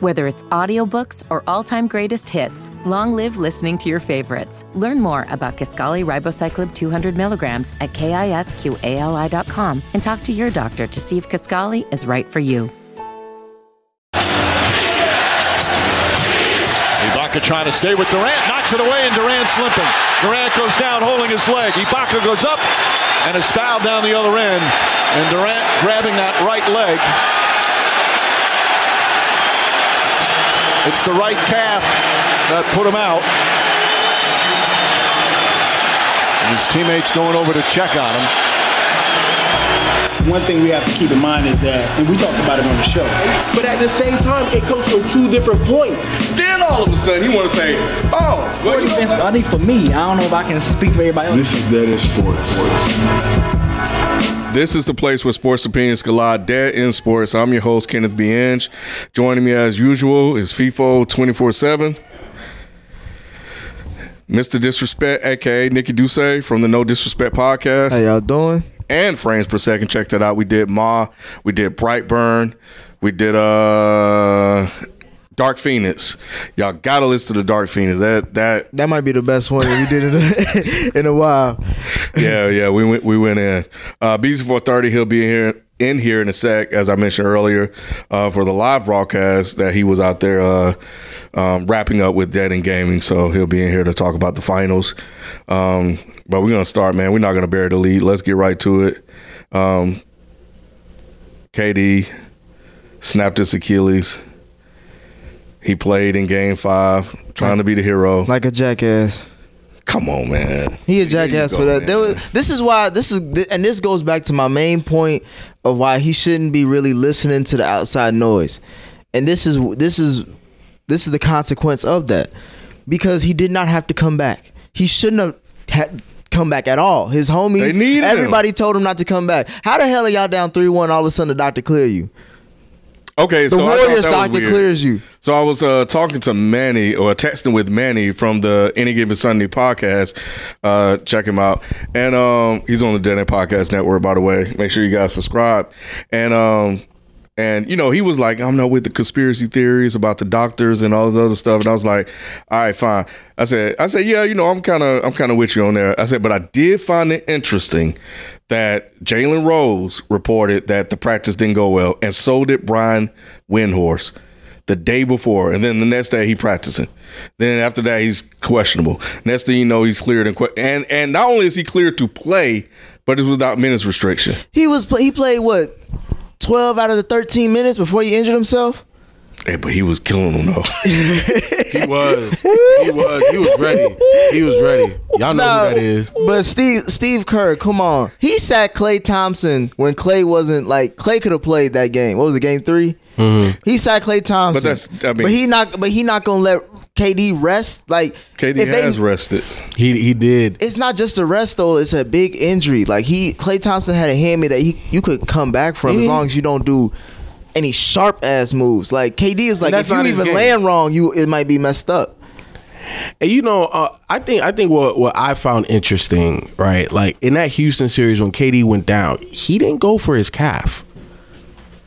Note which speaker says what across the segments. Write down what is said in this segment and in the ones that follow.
Speaker 1: Whether it's audiobooks or all-time greatest hits, long live listening to your favorites. Learn more about Kaskali Ribocyclib 200 milligrams at kisqali.com and talk to your doctor to see if Kaskali is right for you.
Speaker 2: Ibaka trying to stay with Durant, knocks it away, and Durant slipping. Durant goes down, holding his leg. Ibaka goes up and is fouled down the other end. And Durant grabbing that right leg. It's the right calf that put him out. And his teammates going over to check on him.
Speaker 3: One thing we have to keep in mind is that, and we talked about it on the show,
Speaker 4: but at the same time, it comes from two different points.
Speaker 5: Then all of a sudden, you want to say, oh, well, you know,
Speaker 6: I think for me, I don't know if I can speak for everybody else.
Speaker 7: This is Dead in Sports.
Speaker 8: This is the place where sports opinions collide. Dead in sports. I'm your host Kenneth B. Ange. Joining me as usual is FIFO 24 seven. Mr. Disrespect, aka Nikki Duce from the No Disrespect podcast.
Speaker 9: How y'all doing?
Speaker 8: and frames per second. Check that out. We did Ma, we did Brightburn, we did uh Dark Phoenix. Y'all gotta listen to the Dark Phoenix. That that
Speaker 9: That might be the best one that we did in a, in a while.
Speaker 8: yeah yeah we went we went in. Uh, BC four thirty. He'll be here in here in a sec, as I mentioned earlier, uh, for the live broadcast that he was out there uh, um, wrapping up with Dead and Gaming. So he'll be in here to talk about the finals. Um, but we're gonna start, man. We're not gonna bury the lead. Let's get right to it. Um, KD snapped his Achilles. He played in Game Five, trying to be the hero.
Speaker 9: Like a jackass.
Speaker 8: Come on, man.
Speaker 9: He a
Speaker 8: There you
Speaker 9: jackass
Speaker 8: go,
Speaker 9: for that.
Speaker 8: man.
Speaker 9: There was, this is why this is and this goes back to my main point of why he shouldn't be really listening to the outside noise. And this is this is this is the consequence of that because he did not have to come back. He shouldn't have had come back at all. His homies,
Speaker 8: They needed him.
Speaker 9: everybody told him not to come back. How the hell are y'all down three one? All of a sudden, the doctor clear you.
Speaker 8: Okay,
Speaker 9: The
Speaker 8: so I thought
Speaker 9: Warriors
Speaker 8: that was
Speaker 9: doctor
Speaker 8: weird.
Speaker 9: clears you.
Speaker 8: So I was uh, talking to Manny or texting with Manny from the Any Given Sunday podcast. Uh, check him out, and um, he's on the Dead End Podcast Network, by the way. Make sure you guys subscribe, and um, and you know he was like, I'm not with the conspiracy theories about the doctors and all this other stuff, and I was like, all right, fine. I said, I said, yeah, you know, I'm kind of I'm kind of with you on there. I said, but I did find it interesting that Jalen Rose reported that the practice didn't go well, and so did Brian Windhorse the day before, and then the next day he practicing. Then after that he's questionable. Next thing you know, he's cleared and que- and and not only is he cleared to play, but it's without minutes restriction.
Speaker 9: He was pl- he played what twelve out of the thirteen minutes before he injured himself.
Speaker 8: Hey, but he was killing him though.
Speaker 10: He was. He was. He was ready. He was ready. Y'all know
Speaker 9: No,
Speaker 10: who that is.
Speaker 9: But Steve Steve Kerr, come on. He sat Clay Thompson when Clay wasn't like Clay could have played that game. What was it, game 3
Speaker 10: Mm-hmm.
Speaker 9: He sat Clay Thompson.
Speaker 8: that's- I mean-
Speaker 9: but he not but he not gonna let KD rest. Like
Speaker 8: KD
Speaker 9: if they-
Speaker 8: has rested.
Speaker 10: He he did.
Speaker 9: It's not just a rest though. It's a big injury. Like he Clay Thompson had a hammy that he you could come back from as long as you don't do any sharp ass moves. Like KD is like
Speaker 10: that's
Speaker 9: if you
Speaker 10: not his
Speaker 9: even
Speaker 10: game.
Speaker 9: land wrong, you it might be messed up.
Speaker 10: And you know, uh, I think I think what what I found interesting, right? Like in that Houston series when KD went down, he didn't go for his calf.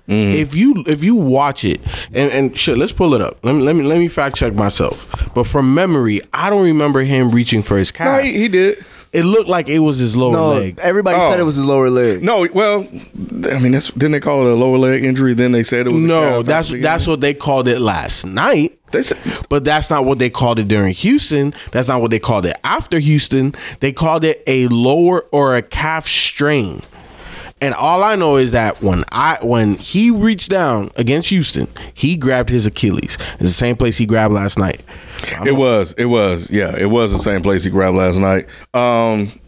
Speaker 10: If you if you watch it and, and shit, let's pull it up. Let me let me let me fact check myself. But from memory, I don't remember him reaching for his
Speaker 9: Ah.
Speaker 8: No,
Speaker 10: calf.
Speaker 8: he, he did.
Speaker 10: it looked like it was his lower
Speaker 9: No,
Speaker 10: leg.
Speaker 9: everybody
Speaker 8: Oh.
Speaker 9: said it was his lower leg.
Speaker 8: No, well, I mean that's didn't they call it a lower leg injury? Then they said it was a calf
Speaker 10: No,
Speaker 8: at
Speaker 10: that's
Speaker 8: the
Speaker 10: that's
Speaker 8: beginning?
Speaker 10: what they called it last night.
Speaker 8: They said-
Speaker 10: but that's not what they called it during Houston. That's not what they called it after Houston. They called it a lower or a calf strain. And all I know is that when I when he reached down against Houston, he grabbed his Achilles. It's the same place he grabbed last night.
Speaker 8: it was. It was. Yeah, it was the same place he grabbed last night. Um,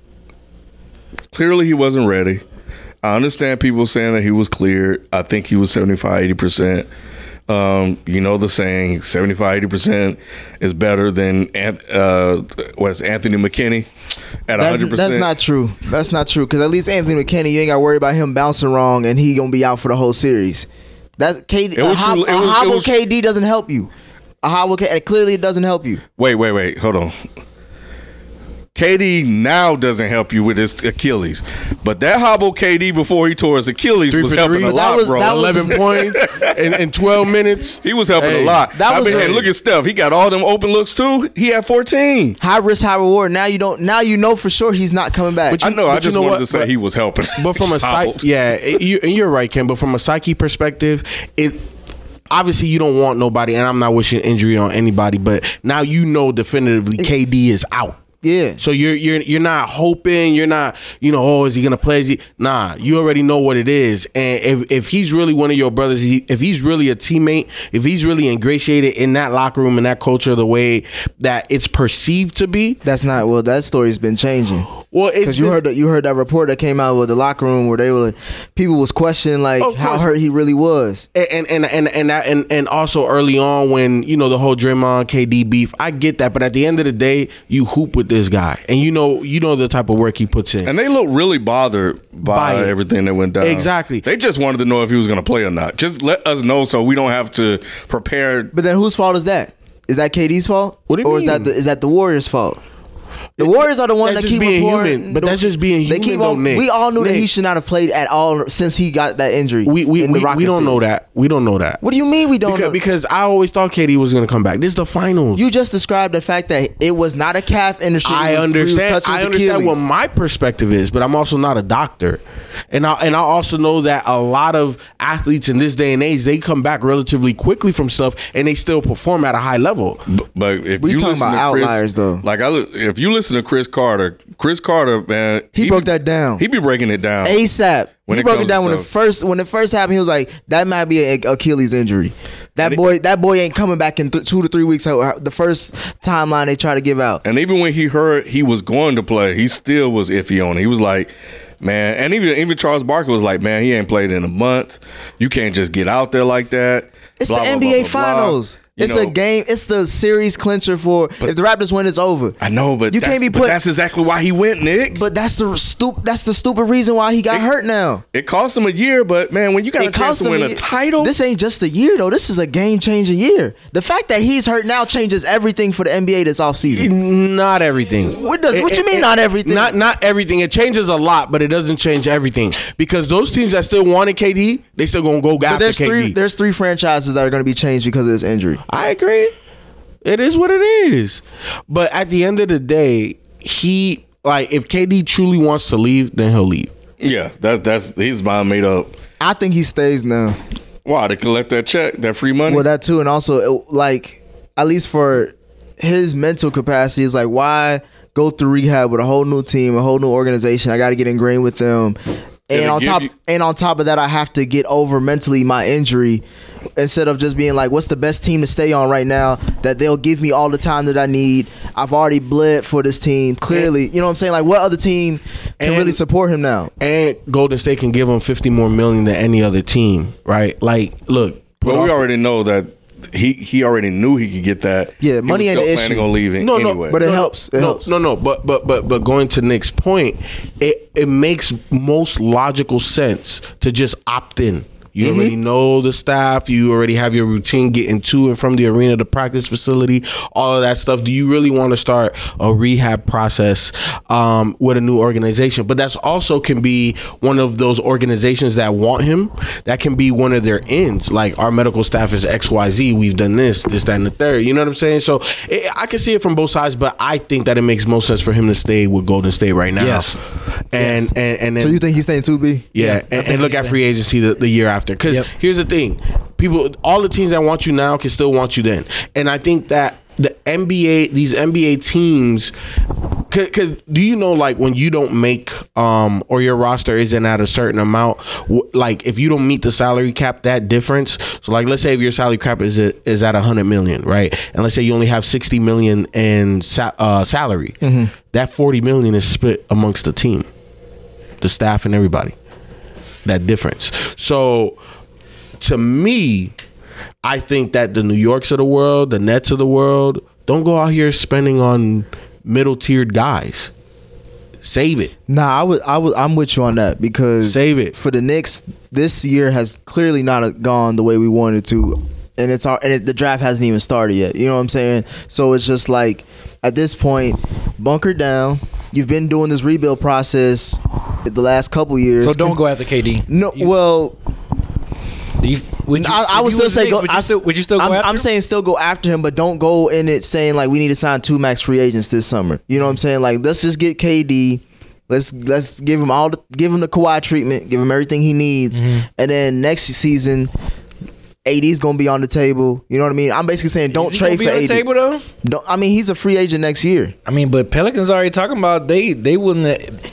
Speaker 8: clearly, he wasn't ready. I understand people saying that he was cleared. I think he was 75, 80 percent. Um, you know the saying 75 80% is better than Anth- uh, what is Anthony McKinney at
Speaker 10: That's,
Speaker 8: 100%.
Speaker 10: that's not true. That's not true. Because at least Anthony McKinney, you ain't got to worry about him bouncing wrong and he gonna be out for the whole series. That's
Speaker 8: It
Speaker 10: KD. a
Speaker 8: was
Speaker 10: hob-
Speaker 8: true- it
Speaker 10: a
Speaker 8: was- it
Speaker 10: hobble
Speaker 8: was-
Speaker 10: KD doesn't help you. A hobble K- it clearly it doesn't help you.
Speaker 8: Wait, wait, wait. Hold on. KD now doesn't help you with his Achilles, but that hobble KD before he tore his Achilles was helping a
Speaker 11: But that
Speaker 8: lot,
Speaker 11: was-
Speaker 8: bro.
Speaker 11: that was- 11 points in, in 12 minutes.
Speaker 8: He was helping
Speaker 11: Hey,
Speaker 8: a lot.
Speaker 11: that
Speaker 8: I
Speaker 11: was
Speaker 8: mean,
Speaker 11: a-
Speaker 8: hey, look at Steph. He got all them open looks too. He had 14.
Speaker 10: High risk, high reward. Now you don't. Now you know for sure he's not coming back.
Speaker 8: I know. I
Speaker 11: but you
Speaker 8: just
Speaker 11: know
Speaker 8: wanted
Speaker 11: what?
Speaker 8: to say
Speaker 11: But-
Speaker 8: he was helping.
Speaker 11: But from a psych,
Speaker 8: Hobbled.
Speaker 11: yeah, it- you, and you're right, Ken. But from a psyche perspective, it obviously you don't want nobody, and I'm not wishing injury on anybody. But now you know definitively KD is out.
Speaker 10: Yeah.
Speaker 11: So you're you're you're not hoping. You're not you know oh is he gonna play? Is he? Nah, you already know what it is. And if if he's really one of your brothers, he, if he's really a teammate, if he's really ingratiated in that locker room and that culture, the way that it's perceived to be,
Speaker 10: That's not well. That story's been changing.
Speaker 11: Well, it's
Speaker 10: because you
Speaker 11: been-
Speaker 10: heard that you heard that report that came out with the locker room where they were people was questioning like
Speaker 11: Of
Speaker 10: how
Speaker 11: course.
Speaker 10: hurt he really was.
Speaker 11: and and and and that, and and also early on when you know the whole Draymond KD beef, I get that, but at the end of the day, you hoop with this guy, and you know you know the type of work he puts in.
Speaker 8: And they look really bothered by,
Speaker 11: By it.
Speaker 8: everything that went down.
Speaker 11: Exactly.
Speaker 8: They just wanted to know if he was going to play or not. Just let us know so we don't have to prepare.
Speaker 10: But then whose fault is that? Is that KD's fault?
Speaker 11: What do you
Speaker 10: or is that
Speaker 11: mean?
Speaker 10: the, is that the Warriors' fault? The Warriors are the one
Speaker 11: that's
Speaker 10: that
Speaker 11: just
Speaker 10: keep
Speaker 11: being
Speaker 10: reporting-
Speaker 11: human, but that's just being
Speaker 10: They
Speaker 11: human
Speaker 10: keep
Speaker 11: though,
Speaker 10: on.
Speaker 11: Nick.
Speaker 10: We all knew that he
Speaker 11: Nick.
Speaker 10: should not have played at all since he got that injury.
Speaker 11: we we
Speaker 10: in the
Speaker 11: we,
Speaker 10: Rockets
Speaker 11: we don't know
Speaker 10: series.
Speaker 11: that. We don't know that.
Speaker 10: What do you mean we don't?
Speaker 11: because,
Speaker 10: know?
Speaker 11: because I always thought KD was going to come back. This is the finals.
Speaker 10: you just described the fact that it was not a calf injury.
Speaker 11: I
Speaker 10: He was- he was
Speaker 11: understand.
Speaker 10: touching
Speaker 11: I
Speaker 10: his
Speaker 11: understand what
Speaker 10: Achilles.
Speaker 11: my perspective is, but I'm also not a doctor, and I and I also know that a lot of athletes in this day and age they come back relatively quickly from stuff, and they still perform at a high level.
Speaker 8: But if
Speaker 10: We
Speaker 8: you
Speaker 10: talking
Speaker 8: listen
Speaker 10: about
Speaker 8: to Chris,
Speaker 10: outliers, though.
Speaker 8: Like I, li- if you listen to Chris Carter, Chris Carter, man,
Speaker 10: He broke
Speaker 8: be-
Speaker 10: that down.
Speaker 8: He be breaking it down.
Speaker 10: ASAP.
Speaker 8: When
Speaker 10: he
Speaker 8: it
Speaker 10: broke it
Speaker 8: comes
Speaker 10: down
Speaker 8: to
Speaker 10: when it
Speaker 8: stuff.
Speaker 10: first when it first happened. He was like, "That might be an Achilles injury. That boy, that boy ain't coming back in th- two to three weeks." uh, The first timeline they try to give out.
Speaker 8: And even when he heard he was going to play, he still was iffy on it. He was like, man, and even even Charles Barkley was like, man, he ain't played in a month. You can't just get out there like that.
Speaker 10: It's
Speaker 8: Blah,
Speaker 10: the
Speaker 8: blah,
Speaker 10: NBA
Speaker 8: blah, blah, blah.
Speaker 10: Finals.
Speaker 8: You
Speaker 10: It's
Speaker 8: know,
Speaker 10: a game. It's the series clincher for if the Raptors win, it's over.
Speaker 8: I know, but
Speaker 10: you
Speaker 8: that's-
Speaker 10: can't be
Speaker 8: but
Speaker 10: put.
Speaker 8: that's exactly why he went, Nick.
Speaker 10: but that's the stupid. That's the stupid reason why he got
Speaker 8: It-
Speaker 10: hurt now.
Speaker 8: It cost him a year, but man, when you got a chance to
Speaker 10: him
Speaker 8: win a
Speaker 10: year-
Speaker 8: title,
Speaker 10: This ain't just a year though. This is a game changing year. The fact that he's hurt now changes everything for the NBA this offseason.
Speaker 11: Not everything.
Speaker 10: What does- what you mean not everything?
Speaker 11: Not not everything. It changes a lot, but it doesn't change everything because those teams that still wanted KD, they still gonna go
Speaker 10: But
Speaker 11: after
Speaker 10: there's
Speaker 11: KD.
Speaker 10: three. There's three franchises that are going to be changed because of this injury.
Speaker 11: I agree. It is what it is. But at the end of the day, he like if KD truly wants to leave, then he'll leave.
Speaker 8: yeah, that's that's his mind made up.
Speaker 10: I think he stays now.
Speaker 8: Why to collect that check, that free money?
Speaker 10: Well, that too, and also it, like at least for his mental capacity is like why go through rehab with a whole new team, a whole new organization. I got to get ingrained with them, and
Speaker 8: It'll
Speaker 10: on
Speaker 8: give
Speaker 10: top
Speaker 8: you-
Speaker 10: and on top of that, I have to get over mentally my injury instead of just being like, what's the best team to stay on right now that they'll give me all the time that I need. I've already bled for this team. Clearly, you know what I'm saying. Like, what other team can
Speaker 11: And-
Speaker 10: really support him now?
Speaker 11: And Golden State can give him 50 more million than any other team, right? Like, look. put
Speaker 8: But we
Speaker 11: off-
Speaker 8: already know that he he already knew he could get that.
Speaker 10: Yeah,
Speaker 8: He was
Speaker 10: money ain't
Speaker 8: still
Speaker 10: the
Speaker 8: planning
Speaker 10: issue.
Speaker 8: on leaving
Speaker 11: no, no,
Speaker 8: anyway.
Speaker 10: but it
Speaker 11: no, no,
Speaker 10: helps. It
Speaker 11: no,
Speaker 10: helps.
Speaker 11: no, no. But but but but going to Nick's point, it it makes most logical sense to just opt in. You
Speaker 10: Mm-hmm.
Speaker 11: already know the staff. You already have your routine getting to and from the arena, the practice facility, all of that stuff. Do you really want to start a rehab process um, with a new organization? But that's also can be one of those organizations that want him. That can be one of their ends. Like our medical staff is X, Y, Z. We've done this, this, that, and the third. You know what I'm saying? So it, I can see it from both sides, but I think that it makes most sense for him to stay with Golden State right now.
Speaker 6: Yes.
Speaker 11: And and and then,
Speaker 10: So you think he's staying two B?
Speaker 11: yeah,
Speaker 6: Yeah, I
Speaker 11: and,
Speaker 6: think
Speaker 11: and look
Speaker 6: he's
Speaker 11: at
Speaker 6: there.
Speaker 11: free agency the, the year after. Because
Speaker 6: Yep.
Speaker 11: here's the thing: people, all the teams that want you now can still want you then. And I think that the NBA, these NBA teams, because do you know, like when you don't make um or your roster isn't at a certain amount, wh- like if you don't meet the salary cap, that difference. So like, let's say if your salary cap is a, is at a hundred million, right? And let's say you only have sixty million in sa- uh, salary.
Speaker 6: Mm-hmm.
Speaker 11: That forty million is split amongst the team, the staff, and everybody that difference. So to me, I think that the New Yorks of the world, the Nets of the world, don't go out here spending on middle tiered guys. Save it.
Speaker 9: Nah, I would, I would, I'm with you on that because
Speaker 11: Save it.
Speaker 9: for the Knicks. This year has clearly not gone the way we wanted to, and it's our and it, the draft hasn't even started yet. You know what I'm saying? So it's just like at this point, bunker down. You've been doing this rebuild process the last couple years.
Speaker 4: So don't go after KD.
Speaker 9: No, well,
Speaker 4: Do you, would you,
Speaker 9: I, I
Speaker 4: if
Speaker 9: would
Speaker 4: you
Speaker 9: still
Speaker 4: was
Speaker 9: say
Speaker 4: Nick,
Speaker 9: go.
Speaker 4: Would
Speaker 9: I,
Speaker 4: you still, would you still go
Speaker 9: I'm,
Speaker 4: after
Speaker 9: I'm
Speaker 4: him?
Speaker 9: saying still go after him, but don't go in it saying like we need to sign two max free agents this summer. You know what I'm saying? Like let's just get KD. Let's let's give him all the, give him the Kawhi treatment, give him everything he needs,
Speaker 4: Mm-hmm.
Speaker 9: and then next season. AD's gonna be on the table. You know what I mean? I'm basically saying don't
Speaker 4: Is he
Speaker 9: trade
Speaker 4: gonna be
Speaker 9: for
Speaker 4: on the
Speaker 9: AD.
Speaker 4: table, though?
Speaker 9: Don't, I mean, he's a free agent next year.
Speaker 4: I mean, but Pelicans already talking about they they wouldn't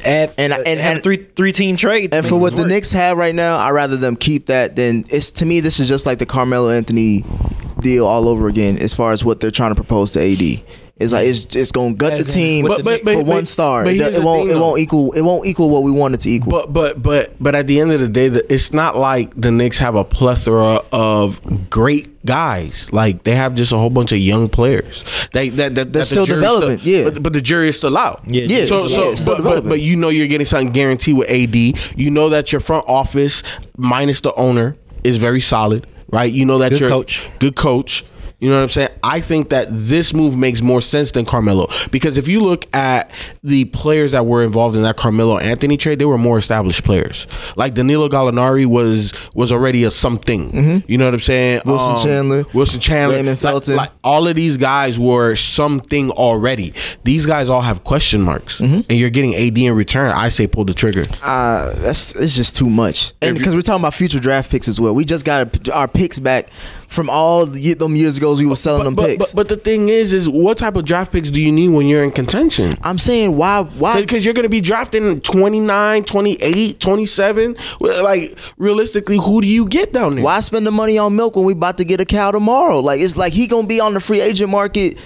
Speaker 4: add
Speaker 9: and and,
Speaker 4: have a three three team trade. to
Speaker 9: And
Speaker 4: make
Speaker 9: for
Speaker 4: this
Speaker 9: what the
Speaker 4: work.
Speaker 9: Knicks have right now, I'd rather them keep that than it's to me this is just like the Carmelo Anthony deal all over again as far as what they're trying to propose to AD. It's like it's it's gonna gut
Speaker 11: As
Speaker 9: the
Speaker 11: in
Speaker 9: team
Speaker 11: with the But- Knicks.
Speaker 9: for
Speaker 11: but-
Speaker 9: one
Speaker 11: but-
Speaker 9: star.
Speaker 11: but
Speaker 9: It,
Speaker 11: here's
Speaker 9: it
Speaker 11: the
Speaker 9: won't
Speaker 11: thing,
Speaker 9: it won't
Speaker 11: though.
Speaker 9: equal it won't equal what we want it to equal.
Speaker 11: But but but but at the end of the day, the, it's not like the Knicks have a plethora of great guys. Like they have just a whole bunch of young players. They that, that, that the
Speaker 9: still
Speaker 11: jury's
Speaker 9: development, yeah.
Speaker 11: But, but the jury is still out.
Speaker 4: Yeah,
Speaker 9: Yeah,
Speaker 11: So
Speaker 9: it's-
Speaker 11: so
Speaker 9: yeah, it's still
Speaker 11: but, but but
Speaker 9: development.
Speaker 11: you know you're getting something guaranteed with AD. You know that your front office minus the owner is very solid, right? You know that
Speaker 4: Good
Speaker 11: your
Speaker 4: coach.
Speaker 11: good coach. You know what I'm saying? I think that this move makes more sense than Carmelo because if you look at the players that were involved in that Carmelo Anthony trade, they were more established players. Like Danilo Gallinari was was already a something. You know what I'm saying?
Speaker 9: Mm-hmm.
Speaker 11: Um,
Speaker 9: Wilson Chandler,
Speaker 11: Wilson Chandler,
Speaker 9: Raymond
Speaker 11: Like-
Speaker 9: Felton.
Speaker 11: like, all of these guys were something already. These guys all have question marks,
Speaker 9: Mm-hmm.
Speaker 11: and you're getting AD in return. I say pull the trigger.
Speaker 9: uh, that's it's just too much. And because we're talking about future draft picks as well, we just got our picks back from all the, them years ago. We were selling them
Speaker 11: But,
Speaker 9: picks.
Speaker 11: but but the thing is, is what type of draft picks do you need when you're in contention?
Speaker 9: I'm saying why why
Speaker 11: because you're going to be drafting 29 28 27 Well, like realistically who do you get down there
Speaker 9: Why spend the money on milk when we about to get a cow tomorrow? Like it's like he gonna be on the free agent market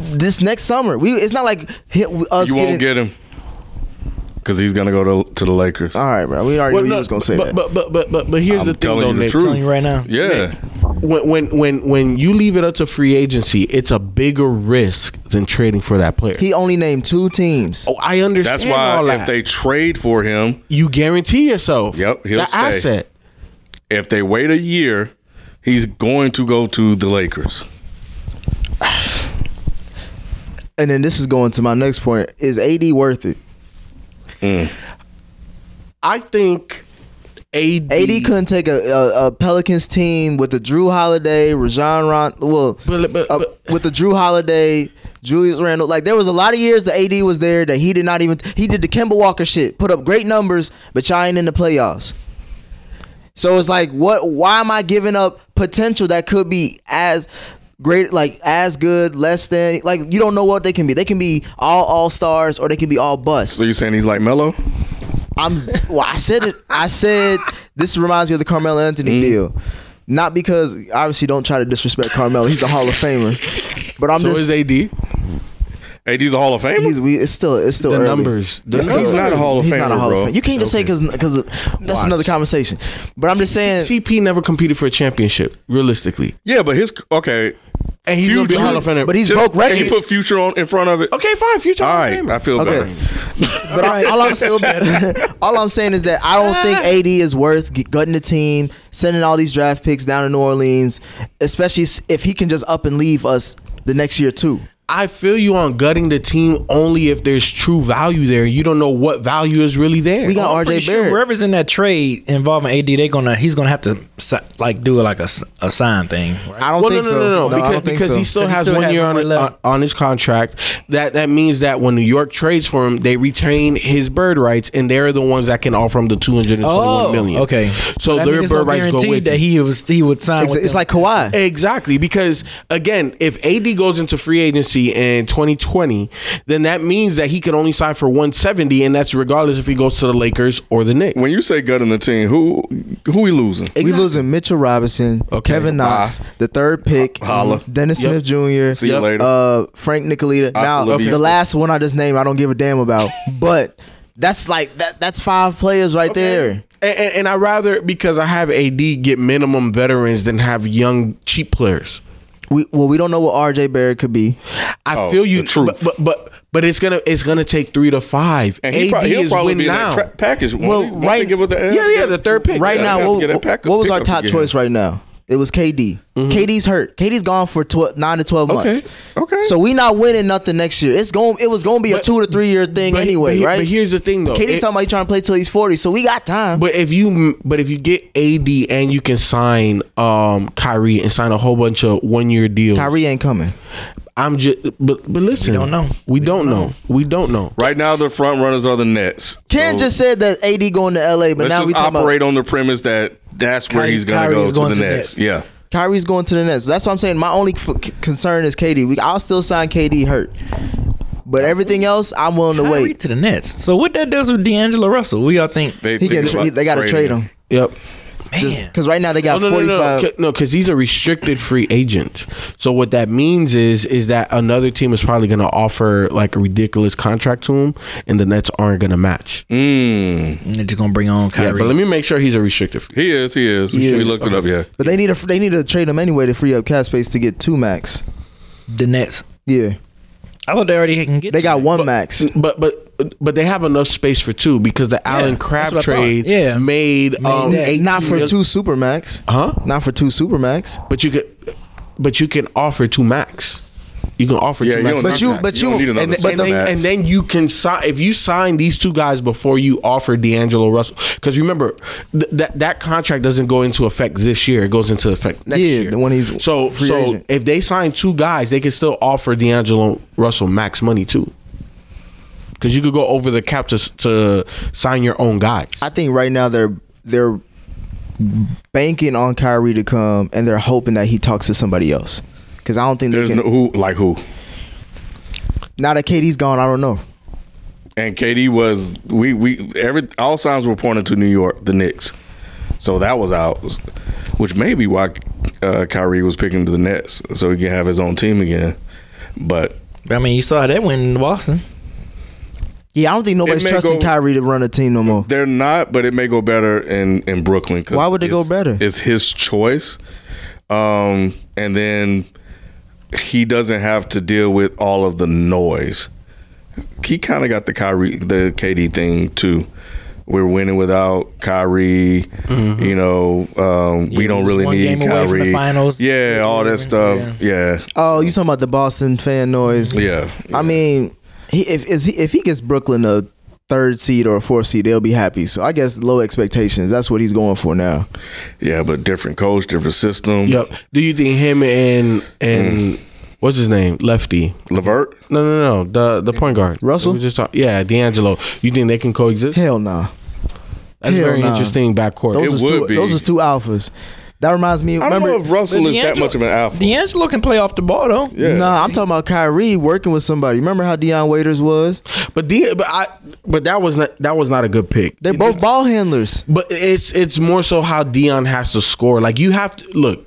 Speaker 9: this next summer. We it's not like hit us
Speaker 8: you
Speaker 9: getting.
Speaker 8: won't get him because he's gonna go to, to the Lakers.
Speaker 9: all right, bro. We already
Speaker 11: Well,
Speaker 9: knew
Speaker 11: no,
Speaker 9: he was gonna say
Speaker 11: but,
Speaker 9: that.
Speaker 11: but but but but but here's
Speaker 8: I'm
Speaker 11: the thing
Speaker 8: telling
Speaker 11: though
Speaker 8: you the
Speaker 11: Nick.
Speaker 8: truth.
Speaker 4: telling you right now.
Speaker 8: Yeah,
Speaker 11: when when when when you leave it up to free agency it's a bigger risk than trading for that player
Speaker 9: he only named two teams.
Speaker 11: oh i understand
Speaker 8: that's why
Speaker 11: all
Speaker 8: if
Speaker 11: that.
Speaker 8: they trade for him,
Speaker 11: you guarantee yourself
Speaker 8: Yep, he'll
Speaker 11: the
Speaker 8: stay.
Speaker 11: asset
Speaker 8: if they wait a year, he's going to go to the Lakers.
Speaker 9: And then this is going to my next point: Is AD worth it?
Speaker 11: i think ad
Speaker 9: AD couldn't take a, a, a Pelicans team with the Drew Holiday, Rajon Ron, well,
Speaker 11: But- but-
Speaker 9: uh,
Speaker 11: but-
Speaker 9: with the Drew Holiday, Julius Randle. Like there was a lot of years the AD was there that he did not even he did the Kemba Walker shit, put up great numbers, but y'all ain't in the playoffs. So it's like, what? Why am I giving up potential that could be as great, like as good, less than? Like you don't know what they can be. They can be all all stars, or they can be all bust.
Speaker 8: So you're saying he's like Melo?
Speaker 9: I'm well, I said it. I said this reminds me of the Carmelo
Speaker 11: Mm-hmm.
Speaker 9: Anthony deal. Not because obviously don't try to disrespect Carmelo. He's a Hall of Famer. But I'm
Speaker 11: so
Speaker 9: just
Speaker 11: is ad
Speaker 8: AD's a Hall of Famer.
Speaker 9: he's we it's still it's still
Speaker 11: The
Speaker 9: early.
Speaker 11: numbers. The
Speaker 9: It's still
Speaker 8: numbers. He's not a Hall of
Speaker 9: He's not a
Speaker 8: Famer,
Speaker 9: Hall
Speaker 8: bro.
Speaker 9: of Famer. You can't just say cuz cuz that's another conversation. But I'm just saying
Speaker 11: C- cp never competed for a championship realistically
Speaker 8: yeah, but his okay.
Speaker 11: and he's gonna be a hall of famer
Speaker 9: But he's
Speaker 8: Just-
Speaker 9: broke
Speaker 8: can you
Speaker 9: records.
Speaker 8: put future on in front of it.
Speaker 11: okay fine future
Speaker 8: All
Speaker 11: Hall of
Speaker 8: right,
Speaker 11: Famer.
Speaker 8: I feel
Speaker 9: Okay.
Speaker 8: better.
Speaker 9: But I- all, I'm saying, all I'm saying is that I don't
Speaker 11: Ah.
Speaker 9: think AD is worth g- gutting the team, sending all these draft picks down to New Orleans, especially s- if he can just up and leave us the next year too.
Speaker 11: I feel you on gutting the team only if there's true value there. You don't know what value is really there.
Speaker 9: We got
Speaker 4: I'm pretty
Speaker 9: RJ
Speaker 4: sure
Speaker 9: Barrett.
Speaker 4: whoever's in that trade involving AD, they gonna he's gonna have to si- like do like a, s- a sign thing. Right?
Speaker 9: I don't
Speaker 11: well, no,
Speaker 9: think
Speaker 11: no,
Speaker 9: so.
Speaker 11: no, no,
Speaker 9: I
Speaker 11: because,
Speaker 9: don't think
Speaker 11: because
Speaker 9: so.
Speaker 11: he still
Speaker 4: 'Cause he
Speaker 11: has
Speaker 4: still
Speaker 11: one
Speaker 4: has
Speaker 11: year
Speaker 4: one
Speaker 11: on,
Speaker 4: more
Speaker 11: on,
Speaker 4: left.
Speaker 11: on his contract. That that means that when New York trades for him, they retain his bird rights, and they're the ones that can offer him the two hundred and twenty-one million.
Speaker 4: Oh, okay.
Speaker 11: So
Speaker 4: That
Speaker 11: their
Speaker 4: means
Speaker 11: bird
Speaker 4: no
Speaker 11: rights go
Speaker 4: guarantee
Speaker 11: with
Speaker 4: that
Speaker 11: him.
Speaker 4: he was he would sign.
Speaker 9: It's,
Speaker 4: with
Speaker 9: it's
Speaker 4: them.
Speaker 9: like Kawhi.
Speaker 11: Exactly, because again, if AD goes into free agency in 2020, then that means that he can only sign for 170, and that's regardless if he goes to the Lakers or the Knicks.
Speaker 8: When you say gutting the team, who who we losing?
Speaker 9: We losing Mitchell Robinson,
Speaker 11: Okay.
Speaker 9: Kevin Knox, the third pick,
Speaker 8: Holla.
Speaker 9: Dennis
Speaker 11: Yep.
Speaker 9: Smith Jr.,
Speaker 8: See you Yep. later.
Speaker 9: uh, Frank Nicolita.
Speaker 8: Hasta
Speaker 9: Now
Speaker 8: la vista.
Speaker 9: the last one I just named, I don't give a damn about, but that's like that. That's five players right there.
Speaker 11: And, and, and I rather because I have AD get minimum veterans than have young cheap players.
Speaker 10: We well, we don't know what RJ Barrett could be.
Speaker 11: I
Speaker 8: Oh,
Speaker 11: feel you, true, but, but but but it's gonna it's gonna take three to five.
Speaker 8: And he
Speaker 11: AD
Speaker 8: prob- he'll
Speaker 11: is
Speaker 8: probably
Speaker 11: win
Speaker 8: be in that
Speaker 11: now.
Speaker 8: tra- package. Won't he?
Speaker 11: Well,
Speaker 8: Won't they
Speaker 11: right,
Speaker 8: give it the- uh,
Speaker 11: yeah, yeah, the third pick
Speaker 10: Right
Speaker 11: Yeah,
Speaker 10: now, oh,
Speaker 11: they have to
Speaker 10: what,
Speaker 11: get that pack-
Speaker 10: what was
Speaker 11: pick
Speaker 10: our
Speaker 11: up
Speaker 10: top
Speaker 11: again.
Speaker 10: choice right now? It was KD. KD's hurt. KD's gone for tw- nine to twelve
Speaker 11: Mm-hmm. Okay,
Speaker 10: months. Okay. So we not winning nothing next year. It's going. It was going to be a two to three year thing
Speaker 11: but he-
Speaker 10: anyway,
Speaker 11: but he-
Speaker 10: right?
Speaker 11: but here's the thing, though.
Speaker 10: KD
Speaker 11: It-
Speaker 10: talking about he trying to play till he's forty, so we got time.
Speaker 11: But if you but if you get AD and you can sign um Kyrie and sign a whole bunch of one year deals,
Speaker 10: Kyrie ain't coming.
Speaker 11: I'm just but but listen, we don't know. We, don't, know. We don't know.
Speaker 8: Right now, the front runners are the Nets.
Speaker 10: Ken
Speaker 8: So
Speaker 10: just said that AD going to LA, but
Speaker 8: let's
Speaker 10: now we
Speaker 8: just
Speaker 10: talking
Speaker 8: operate
Speaker 10: about
Speaker 8: on the premise that that's where
Speaker 10: Kyrie-
Speaker 8: he's gonna
Speaker 10: Kyrie
Speaker 8: go
Speaker 10: is
Speaker 8: to
Speaker 10: going
Speaker 8: the
Speaker 10: to
Speaker 8: Nets.
Speaker 10: Nets.
Speaker 8: Yeah.
Speaker 10: Kyrie's going to the Nets. That's what I'm saying. My only f- concern is KD. We I'll still sign KD hurt, but everything else I'm willing to wait
Speaker 4: to the Nets. So what that does with D'Angelo Russell? We all think
Speaker 8: they
Speaker 10: He can. Tra- they got to trade him.
Speaker 11: Yep.
Speaker 10: Because right now they got
Speaker 11: Oh, no, no,
Speaker 10: 45.
Speaker 11: no, no, because he's a restricted free agent. So what that means is is that another team is probably going to offer like a ridiculous contract to him, and the Nets aren't going to match.
Speaker 8: Mm.
Speaker 4: And they're just gonna bring on Kyrie.
Speaker 11: Yeah, but let me make sure he's a restricted. Free.
Speaker 8: He is. He is.
Speaker 10: He
Speaker 8: we
Speaker 10: is.
Speaker 8: looked it up. Yeah.
Speaker 10: But they need to they need to trade him anyway to free up cap space to get two max.
Speaker 4: The Nets.
Speaker 10: Yeah,
Speaker 4: I thought they already can get.
Speaker 10: they got one max.
Speaker 11: But but but they have enough space for two because the Allen
Speaker 4: that's what
Speaker 11: Crab
Speaker 4: I thought.
Speaker 11: trade
Speaker 4: Yeah.
Speaker 11: made, um
Speaker 4: that.
Speaker 11: eight
Speaker 10: Not for two super max.
Speaker 11: huh?
Speaker 10: Not for two super max.
Speaker 11: But you could, but you can offer two max. You can offer
Speaker 8: Yeah,
Speaker 11: two
Speaker 8: you
Speaker 11: max.
Speaker 8: don't But need you- that. but You don't you- need another
Speaker 11: and,
Speaker 8: super
Speaker 11: and then,
Speaker 8: max.
Speaker 11: and then you can sign if you sign these two guys before you offer D'Angelo Russell. Because remember, th- that that contract doesn't go into effect this year; it goes into effect next
Speaker 10: yeah,
Speaker 11: year.
Speaker 10: the one he's
Speaker 11: So
Speaker 10: free
Speaker 11: so
Speaker 10: agent.
Speaker 11: if they sign two guys, they can still offer D'Angelo Russell max money too. Because you could go over the cap to s- to sign your own guys.
Speaker 10: I think right now they're they're banking on Kyrie to come and they're hoping that he talks to somebody else. Because I don't think
Speaker 8: There's
Speaker 10: they
Speaker 8: no
Speaker 10: can.
Speaker 8: who like who.
Speaker 10: now that KD's gone, I don't know.
Speaker 8: And KD was we we every all signs were pointing to New York, the Knicks. So that was out, which may be why uh, Kyrie was picking the Nets, so he can have his own team again. But
Speaker 4: But, I mean, you saw how that went in Boston.
Speaker 10: Yeah, I don't think nobody's
Speaker 8: may
Speaker 10: trusting
Speaker 8: go-
Speaker 10: Kyrie to run a team no more.
Speaker 8: They're not, but it may go better in in Brooklyn. 'cause
Speaker 10: Why would it go
Speaker 8: it's-
Speaker 10: better?
Speaker 8: It's his choice, um, and then he doesn't have to deal with all of the noise. He kind of got the Kyrie, the KD thing too. We're winning without Kyrie. You know, um, we
Speaker 4: Mm-hmm. Yeah,
Speaker 8: don't
Speaker 4: we was
Speaker 8: really
Speaker 4: one
Speaker 8: need
Speaker 4: game away from the
Speaker 8: Kyrie.
Speaker 4: finals.
Speaker 8: Yeah, all that stuff. Yeah,
Speaker 10: Oh, you talking about the Boston fan noise?
Speaker 8: yeah.
Speaker 10: I mean, he, if is he, if he gets Brooklyn a third seed or a fourth seed, they'll be happy. So I guess low expectations. That's what he's going for now.
Speaker 8: Yeah, but different coach, different system.
Speaker 11: Yep. Do you think him and
Speaker 10: Mm.
Speaker 11: and what's his name? Lefty.
Speaker 8: Levert.
Speaker 11: No, no, no. The the point guard.
Speaker 10: Russell?
Speaker 11: We just talk, yeah, D'Angelo. You think they can coexist?
Speaker 10: Hell no.
Speaker 11: That's
Speaker 10: hell
Speaker 11: very
Speaker 10: nah.
Speaker 11: interesting backcourt.
Speaker 10: Those
Speaker 8: It
Speaker 10: is two,
Speaker 8: would be.
Speaker 10: Those is two alphas. That reminds me.
Speaker 8: I don't
Speaker 10: Remember,
Speaker 8: know if Russell
Speaker 4: But
Speaker 8: is that
Speaker 4: D'Angelo-
Speaker 8: much of an alpha.
Speaker 4: D'Angelo can play off the ball though.
Speaker 8: yeah.
Speaker 10: Nah, I'm talking about Kyrie working with somebody. Remember how Deion Waiters was?
Speaker 11: but D, but I but that was not that was not a good pick.
Speaker 10: They're both ball handlers.
Speaker 11: But it's it's more so how Dion has to score. Like you have to look.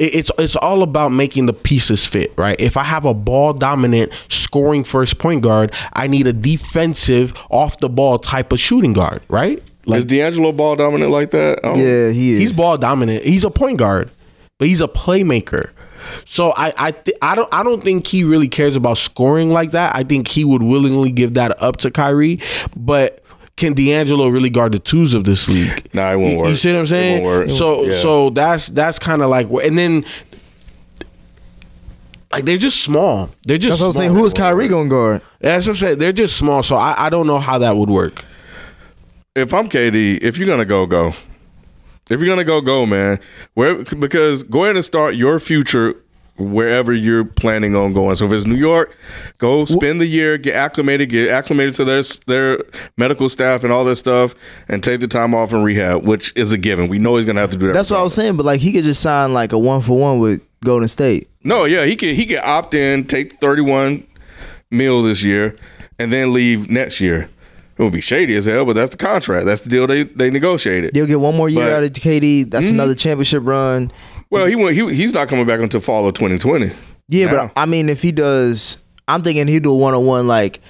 Speaker 11: it- It's it's all about making the pieces fit, right? If I have a ball dominant scoring first point guard, I need a defensive off the ball type of shooting guard, right?
Speaker 8: is D'Angelo ball dominant like that? I don't-
Speaker 10: Yeah, he is.
Speaker 11: He's ball dominant. He's a point guard, but he's a playmaker. So I I th- I don't I don't think he really cares about scoring like that. I think he would willingly give that up to Kyrie, but can D'Angelo really guard the twos of this league?
Speaker 8: Nah, it won't
Speaker 11: you,
Speaker 8: work.
Speaker 11: You see what I'm
Speaker 8: It
Speaker 11: saying?
Speaker 8: won't work.
Speaker 11: So
Speaker 8: Yeah.
Speaker 11: so that's that's kind of like wh- and then like they're just small. They're just
Speaker 10: That's what I'm saying.
Speaker 11: small.
Speaker 10: Who is Kyrie going to guard?
Speaker 11: That's what I'm saying. They're just small. So I, I don't know how that would work.
Speaker 8: if I'm KD, if you're gonna go, go. If you're gonna go, go, man. Where because go ahead and start your future wherever you're planning on going. So if it's New York, go spend the year, get acclimated, get acclimated to their their medical staff and all that stuff, and take the time off and rehab, which is a given. We know he's gonna have to do that.
Speaker 10: That's what I was saying. But like, he could just sign like a one for one with Golden State.
Speaker 8: No, yeah, he can he can opt in, take 31 mil this year, and then leave next year. It would be shady as hell, but that's the contract. That's the deal they they negotiated.
Speaker 10: They'll get one more year
Speaker 8: But-
Speaker 10: out of KD. That's another championship run.
Speaker 8: Well, he went. He, he's not coming back until fall of 2020.
Speaker 10: Yeah,
Speaker 8: Now.
Speaker 10: but I mean, if he does, I'm thinking he'll do one on one. Like,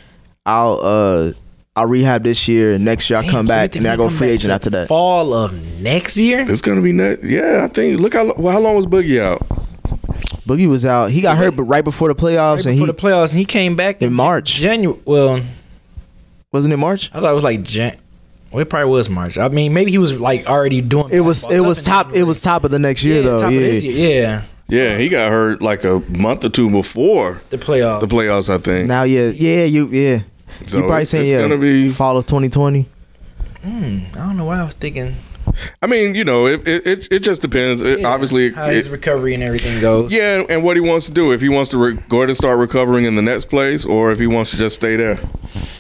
Speaker 10: I'll uh, I'll rehab this year, and next year I
Speaker 4: Damn,
Speaker 10: come
Speaker 4: so
Speaker 10: back,
Speaker 4: they
Speaker 10: and then I
Speaker 4: come
Speaker 10: go free
Speaker 4: back
Speaker 10: agent
Speaker 4: to
Speaker 10: after that.
Speaker 4: Fall of next year.
Speaker 8: It's gonna be next. Yeah, I think. Look how well, how long was Boogie out?
Speaker 10: Boogie was out. He got hurt, but right before the
Speaker 4: Right
Speaker 10: playoffs, and
Speaker 4: before
Speaker 10: he
Speaker 4: the playoffs, and he came back
Speaker 10: in March.
Speaker 4: January. Well,
Speaker 10: wasn't it March?
Speaker 4: I thought it was like Jan. Well, it probably was March. I mean, maybe he was like already doing.
Speaker 10: It was it was top it was top of the next year though.
Speaker 4: top of
Speaker 10: yeah.
Speaker 4: this year. Yeah,
Speaker 8: Yeah, he got hurt like a month or two before
Speaker 4: the playoff.
Speaker 8: the playoffs. I think.
Speaker 10: Now yeah yeah you yeah.
Speaker 8: So
Speaker 10: you probably
Speaker 8: it's-
Speaker 10: saying
Speaker 8: it's
Speaker 10: yeah
Speaker 8: gonna
Speaker 10: fall of 2020.
Speaker 4: Mm, I don't know why I was thinking.
Speaker 8: I mean, you know, it it, it, it just depends. It, obviously, it,
Speaker 4: how his recovery and everything goes.
Speaker 8: yeah, and what he wants to do. If he wants to re- go ahead and start recovering in the next place, or if he wants to just stay there,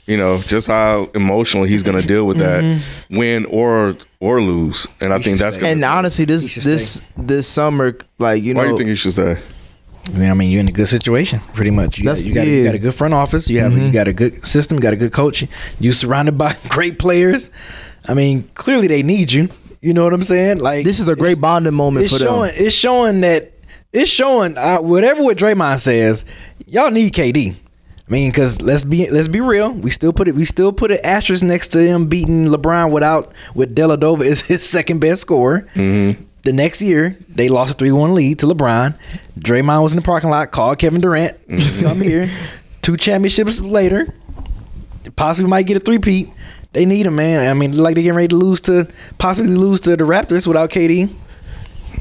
Speaker 8: you know, just how emotionally he's going to deal with that,
Speaker 10: Mhm.
Speaker 8: win or or lose. And I think that's going
Speaker 10: And honestly, this this this summer, like you know,
Speaker 8: Why you think he should stay?
Speaker 4: I mean, I mean, you're in a good situation, pretty much. You,
Speaker 10: That's- Mm-hmm.
Speaker 4: got, you, got,
Speaker 10: yeah.
Speaker 4: you got a good front office. You have you got a good system. You got a good coach. You surrounded by great players. I mean, clearly they need you. You know what I'm saying? Like
Speaker 10: this is a great bonding moment
Speaker 4: it's
Speaker 10: for them.
Speaker 4: showing. It's showing that it's showing uh, whatever what Draymond says. Y'all need KD. I mean, because let's be let's be real. We still put it. We still put an asterisk next to him beating LeBron without with Deladova is his second best scorer.
Speaker 10: Mm-hmm.
Speaker 4: The next year, they lost a three one lead to LeBron. Draymond was in the parking lot. Called Kevin Durant.
Speaker 10: Mm-hmm.
Speaker 4: Come here. Two championships later, possibly might get a three peat. They need him, man. I mean, like they getting ready to lose to possibly lose to the Raptors without KD.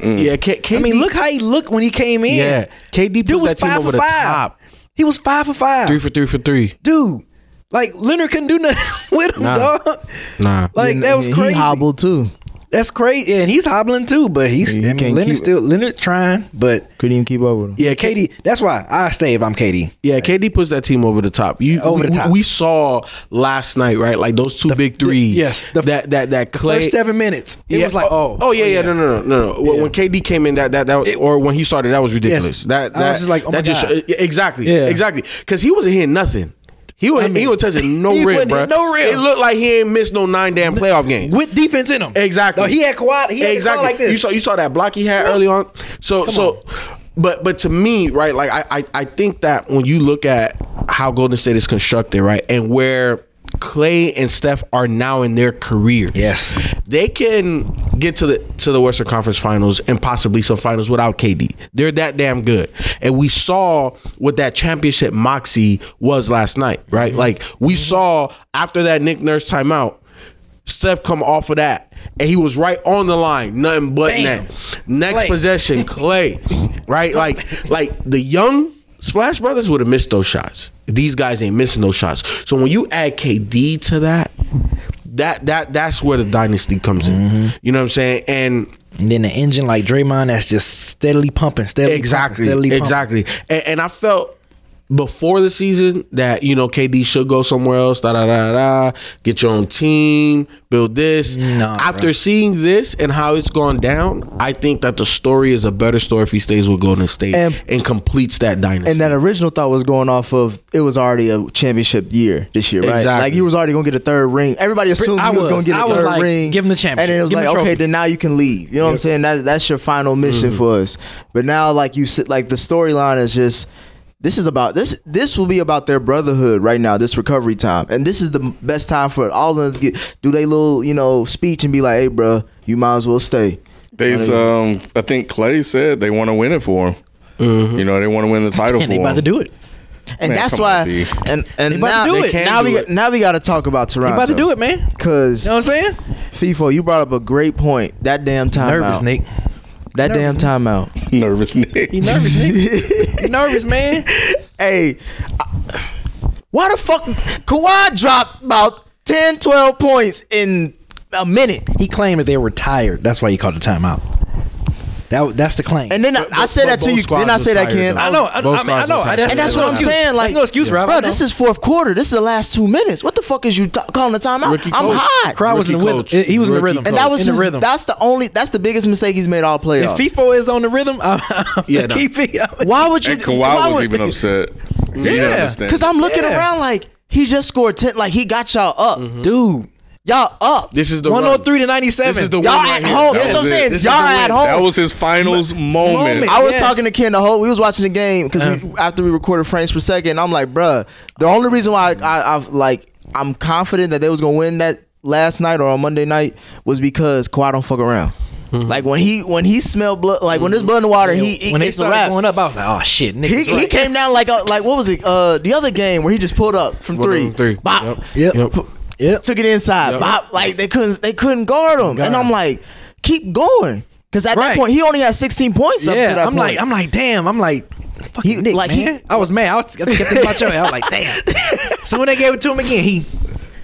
Speaker 11: Yeah, K- KD.
Speaker 4: I mean, look how he looked when he came in.
Speaker 11: Mm. Yeah, KD
Speaker 4: dude
Speaker 11: put
Speaker 4: was
Speaker 11: that team
Speaker 4: five
Speaker 11: over
Speaker 4: for
Speaker 11: the
Speaker 4: five.
Speaker 11: top.
Speaker 4: He was five for five,
Speaker 11: Three for three for three.
Speaker 4: dude. Like Leonard couldn't do nothing with him,
Speaker 11: Nah.
Speaker 4: dog.
Speaker 11: Nah,
Speaker 4: Like that was
Speaker 10: he
Speaker 4: crazy.
Speaker 10: hobbled too.
Speaker 4: That's crazy, and he's hobbling too. But he's
Speaker 10: Yeah, you
Speaker 4: I mean,
Speaker 10: can't
Speaker 4: Leonard
Speaker 10: keep-
Speaker 4: still Leonard's trying, but
Speaker 10: Couldn't even keep up with him.
Speaker 4: yeah, KD. That's why I stay if I'm KD.
Speaker 11: Yeah, KD puts that team over the top. You
Speaker 4: over
Speaker 11: we,
Speaker 4: the top.
Speaker 11: We saw last night, right? Like those two big threes.
Speaker 4: yes, the-
Speaker 11: that that that Clay.
Speaker 4: First seven minutes, it
Speaker 11: Yeah,
Speaker 4: was like, oh,
Speaker 11: oh yeah, yeah, no, no, no, no, no. When- When KD came in, that that that, or when he started, that was ridiculous.
Speaker 4: Yes.
Speaker 11: That
Speaker 4: I
Speaker 11: that
Speaker 4: was just like, oh
Speaker 11: that
Speaker 4: my God.
Speaker 11: yeah, exactly,
Speaker 4: Yeah.
Speaker 11: exactly, because he wasn't hitting nothing. He was
Speaker 4: I
Speaker 11: he
Speaker 4: mean,
Speaker 11: was touching no
Speaker 4: he
Speaker 11: rim,
Speaker 4: wasn't
Speaker 11: bro.
Speaker 4: hitting no rim.
Speaker 11: It looked like he ain't missed no nine damn playoff games.
Speaker 4: with defense in him.
Speaker 11: Exactly.
Speaker 4: No, he had Kawhi. He had exactly.
Speaker 11: exactly.
Speaker 4: like this.
Speaker 11: You saw you saw that block he had early on. So so, but but to me, right? Like I, I I think that when you look at how Golden State is constructed, right, and where Clay and Steph are now in their career,
Speaker 4: Yes.
Speaker 11: they can get to the to the Western Conference Finals and possibly some finals without KD. They're that damn good, and we saw what that championship moxie was last night, right? Like we saw after that Nick Nurse timeout. Steph come off of that, and he was right on the line, nothing but
Speaker 4: Bam.
Speaker 11: that. Next
Speaker 4: Clay.
Speaker 11: possession, Clay, right? Like, like the young Splash Brothers would have missed those shots. These guys ain't missing those shots. So when you add KD to that, that that that's where the dynasty comes in. You know what I'm saying? And
Speaker 4: and then the engine like Draymond that's just steadily pumping, steadily
Speaker 11: exactly,
Speaker 4: pumping, steadily pumping.
Speaker 11: exactly. And, and I felt before the season that you know KD should go somewhere else. Da da da da. da, Get your own team, build this.
Speaker 4: Nah,
Speaker 11: After
Speaker 4: bro.
Speaker 11: seeing this and how it's gone down, I think that the story is a better story if he stays with Golden State and,
Speaker 10: And-
Speaker 11: completes that dynasty.
Speaker 10: And that original thought was going off of it was already a championship year this year, right?
Speaker 11: Exactly.
Speaker 10: Like you was already gonna get a third ring. Everybody assumed
Speaker 4: I
Speaker 10: he
Speaker 4: was.
Speaker 10: was, gonna get a
Speaker 4: I was
Speaker 10: third
Speaker 4: like,
Speaker 10: ring.
Speaker 4: give him the championship.
Speaker 10: And then it was
Speaker 4: Give him
Speaker 10: like,
Speaker 4: the
Speaker 10: okay,
Speaker 4: trophy. Mm-hmm.
Speaker 10: then now you can leave. You know what I'm saying? That that's your final mission for us. But now, like you said, like the storyline is just this is about this. This will be about their brotherhood right now. This recovery time, and this is the best time for all of us to get, do they little you know speech and be like, hey, bro, you might as well stay.
Speaker 8: They,
Speaker 10: Like,
Speaker 8: um, I think Clay said they want to win it for him.
Speaker 10: Mm-hmm.
Speaker 8: You know, they want to win the title
Speaker 4: And
Speaker 8: for
Speaker 4: they about
Speaker 8: him.
Speaker 4: to do it.
Speaker 10: and
Speaker 8: man,
Speaker 10: that's
Speaker 8: come on,
Speaker 10: why.
Speaker 8: B.
Speaker 10: and
Speaker 4: They
Speaker 10: and
Speaker 4: about
Speaker 10: now,
Speaker 4: to do
Speaker 10: now,
Speaker 4: it. They can do
Speaker 10: we
Speaker 4: it.
Speaker 10: now we got to talk about
Speaker 4: They
Speaker 10: Toronto.
Speaker 4: about to do it, man.
Speaker 10: Cause
Speaker 4: You know what I'm saying?
Speaker 10: FIFO, you brought up a great point. That damn timeout.
Speaker 4: Nervous, Nick.
Speaker 10: That
Speaker 4: Nervous.
Speaker 10: damn timeout.
Speaker 8: Nervous Nick.
Speaker 4: You nervous, Nick? you nervous, man?
Speaker 10: Hey, I- why the fuck Kawhi dropped about 10, 12 points in a minute?
Speaker 4: He claimed that they were tired. That's why he called the timeout. That that's the claim.
Speaker 10: And then I- I said that to you. Then I say that, Ken.
Speaker 4: I know. I,
Speaker 11: Both
Speaker 4: I, mean, I
Speaker 11: sides
Speaker 4: know.
Speaker 11: was tired.
Speaker 4: that's,
Speaker 10: And that's
Speaker 4: no
Speaker 10: what I'm
Speaker 4: excuse.
Speaker 10: saying. Like,
Speaker 4: that's no excuse, Rob. I
Speaker 10: Bro,
Speaker 4: know.
Speaker 10: this is fourth quarter. This is the last two minutes. What the fuck is you t- calling the timeout?
Speaker 11: Ricky
Speaker 10: I'm
Speaker 11: Coach.
Speaker 10: hot.
Speaker 4: Crowd was in the
Speaker 11: Rookie
Speaker 4: rhythm.
Speaker 11: coach.
Speaker 4: He was in the
Speaker 11: Rookie
Speaker 4: rhythm.
Speaker 11: coach.
Speaker 10: and that was
Speaker 4: in
Speaker 10: his,
Speaker 4: the rhythm.
Speaker 10: That's the only. That's the biggest mistake he's made all
Speaker 4: if
Speaker 10: playoffs.
Speaker 4: FIFO is on the rhythm, I'm, I'm
Speaker 11: Yeah, no.
Speaker 4: keeping. I'm-
Speaker 10: why would you?
Speaker 8: And Kawhi
Speaker 10: why
Speaker 8: was
Speaker 10: would-
Speaker 8: even upset. He didn't
Speaker 4: Yeah.
Speaker 8: understand.
Speaker 10: Because I'm looking
Speaker 4: Yeah. Mm-hmm.
Speaker 10: around like he just scored ten. Like he got y'all up,
Speaker 4: dude.
Speaker 10: Y'all up.
Speaker 11: this is the run.
Speaker 4: 103 to 97.
Speaker 11: This is the
Speaker 10: Y'all
Speaker 11: win
Speaker 10: at
Speaker 11: right here.
Speaker 10: home.
Speaker 8: That
Speaker 10: That's what I'm
Speaker 8: was it.
Speaker 10: saying.
Speaker 8: This is
Speaker 10: Y'all
Speaker 8: the
Speaker 10: are at
Speaker 8: win.
Speaker 10: home.
Speaker 8: That was his finals moment.
Speaker 4: Moment.
Speaker 10: I was
Speaker 4: Yes.
Speaker 10: talking to Ken the whole. We was watching the game because we after we recorded frames per second. I'm like, bruh, the only reason why I, I, I've like I'm confident that they was gonna win that last night or on Monday night was because Kawhi don't fuck around. Like when he when he smelled blood, like when there's blood in the water, he it,
Speaker 4: when they
Speaker 10: it's a
Speaker 4: started
Speaker 10: wrap.
Speaker 4: going up, I was like, oh shit, niggas
Speaker 10: He, he
Speaker 4: right.
Speaker 10: came down like a, like what was it? Uh, the other game where he just pulled up from three,
Speaker 11: three.
Speaker 10: bop,
Speaker 4: yep. Yep.
Speaker 10: took it inside,
Speaker 4: Yep.
Speaker 10: bop. Like they couldn't they couldn't guard him, and I'm like, keep going, because at that
Speaker 4: Right.
Speaker 10: point he only had 16 points up to that
Speaker 4: Yeah, I'm
Speaker 10: point.
Speaker 4: like, I'm like, damn, I'm like, fucking Nick,
Speaker 10: like, he-
Speaker 4: man. I was mad. I was, I was thinking about your ass. I was like, damn. so when they gave it to him again, he,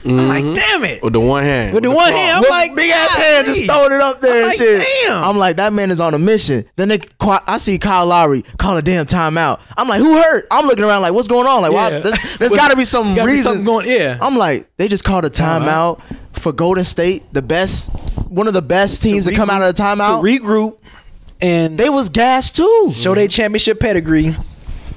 Speaker 4: I'm
Speaker 10: Mm-hmm.
Speaker 4: like, damn it.
Speaker 11: With the one hand.
Speaker 4: With the one hand, I'm
Speaker 10: Oh. With
Speaker 4: like,
Speaker 10: big ass hand just
Speaker 4: golly.
Speaker 10: throwing it up there
Speaker 4: I'm
Speaker 10: and
Speaker 4: like,
Speaker 10: shit.
Speaker 4: Damn.
Speaker 10: I'm like, that man is on a mission. Then they, Ka- I see Kyle Lowry call a damn timeout. I'm like, who hurt? I'm looking around like, what's going on? Like, why?
Speaker 4: Yeah.
Speaker 10: There's, there's
Speaker 4: With-
Speaker 10: got to be some
Speaker 4: gotta be
Speaker 10: reason.
Speaker 4: something going- yeah. Uh-huh.
Speaker 10: I'm like, they just called a timeout for Golden State, the best, one of the best teams to, come out of the timeout.
Speaker 4: to regroup and
Speaker 10: they was gassed too.
Speaker 4: show their championship pedigree.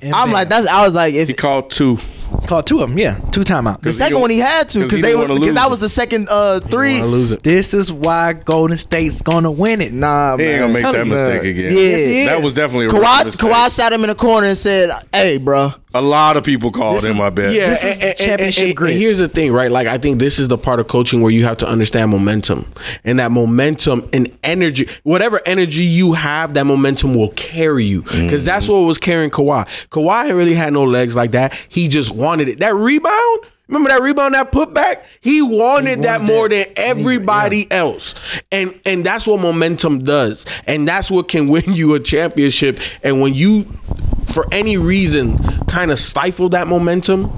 Speaker 4: And
Speaker 10: I'm
Speaker 4: bam.
Speaker 10: like, that's. I was like, if
Speaker 8: He called two.
Speaker 4: call two of them. Yeah, two timeouts.
Speaker 10: the second
Speaker 8: don't-
Speaker 10: one he had to,
Speaker 8: 'cause
Speaker 10: because
Speaker 8: he
Speaker 10: they
Speaker 8: didn't
Speaker 10: was
Speaker 8: wanna
Speaker 10: because
Speaker 8: lose
Speaker 10: that
Speaker 8: it.
Speaker 10: was the second uh three.
Speaker 11: I lose it.
Speaker 4: This is why Golden State's gonna win it.
Speaker 10: Nah,
Speaker 8: He
Speaker 10: man.
Speaker 8: ain't gonna make
Speaker 4: I'm
Speaker 8: that
Speaker 4: telling you,
Speaker 8: mistake
Speaker 10: man.
Speaker 8: again.
Speaker 10: Yeah. Yes, he
Speaker 8: that
Speaker 4: is.
Speaker 8: was definitely a
Speaker 10: Kawhi,
Speaker 8: rookie mistake.
Speaker 10: Kawhi sat him in the corner and said, "Hey, bruh,
Speaker 8: A lot of people called him. I bet.
Speaker 11: Yeah,
Speaker 4: This is the championship grid.
Speaker 11: here's the thing, right? Like I think this is the part of coaching where you have to understand momentum, and that momentum and energy, whatever energy you have, that momentum will carry you. Because that's what was carrying Kawhi. Kawhi ain't really had no legs like that. He just wanted it. That rebound. Remember that rebound, that putback? He wanted, that more than everybody else, and and that's what momentum does, and that's what can win you a championship. And when you, for any reason, kind of stifle that momentum,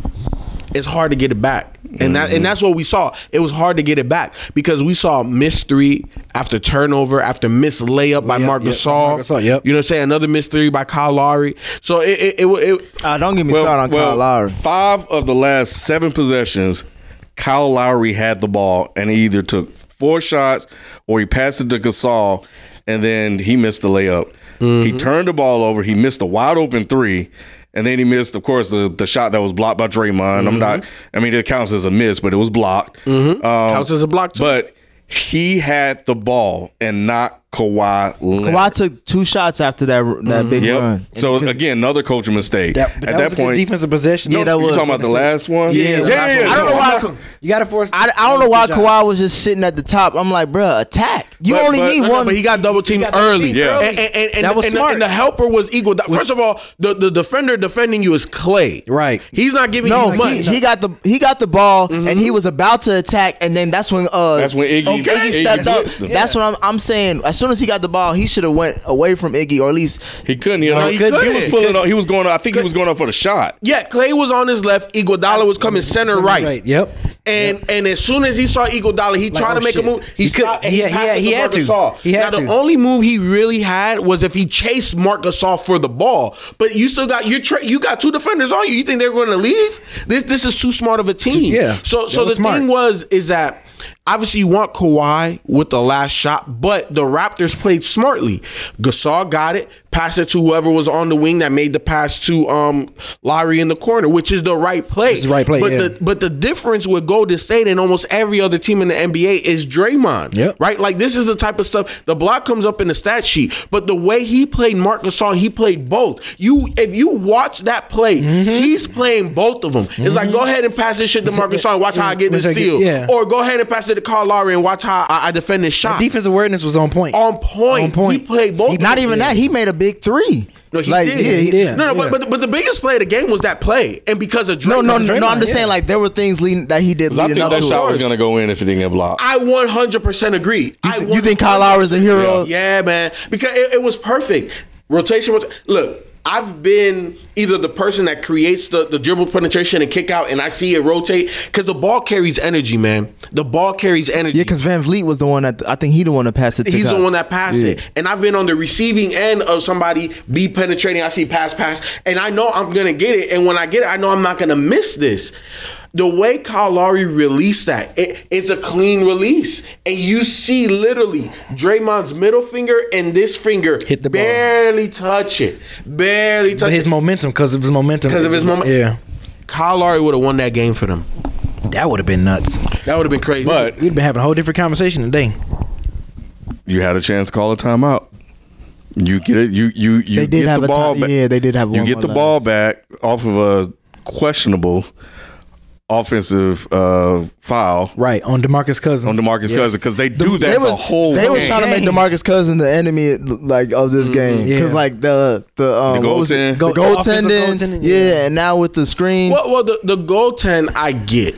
Speaker 11: it's hard to get it back. And that and that's what we saw. It was hard to get it back because we saw missed three after turnover, after missed layup by Marc
Speaker 4: yep,
Speaker 11: Gasol.
Speaker 4: Marc Gasol, yep.
Speaker 11: You know what I'm saying? Another missed three by Kyle Lowry. So it it, it, it
Speaker 10: Ah, don't get me started on Kyle Lowry.
Speaker 8: Five of the last seven possessions, Kyle Lowry had the ball and he either took four shots or he passed it to Gasol and then he missed the layup.
Speaker 10: Mm-hmm.
Speaker 8: He turned the ball over. He missed a wide open three. And then he missed, of course, the, the shot that was blocked by Draymond. I'm not,
Speaker 10: Mm-hmm.
Speaker 8: I mean, it counts as a miss, but it was blocked. Um,
Speaker 11: counts as a block. Too.
Speaker 8: but he had the ball and not Kawhi Leonard.
Speaker 10: Kawhi took two shots after that that big
Speaker 8: Mm-hmm. Yep.
Speaker 10: run.
Speaker 8: So again, another coaching mistake.
Speaker 4: That, but that was
Speaker 8: At that
Speaker 4: a good
Speaker 8: point,
Speaker 4: defensive possession.
Speaker 10: Yeah, that
Speaker 8: you
Speaker 10: was.
Speaker 8: talking about the last one?
Speaker 11: Yeah, the last one.
Speaker 10: I don't know why.
Speaker 8: I'm not-
Speaker 4: You gotta force.
Speaker 10: I, I don't know why Kawhi was just sitting at the top. I'm like, bruh, attack. You
Speaker 8: But-
Speaker 10: only
Speaker 8: but-
Speaker 10: need
Speaker 8: no, no,
Speaker 10: one.
Speaker 11: but he got double teamed
Speaker 4: got double
Speaker 11: early.
Speaker 4: teamed
Speaker 8: Yeah. early.
Speaker 11: And, and, and,
Speaker 4: That was
Speaker 11: and, the-
Speaker 4: smart.
Speaker 11: and the helper was equal. That- First of all, the, the defender defending you is Clay.
Speaker 4: Right.
Speaker 11: He's not giving
Speaker 10: no,
Speaker 11: you
Speaker 10: he,
Speaker 11: much.
Speaker 10: he got the he got the ball and he was about to attack, and then that's when
Speaker 8: Mm-hmm.
Speaker 10: uh
Speaker 8: That's when Iggy- Iggy
Speaker 10: stepped up.
Speaker 8: blitzed him.
Speaker 10: That's what I'm I'm saying. As soon as he got the ball, he should have went away from Iggy, or at least
Speaker 8: He couldn't. He,
Speaker 11: No,
Speaker 8: he,
Speaker 11: he
Speaker 8: He
Speaker 11: couldn't.
Speaker 8: was pulling up. He was going. up- I think he was going up for the shot.
Speaker 11: yeah, Clay was on his left. Iguodala was coming center right.
Speaker 4: Yep.
Speaker 11: And and as soon as he saw Iguodala, he tried
Speaker 4: oh,
Speaker 11: to make
Speaker 4: shit.
Speaker 11: a move. He,
Speaker 4: He could-
Speaker 11: stopped and he,
Speaker 4: yeah, he
Speaker 11: passed
Speaker 4: had-
Speaker 11: it
Speaker 4: he
Speaker 11: to
Speaker 4: had
Speaker 11: Marc
Speaker 4: to.
Speaker 11: Gasol.
Speaker 4: He had
Speaker 11: now the
Speaker 4: to.
Speaker 11: only move he really had was if he chased Marc Gasol for the ball. But you still got your tra- you got two defenders on you. You think they're going to leave? This this is too smart of a team.
Speaker 4: yeah,
Speaker 11: So
Speaker 4: that
Speaker 11: so the
Speaker 4: was smart.
Speaker 11: thing was is that. Obviously, you want Kawhi with the last shot, but the Raptors played smartly. Gasol got it, passed it to whoever was on the wing that made the pass to um, Lowry in the corner, which is the right play.
Speaker 4: It's the right play,
Speaker 11: But
Speaker 4: yeah.
Speaker 11: the but the difference with Golden State and almost every other team in the NBA is Draymond.
Speaker 4: Yep.
Speaker 11: Right? Like this is the type of stuff the block comes up in the stat sheet. But the way he played Mark Gasol, he played both. You if you watch that play,
Speaker 10: Mm-hmm.
Speaker 11: he's playing both of them. It's like go ahead and pass this shit to Mark Gasol and watch how I get this
Speaker 4: Which I get-
Speaker 11: steal.
Speaker 4: yeah.
Speaker 11: Or go ahead and pass it to Carl Lowry and watch how I, I defend this shot.
Speaker 4: Defense awareness was on point.
Speaker 11: on point.
Speaker 4: On point.
Speaker 11: He played both. of
Speaker 10: not
Speaker 11: them.
Speaker 10: even that. He made a big three.
Speaker 11: No, he
Speaker 10: Like,
Speaker 11: did.
Speaker 10: yeah, he-
Speaker 4: did.
Speaker 11: No, no,
Speaker 4: yeah.
Speaker 11: but, but but the biggest play of the game was that play, and because of Draymond,
Speaker 10: No, no, no,
Speaker 4: Draymond,
Speaker 10: no. I'm just
Speaker 4: yeah.
Speaker 10: saying, like there were things leading that he did
Speaker 8: I
Speaker 10: leading
Speaker 8: think
Speaker 10: up
Speaker 8: that
Speaker 10: to.
Speaker 8: shot was
Speaker 10: it.
Speaker 8: going to go in if it didn't get blocked.
Speaker 11: I 100% agree. I
Speaker 10: You think Kyle Lowry's a hero?
Speaker 11: Yeah, man. Because it, it was perfect. Rotation, rota- Look, I've been either the person that creates the, the dribble penetration and kick out, and I see it rotate because the ball carries energy, man. The ball carries energy.
Speaker 10: Yeah, because Van Vliet was the one that I think he the one that passed it. to
Speaker 11: He's
Speaker 10: Kyle.
Speaker 11: the one that passed it. And I've been on the receiving end of somebody be penetrating. I see pass, pass, and I know I'm gonna get it. And when I get it, I know I'm not gonna miss this. The way Kyle Lowry released that, it- it's a clean release. And you see literally Draymond's middle finger and this finger
Speaker 4: Hit the ball.
Speaker 11: barely touch it. Barely touch
Speaker 4: But his
Speaker 11: it.
Speaker 4: momentum, because of his momentum,
Speaker 11: 'Cause of his moment-
Speaker 4: Yeah,
Speaker 11: Kyle Lowry would have won that game for them.
Speaker 4: that would have been nuts.
Speaker 11: That would have been crazy.
Speaker 8: but
Speaker 4: We'd been having a whole different conversation today.
Speaker 8: you had a chance to call a timeout. You get it. You you you
Speaker 10: They did
Speaker 8: get
Speaker 10: have
Speaker 8: the
Speaker 10: a
Speaker 8: ball
Speaker 10: time-
Speaker 8: back.
Speaker 10: yeah, they did have
Speaker 8: You
Speaker 10: one
Speaker 8: get
Speaker 10: more
Speaker 8: the ball
Speaker 10: last.
Speaker 8: back off of a questionable offensive uh, foul.
Speaker 4: Right on Demarcus Cousins.
Speaker 8: On Demarcus
Speaker 4: Yeah.
Speaker 8: Cousins because they do that
Speaker 10: they
Speaker 8: the
Speaker 10: was,
Speaker 8: whole.
Speaker 10: They was
Speaker 8: game.
Speaker 10: trying to make Demarcus Cousins the enemy like of this game because
Speaker 8: Yeah.
Speaker 10: like the Mm-hmm. the um,
Speaker 8: The
Speaker 10: what was it?
Speaker 8: goaltend.
Speaker 10: the
Speaker 8: Go-
Speaker 11: offensive
Speaker 10: goaltending,
Speaker 11: goaltending,
Speaker 10: yeah. and now with the screen,
Speaker 11: Well, well, the the goaltend I get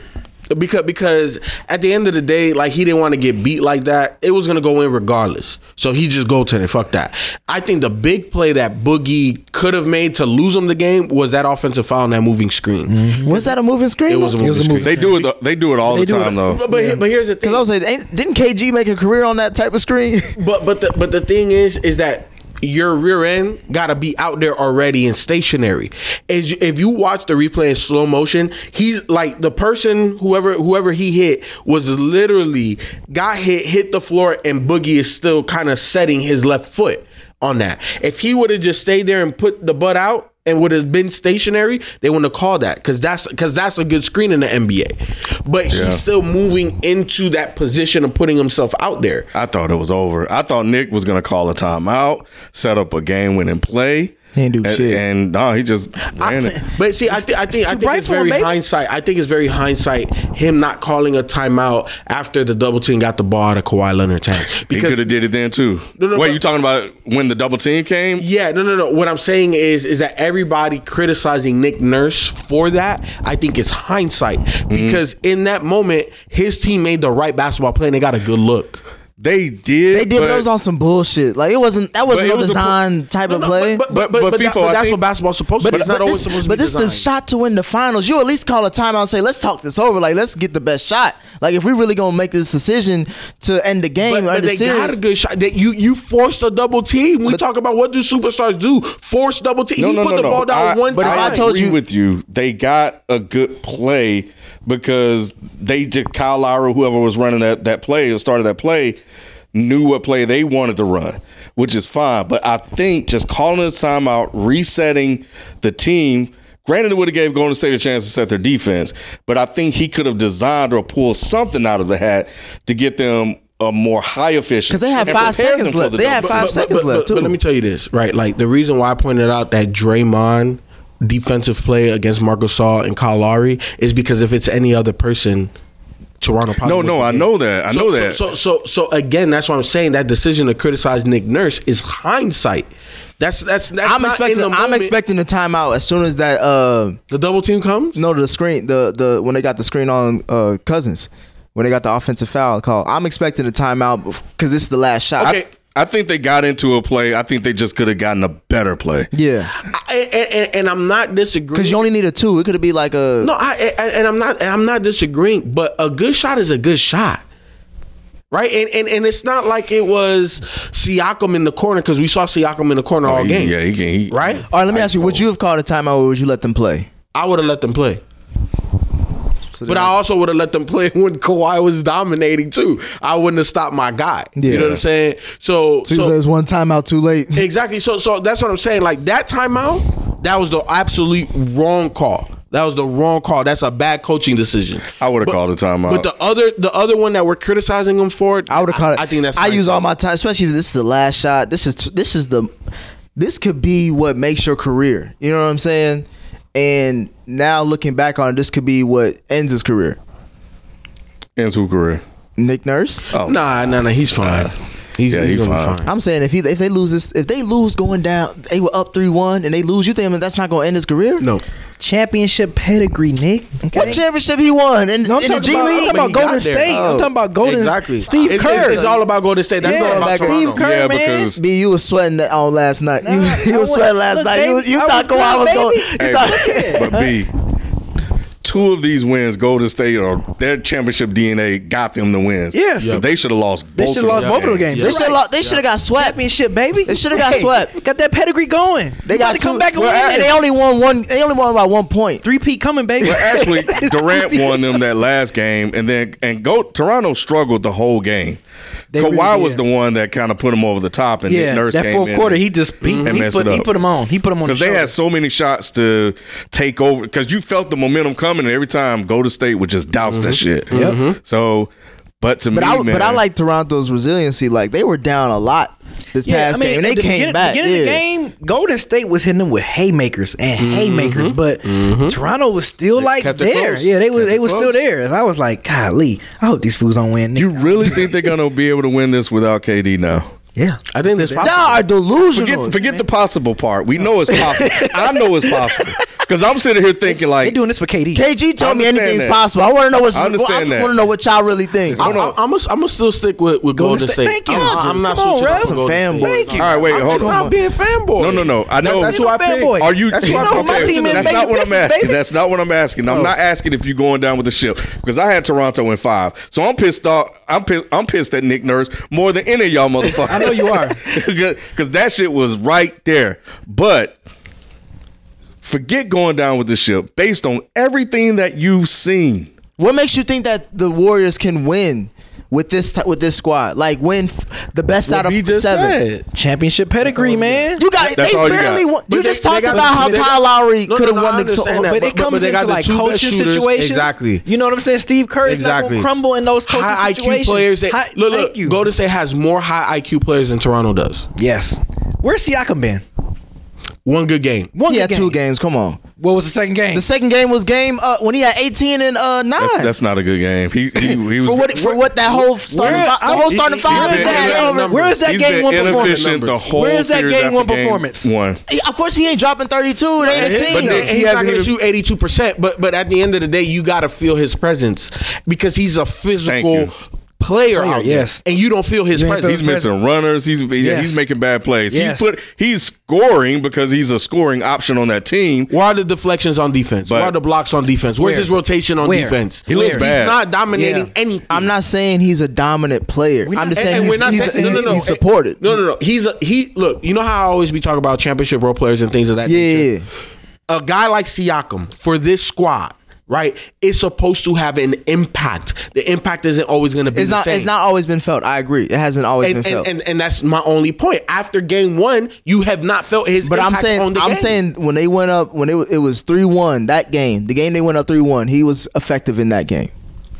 Speaker 11: because because at the end of the day, like he didn't want to get beat like that. It was gonna go in regardless. So he just goaltended. Fuck that. I think the big play that Boogie could have made to lose him the game was that offensive foul and that moving screen.
Speaker 10: was that a moving screen?
Speaker 11: Mm-hmm. It was a moving screen.
Speaker 8: They do it. the- They do it all
Speaker 11: They
Speaker 8: the
Speaker 11: do it-
Speaker 8: time though.
Speaker 11: But, but, but here's the thing.
Speaker 10: Because I was like, ain't, didn't KG make a career on that type of screen?
Speaker 11: But but the but the thing is is that your rear end gotta be out there already and stationary. As you- if you watch the replay in slow motion, he's like the person whoever whoever he hit was literally got hit, hit the floor, and Boogie is still kind of setting his left foot on that. If he would have just stayed there and put the butt out and would have been stationary, they wouldn't have called that because that's because that's a good screen in the NBA. But
Speaker 8: Yeah.
Speaker 11: he's still moving into that position of putting himself out there.
Speaker 8: I thought it was over. I thought Nick was gonna call a timeout, set up a game winning play.
Speaker 10: He ain't do
Speaker 8: and,
Speaker 10: shit.
Speaker 8: And no, he just ran it.
Speaker 11: But see, I, think I think I
Speaker 10: too
Speaker 11: think
Speaker 10: bright
Speaker 11: it's
Speaker 10: for him,
Speaker 11: very
Speaker 10: baby.
Speaker 11: hindsight. I think it's very hindsight him not calling a timeout after the double team got the ball out of Kawhi Leonard's hands.
Speaker 8: he
Speaker 11: Because
Speaker 8: could have did it then too.
Speaker 11: No, no,
Speaker 8: Wait,
Speaker 11: but-
Speaker 8: you talking about when the double team came?
Speaker 11: yeah, no, no, no. What I'm saying is, is that everybody criticizing Nick Nurse for that. I think it's hindsight because in that moment, his team made the right basketball play and they got a good look.
Speaker 8: They did.
Speaker 10: they did, but, it was on some bullshit. Like it wasn't that
Speaker 8: But
Speaker 10: wasn't
Speaker 8: it
Speaker 10: no
Speaker 8: was a pu-
Speaker 10: design type of
Speaker 11: No,
Speaker 10: play.
Speaker 11: but, but,
Speaker 8: But-
Speaker 11: but,
Speaker 8: but
Speaker 11: but that-
Speaker 8: FIFA,
Speaker 11: but
Speaker 8: I
Speaker 11: that's
Speaker 8: think-
Speaker 11: what basketball's supposed to
Speaker 10: But,
Speaker 11: be. It's not
Speaker 10: but
Speaker 11: always supposed
Speaker 10: this,
Speaker 11: to
Speaker 10: but
Speaker 11: be
Speaker 10: this the
Speaker 11: designed.
Speaker 10: shot to win the finals. You at least call a timeout and say, let's talk this over. Like, let's get the best shot. Like, if we really gonna make this decision to end the game
Speaker 11: But,
Speaker 10: or
Speaker 11: but
Speaker 10: end the
Speaker 11: they
Speaker 10: series,
Speaker 11: got a good shot. That you you forced a double team. We talk about what do superstars do? Force double team.
Speaker 8: No,
Speaker 11: he
Speaker 8: no,
Speaker 11: put
Speaker 8: no,
Speaker 11: the
Speaker 8: no.
Speaker 11: ball down
Speaker 8: I,
Speaker 11: one
Speaker 8: but
Speaker 11: time.
Speaker 8: I told you with you, they got a good play because they did Kyle Lowry, whoever was running that that play or started that play, knew what play they wanted to run, which is fine. But I think just calling a timeout, resetting the team. Granted, it would have gave Golden State a chance to set their defense, but I think he could have designed or pulled something out of the hat to get them a more high efficient.
Speaker 10: because they have
Speaker 8: and
Speaker 10: five
Speaker 8: prepare them
Speaker 10: seconds
Speaker 8: for
Speaker 10: left.
Speaker 8: the
Speaker 10: They
Speaker 8: dunk.
Speaker 10: have
Speaker 8: But-
Speaker 10: five
Speaker 8: but-
Speaker 10: seconds
Speaker 11: but,
Speaker 10: left
Speaker 11: but
Speaker 10: too.
Speaker 11: let me tell you this, right? Like the reason why I pointed out that Draymond defensive play against Marco Saul and Kyle Lowry is because if it's any other person, Toronto probably
Speaker 8: No,
Speaker 11: would've
Speaker 8: no, I
Speaker 11: won.
Speaker 8: know that. I
Speaker 11: so,
Speaker 8: know
Speaker 11: so-
Speaker 8: that.
Speaker 11: So, so, so again, that's what I'm saying. That decision to criticize Nick Nurse is hindsight. That's that's that's.
Speaker 10: I'm
Speaker 11: not in
Speaker 10: expecting.
Speaker 11: the
Speaker 10: I'm
Speaker 11: moment.
Speaker 10: expecting the timeout as soon as that. Uh,
Speaker 11: the double team comes.
Speaker 10: no, the screen. The the when they got the screen on uh, Cousins, when they got the offensive foul call. I'm expecting the timeout because this is the last shot.
Speaker 11: Okay.
Speaker 8: I think they got into a play. I think they just could have gotten a better play.
Speaker 10: yeah,
Speaker 11: I, and, and, and I'm not disagreeing.
Speaker 10: because you only need a two. It could be like a.
Speaker 11: No, I and, and I'm not and I'm not disagreeing, but a good shot is a good shot. Right? And and, and it's not like it was Siakam in the corner because we saw Siakam in the corner all
Speaker 8: he-
Speaker 11: game.
Speaker 8: Oh, yeah, he can- he-
Speaker 11: right?
Speaker 10: All right, let me ask you: Would you have called a timeout, or would you let them play?
Speaker 11: I would have let them play.
Speaker 10: So
Speaker 11: But
Speaker 10: then-
Speaker 11: I also would have let them play when Kawhi was dominating too. I wouldn't have stopped my guy. You
Speaker 10: Yeah.
Speaker 11: know what I'm saying? So,
Speaker 10: So you said it's one timeout too late.
Speaker 11: Exactly. So so that's what I'm saying. Like that timeout, that was the absolute wrong call. That was the wrong call. That's a bad coaching decision.
Speaker 8: I would've
Speaker 11: But-
Speaker 8: called a timeout.
Speaker 11: But the other the other one that we're criticizing him for,
Speaker 10: I would have caught it.
Speaker 11: I, think that's.
Speaker 10: I use
Speaker 11: hindsight.
Speaker 10: all my time, especially if this is the last shot. This is this is the this could be what makes your career. You know what I'm saying? And now looking back on it, this could be what ends his career.
Speaker 8: Ends who career?
Speaker 10: Nick Nurse.
Speaker 8: Oh,
Speaker 11: Nah, nah, nah. He's fine. he's
Speaker 8: yeah,
Speaker 11: he's
Speaker 8: he
Speaker 11: gonna
Speaker 8: fine.
Speaker 11: be fine.
Speaker 10: I'm saying if he if they lose this if they lose going down they were up three one and they lose you think that that's not gonna end his career?
Speaker 11: No.
Speaker 4: Championship pedigree, Nick. Okay?
Speaker 10: What championship he won in,
Speaker 4: No, I'm
Speaker 10: in the
Speaker 4: talking
Speaker 10: G
Speaker 4: about, I'm
Speaker 10: League?
Speaker 4: talking about
Speaker 11: But he
Speaker 4: Golden
Speaker 11: got there.
Speaker 4: State. I'm
Speaker 11: Oh.
Speaker 4: talking about Golden
Speaker 11: Exactly.
Speaker 4: Steve
Speaker 11: It's-
Speaker 4: Kerr.
Speaker 11: It's, it's all about Golden State. That's
Speaker 4: Yeah,
Speaker 11: not about
Speaker 10: back-
Speaker 11: Toronto.
Speaker 4: Steve Kerr,
Speaker 8: yeah,
Speaker 4: man.
Speaker 8: because
Speaker 10: Oh. B, you was sweating that on last night.
Speaker 4: Nah,
Speaker 10: you
Speaker 4: I
Speaker 10: you was
Speaker 4: was-
Speaker 10: sweating last
Speaker 4: look,
Speaker 10: night. you
Speaker 4: baby,
Speaker 10: you
Speaker 4: I
Speaker 10: thought
Speaker 4: was
Speaker 10: Kawhi
Speaker 4: good,
Speaker 10: was going.
Speaker 4: baby.
Speaker 10: You
Speaker 8: hey,
Speaker 10: thought,
Speaker 8: but, but B, two of these wins, Golden State or their championship DNA got them the wins.
Speaker 4: Yes.
Speaker 8: 'Cause they should have lost.
Speaker 4: They
Speaker 8: both
Speaker 4: should have lost
Speaker 8: them
Speaker 4: both of the games.
Speaker 10: They should have they should have got swept.
Speaker 4: Championship, baby.
Speaker 10: They shoulda got swept.
Speaker 4: Got that pedigree going.
Speaker 10: They got
Speaker 4: to
Speaker 10: two,
Speaker 4: come back and
Speaker 10: well,
Speaker 4: win.
Speaker 10: and they
Speaker 4: this.
Speaker 10: only won one. They only won by one point.
Speaker 4: three P coming, baby.
Speaker 8: Well, actually, Durant won them that last game, and then and go Toronto struggled the whole game.
Speaker 4: They
Speaker 8: Kawhi
Speaker 4: really
Speaker 8: was
Speaker 4: did.
Speaker 8: the one that kind of put him over the top, and Nick
Speaker 4: yeah,
Speaker 8: Nurse
Speaker 4: that
Speaker 8: came
Speaker 4: fourth
Speaker 8: in
Speaker 4: quarter,
Speaker 8: and-
Speaker 4: he just he,
Speaker 8: and
Speaker 4: he
Speaker 8: messed
Speaker 4: put
Speaker 8: it
Speaker 4: he
Speaker 8: up.
Speaker 4: put him on. He put him on.
Speaker 8: because
Speaker 4: the
Speaker 8: they
Speaker 4: shoulder.
Speaker 8: had so many shots to take over. Because you felt the momentum coming, and every time Golden State would just douse that shit.
Speaker 4: Yep. Mhm.
Speaker 8: So, but to
Speaker 10: But
Speaker 8: me,
Speaker 10: I
Speaker 8: man,
Speaker 10: but I like Toronto's resiliency. Like they were down a lot, this past game. They
Speaker 4: at the
Speaker 10: came
Speaker 4: beginning-
Speaker 10: back.
Speaker 4: Beginning of the
Speaker 10: yeah.
Speaker 4: game, Golden State was hitting them with haymakers and haymakers, but Toronto was still like
Speaker 8: Mm-hmm. kept it
Speaker 4: there.
Speaker 8: close.
Speaker 4: Yeah, they was
Speaker 8: Kept
Speaker 4: they
Speaker 8: it
Speaker 4: was still
Speaker 8: close.
Speaker 4: there. And I was like, golly, I hope these fools don't win.
Speaker 8: You really think they're gonna be able to win this without KD now?
Speaker 4: Yeah,
Speaker 11: I think that's possible.
Speaker 10: Y'all are delusional.
Speaker 8: Forget, forget the possible part. We know it's possible. I know it's possible because I'm sitting here
Speaker 4: They
Speaker 8: thinking like,
Speaker 4: doing this for KD.
Speaker 10: KG told me
Speaker 8: understand
Speaker 10: anything's
Speaker 8: that.
Speaker 10: possible. I want to know what's.
Speaker 8: I
Speaker 10: I,
Speaker 8: understand
Speaker 10: want
Speaker 8: that.
Speaker 10: to know what y'all really think.
Speaker 11: I'm gonna still stick with, with Golden,
Speaker 4: Golden State.
Speaker 11: State.
Speaker 4: Thank you.
Speaker 11: I'm, I'm not
Speaker 4: Come on,
Speaker 11: switching
Speaker 4: bro.
Speaker 11: up to
Speaker 4: Some
Speaker 11: Golden State.
Speaker 10: fanboys. Thank
Speaker 8: all right, wait,
Speaker 11: I'm
Speaker 8: hold
Speaker 11: just
Speaker 8: on.
Speaker 11: not being fanboy.
Speaker 8: No, no, no. I know.
Speaker 11: That's, that's who I
Speaker 4: Being a
Speaker 11: picked.
Speaker 4: fanboy.
Speaker 8: Are you?
Speaker 11: That's
Speaker 8: you
Speaker 11: who I
Speaker 4: know
Speaker 11: picked.
Speaker 4: my
Speaker 8: okay,
Speaker 4: team is
Speaker 8: that's
Speaker 4: making
Speaker 8: not what I'm
Speaker 4: picks,
Speaker 8: asking.
Speaker 4: baby.
Speaker 8: That's not what I'm asking. I'm not asking if you're going down with the ship because I had Toronto in five. So I'm pissed off. I'm pissed. I'm pissed at Nick Nurse more than any of y'all motherfuckers. I know you are because that shit was right there. But forget going down with the ship based on everything that you've seen.
Speaker 10: What makes you think that the Warriors can win with this t- with this squad? Like win f- the best out of
Speaker 8: he just
Speaker 10: seven.
Speaker 8: said.
Speaker 4: Championship pedigree, man.
Speaker 10: You got
Speaker 8: That's
Speaker 10: they
Speaker 8: all you
Speaker 10: barely
Speaker 8: got.
Speaker 10: won.
Speaker 11: But
Speaker 10: You
Speaker 11: they-
Speaker 10: just
Speaker 11: they
Speaker 10: talked
Speaker 11: got-
Speaker 10: about how
Speaker 11: they got-
Speaker 10: Kyle Lowry
Speaker 11: No, no,
Speaker 10: could have
Speaker 11: no, I
Speaker 10: won the so,
Speaker 11: understand that,
Speaker 10: but
Speaker 4: But it
Speaker 11: but-
Speaker 4: comes
Speaker 11: but they got
Speaker 4: into
Speaker 11: the
Speaker 4: like
Speaker 11: two best
Speaker 4: coaching
Speaker 11: shooters.
Speaker 4: situations.
Speaker 11: Exactly.
Speaker 4: You know what I'm saying? Steve Curry's not
Speaker 11: Exactly.
Speaker 4: gonna crumble in those coaching
Speaker 11: high IQ
Speaker 4: situations.
Speaker 11: players. That,
Speaker 4: High-
Speaker 11: look,
Speaker 4: thank
Speaker 11: look.
Speaker 4: you.
Speaker 11: Golden State has more high IQ players than Toronto does.
Speaker 4: Yes. Where's Siakam been?
Speaker 11: One good game.
Speaker 4: One
Speaker 10: he
Speaker 4: good
Speaker 10: had
Speaker 4: game.
Speaker 10: two games. Come on.
Speaker 4: What was the second game?
Speaker 10: The second game was game uh, when he had eighteen and uh, nine.
Speaker 8: That's, that's not a good game. He he, he was
Speaker 10: for what for what that whole starting
Speaker 4: Where-
Speaker 10: fi- the whole starting
Speaker 11: he-
Speaker 10: five
Speaker 11: he's
Speaker 10: is
Speaker 11: been
Speaker 10: that.
Speaker 11: inefficient.
Speaker 4: Where is that
Speaker 8: He's
Speaker 4: game
Speaker 8: been
Speaker 4: one performance?
Speaker 8: inefficient the whole
Speaker 4: Where is that
Speaker 8: series
Speaker 4: game
Speaker 8: after
Speaker 4: one performance?
Speaker 8: One.
Speaker 10: Of course, he ain't dropping thirty two. They ain't
Speaker 11: But
Speaker 10: seen
Speaker 11: then
Speaker 10: him.
Speaker 8: hasn't
Speaker 11: he's not going to
Speaker 8: even-
Speaker 11: shoot eighty two percent. But but at the end of the day, you got to feel his presence because he's a physical
Speaker 8: you.
Speaker 11: player, out there,
Speaker 4: yes.
Speaker 11: and you don't feel his
Speaker 4: You ain't
Speaker 11: presence.
Speaker 8: He's missing runners. He's yeah,
Speaker 4: Yes.
Speaker 8: he's making bad plays.
Speaker 4: Yes.
Speaker 8: He's put he's scoring because he's a scoring option on that team.
Speaker 11: Where are the deflections on defense? Where
Speaker 8: But-
Speaker 11: are the blocks on defense? Where's
Speaker 4: Where?
Speaker 11: his rotation on
Speaker 4: Where?
Speaker 11: defense?
Speaker 8: He looks
Speaker 11: He's
Speaker 8: bad.
Speaker 11: not dominating
Speaker 4: Yeah.
Speaker 11: anything.
Speaker 10: I'm not saying he's a dominant player. I'm just saying he's, he's,
Speaker 11: saying-
Speaker 10: he's- he's supported.
Speaker 11: No, no, no. He's a he. Look, you know how I always be talking about championship role players and things of that nature.
Speaker 10: Yeah.
Speaker 11: a guy like Siakam for this squad, right, is supposed to have an impact. The impact isn't always going to be
Speaker 10: It's
Speaker 11: the
Speaker 10: not.
Speaker 11: same.
Speaker 10: It's not always been felt. I agree. It hasn't always
Speaker 11: And,
Speaker 10: been
Speaker 11: and,
Speaker 10: felt.
Speaker 11: and and that's my only point. After game one, you have not felt his.
Speaker 10: But I'm
Speaker 11: impact
Speaker 10: saying,
Speaker 11: on the
Speaker 10: I'm
Speaker 11: game.
Speaker 10: saying when they went up, when it was, it was three one that game, the game they went up three one, he was effective in that game.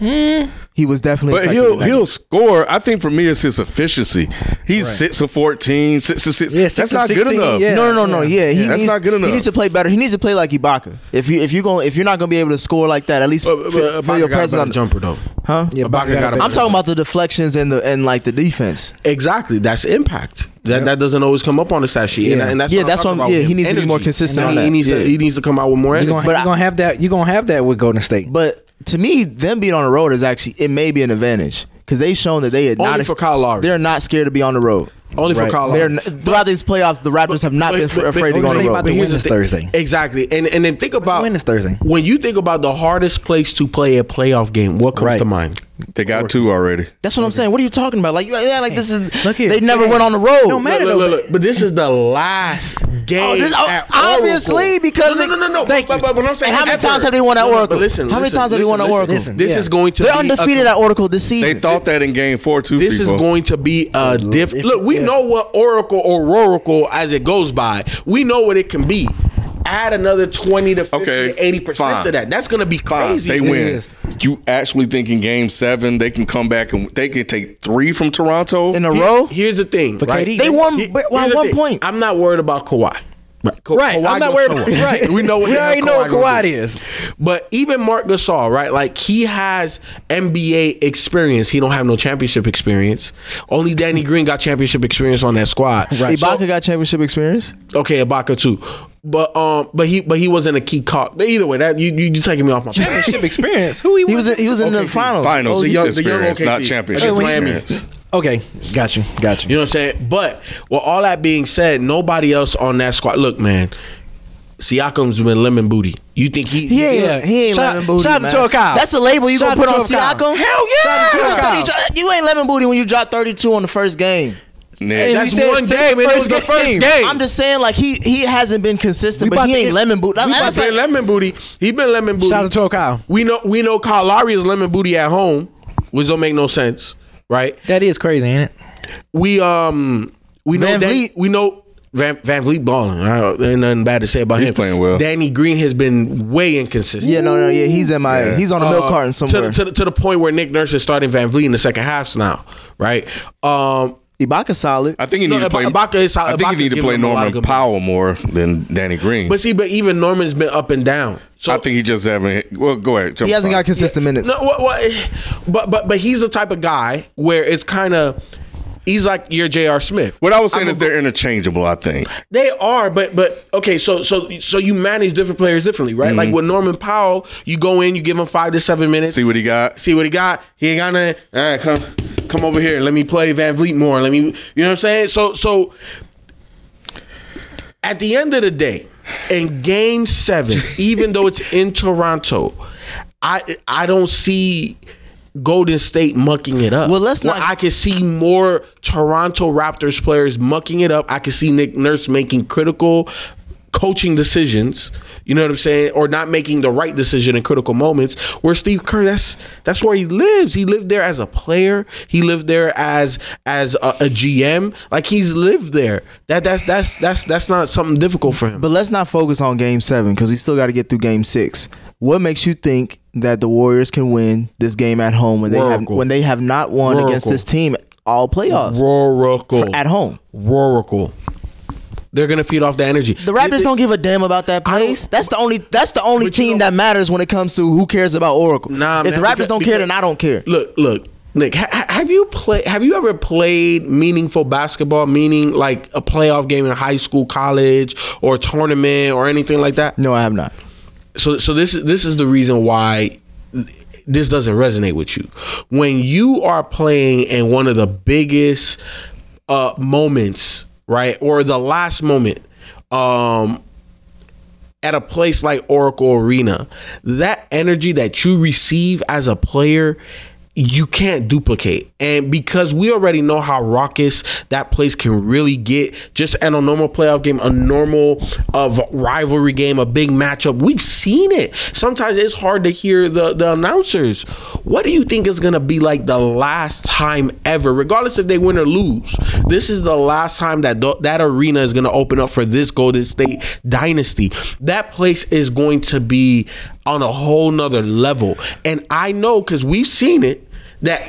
Speaker 10: He was definitely.
Speaker 8: But
Speaker 10: effective
Speaker 8: he'll
Speaker 10: in that
Speaker 8: he'll
Speaker 10: game.
Speaker 8: score. I think for me it's his efficiency. He's six of 14, six of six.
Speaker 4: Yeah, six
Speaker 8: That's
Speaker 4: of
Speaker 8: not
Speaker 4: 16,
Speaker 8: good enough.
Speaker 4: yeah.
Speaker 10: no, no, no, no. Yeah, he
Speaker 8: That's
Speaker 10: needs,
Speaker 8: not good enough.
Speaker 10: He needs to play better. He needs to play like Ibaka. If you if you going if you're not gonna be able to score like that, at least
Speaker 11: But, but,
Speaker 10: fi-
Speaker 11: but
Speaker 10: feel your
Speaker 11: Ibaka got a
Speaker 10: presence
Speaker 11: better
Speaker 10: on the-
Speaker 11: jumper though.
Speaker 10: Huh?
Speaker 11: Yeah, Ibaka got a
Speaker 10: I'm talking about the deflections and the and like the defense.
Speaker 11: Exactly, that's impact. That that doesn't always come up on the stat sheet. And,
Speaker 4: Yeah.
Speaker 11: and that's
Speaker 10: Yeah,
Speaker 11: what
Speaker 10: that's
Speaker 11: I'm talking
Speaker 10: what I'm-
Speaker 11: about
Speaker 10: yeah,
Speaker 11: with
Speaker 10: he
Speaker 11: him.
Speaker 10: needs to be
Speaker 11: Energy.
Speaker 10: more consistent
Speaker 11: And
Speaker 10: on
Speaker 11: he, he
Speaker 10: that.
Speaker 11: needs
Speaker 10: Yeah.
Speaker 11: to he needs to come out with more
Speaker 4: You're
Speaker 11: energy.
Speaker 4: gonna,
Speaker 10: But
Speaker 4: you're
Speaker 10: I-
Speaker 4: gonna have that. You're gonna have that with Golden State.
Speaker 10: But to me, them being on the road is actually it may be an advantage because they've shown that they are
Speaker 11: Only
Speaker 10: not
Speaker 11: for Kyle Lowry.
Speaker 10: They're not scared to be on the road.
Speaker 11: Only for Kyle Lowry.
Speaker 10: They're n- throughout these playoffs, the Raptors have not been f- afraid to go on
Speaker 4: Golden
Speaker 10: the
Speaker 4: State
Speaker 10: road.
Speaker 4: about to win
Speaker 11: the
Speaker 4: this
Speaker 11: thing.
Speaker 4: Thursday.
Speaker 11: Exactly, and and then think about
Speaker 4: win this Thursday.
Speaker 11: When you think about the hardest place to play a playoff game, what comes
Speaker 4: Right.
Speaker 11: to mind?
Speaker 8: They got two already.
Speaker 10: That's what I'm saying. What are you talking about? Like, you- yeah, like this is.
Speaker 4: Look here.
Speaker 10: They never
Speaker 4: Look
Speaker 10: went
Speaker 4: here.
Speaker 10: on the road.
Speaker 4: No matter
Speaker 11: Look,
Speaker 4: though.
Speaker 11: look, look, But this is the last game.
Speaker 10: this- oh,
Speaker 11: at
Speaker 10: obviously,
Speaker 11: Oracle.
Speaker 10: because
Speaker 11: no, no, no, no. no.
Speaker 4: Thank
Speaker 11: But,
Speaker 4: you.
Speaker 11: but, but what I'm saying,
Speaker 10: And how many times
Speaker 11: ever-
Speaker 10: have they won at
Speaker 11: No, no,
Speaker 10: Oracle?
Speaker 11: but listen,
Speaker 10: How many
Speaker 11: listen,
Speaker 10: times have they won at
Speaker 11: listen,
Speaker 10: Oracle?
Speaker 11: listen. This
Speaker 4: Yeah.
Speaker 11: is going to.
Speaker 10: They're
Speaker 11: be a
Speaker 10: undefeated
Speaker 11: com-
Speaker 10: at Oracle this season.
Speaker 8: They thought that in game four too.
Speaker 11: This is
Speaker 8: Freepo.
Speaker 11: going to be a diff. Look, we know what Oracle or Roracle as it goes by. We know what it can be. Add another twenty to fifty
Speaker 8: Okay,
Speaker 11: to eighty percent
Speaker 8: fine.
Speaker 11: to that. That's going to be
Speaker 8: Fine,
Speaker 11: crazy.
Speaker 8: They win.
Speaker 4: is.
Speaker 8: You actually think in game seven they can come back and they can take three from Toronto?
Speaker 10: in a
Speaker 11: Here-
Speaker 10: row.
Speaker 11: Here's the thing.
Speaker 4: For
Speaker 11: right?
Speaker 4: KD.
Speaker 10: They won
Speaker 11: He-
Speaker 10: by
Speaker 11: here's
Speaker 10: by
Speaker 11: the
Speaker 10: one
Speaker 11: thing.
Speaker 10: point.
Speaker 11: I'm not worried about Kawhi. Ka-
Speaker 4: Right,
Speaker 11: Kawhi
Speaker 4: I'm not
Speaker 11: goes
Speaker 4: worried about-
Speaker 11: somewhere.
Speaker 4: right.
Speaker 11: we know what
Speaker 4: We
Speaker 11: the hell
Speaker 4: already know what
Speaker 11: gonna
Speaker 4: Kawhi
Speaker 11: do.
Speaker 4: is.
Speaker 11: But even Mark Gasol, right? Like he has NBA experience. He don't have no championship experience. Only Danny Green got championship experience on that squad.
Speaker 10: Ibaka
Speaker 11: So-
Speaker 10: got championship experience.
Speaker 11: Okay, Ibaka too. But um, but he but he wasn't a key cop. But either way, that you you you taking me off my
Speaker 4: Championship experience. Who he,
Speaker 10: He was in, he was in the finals.
Speaker 8: Finals
Speaker 11: the young- the young
Speaker 8: experience, not
Speaker 11: OKC.
Speaker 8: championship
Speaker 11: Against Miami.
Speaker 8: experience.
Speaker 4: Okay, got you, got you.
Speaker 11: You know what I'm saying? But with all that being said, nobody else on that squad. Look, man, Siakam's been lemon booty. You think he?
Speaker 10: He ain't.
Speaker 4: Yeah.
Speaker 10: He ain't
Speaker 4: Shout-
Speaker 10: lemon booty.
Speaker 4: shout out to
Speaker 10: man.
Speaker 4: Tua Kyle.
Speaker 10: That's a label you
Speaker 4: Shout
Speaker 10: gonna put on
Speaker 4: out to Tua Kyle.
Speaker 10: Siakam.
Speaker 4: Hell yeah!
Speaker 10: Shout out to Tua
Speaker 4: Shout out to
Speaker 10: Kyle. You ain't lemon booty when you drop 32 on the first game.
Speaker 8: Nick,
Speaker 4: And
Speaker 8: that's-
Speaker 4: we said
Speaker 11: one
Speaker 4: since
Speaker 11: game, and it was the first game.
Speaker 10: I'm just saying, like he he hasn't been consistent,
Speaker 4: We
Speaker 10: but
Speaker 4: about
Speaker 10: he
Speaker 4: to
Speaker 10: ain't
Speaker 4: get-
Speaker 10: lemon booty.
Speaker 11: He
Speaker 10: That's
Speaker 11: been
Speaker 10: like-
Speaker 11: lemon booty. He been lemon booty.
Speaker 4: Shout out to Tua Kyle.
Speaker 11: We know we know Kyle Lowry is lemon booty at home, which don't make no sense, right?
Speaker 4: That is crazy, ain't it?
Speaker 11: We um we know
Speaker 10: Van
Speaker 11: that
Speaker 10: Vliet.
Speaker 11: we know Van Van Vliet balling. I don't, ain't nothing bad to say about
Speaker 8: He's
Speaker 11: him.
Speaker 8: playing well.
Speaker 11: Danny Green has been way inconsistent.
Speaker 10: yeah, no, no, yeah, he's in my he's on a milk
Speaker 11: Uh,
Speaker 10: carton
Speaker 11: to the-
Speaker 10: somewhere.
Speaker 11: To the, to, the point where Nick Nurse is starting Van Vliet in the second halves now, right? Um,
Speaker 10: Ibaka solid.
Speaker 8: I think he need to play.
Speaker 11: Ibaka is solid.
Speaker 8: I think
Speaker 11: Ibaka's
Speaker 8: he need to
Speaker 11: giving
Speaker 8: play
Speaker 11: them a lot of
Speaker 8: Norman
Speaker 11: good
Speaker 8: Powell more than Danny Green.
Speaker 11: But see, but even Norman's been up and down.
Speaker 8: I think he just haven't. hit- Well, go ahead. Jump aside.
Speaker 11: Yeah. No, what, what, but but but he's the type of guy where it's kind of he's like your J.R. Smith.
Speaker 8: What I was saying is they're interchangeable. I think.
Speaker 11: They are, but but okay, so so so you manage different players differently, right? Like
Speaker 8: Mm-hmm.
Speaker 11: with Norman Powell, you go in, you give him five to seven minutes,
Speaker 8: see what he got,
Speaker 11: see what he got. He ain't got nothing. All right, come come over here. Let me play Van Vliet more. Let me, you know what I'm saying? So so at the end of the day, in Game Seven, even though it's in Toronto, I I don't see. Golden State mucking it up. Well, let's not. I can see more Toronto Raptors players mucking it up. I can see Nick Nurse making critical coaching decisions. You know what I'm saying, or not making the right decision in critical moments. Where Steve Kerr, that's that's where he lives. He lived there as a player. He lived there as as a, a GM. Like he's lived there. That that's that's that's that's not something difficult for him.
Speaker 10: But let's not focus on game seven because we still got to get through game six. What makes you think that the Warriors can win this game at home when they have,
Speaker 11: Oracle.
Speaker 10: when they have not won against
Speaker 11: Oracle.
Speaker 10: this team all playoffs?
Speaker 11: Roracle
Speaker 10: For- at home.
Speaker 11: Roracle. They're gonna feed off the energy. The
Speaker 10: Raptors don't give a damn about that place. That's the only. That's the only team that matters when it comes to who cares about Oracle.
Speaker 11: Nah,
Speaker 10: if
Speaker 11: man,
Speaker 10: the Raptors
Speaker 11: because-
Speaker 10: don't care, then I don't care.
Speaker 11: Look, look, Nick. Ha- ha- have you play? Have you ever played meaningful basketball? Meaning like a playoff game in high school, college, or a tournament, or anything like that?
Speaker 10: No, I have not.
Speaker 11: So, so this is this is the reason why this doesn't resonate with you when you are playing in one of the biggest uh moments right or the last moment um at a place like Oracle Arena, that energy that you receive as a player, you can't duplicate. And because we already know how raucous that place can really get, just at a normal playoff game, a normal of rivalry game, a big matchup, we've seen it. Sometimes it's hard to hear the, the announcers. What do you think is gonna be like the last time ever, regardless if they win or lose? This is the last time that th- that arena is gonna open up for this Golden State dynasty. That place is going to be on a whole nother level. And I know because we've seen it that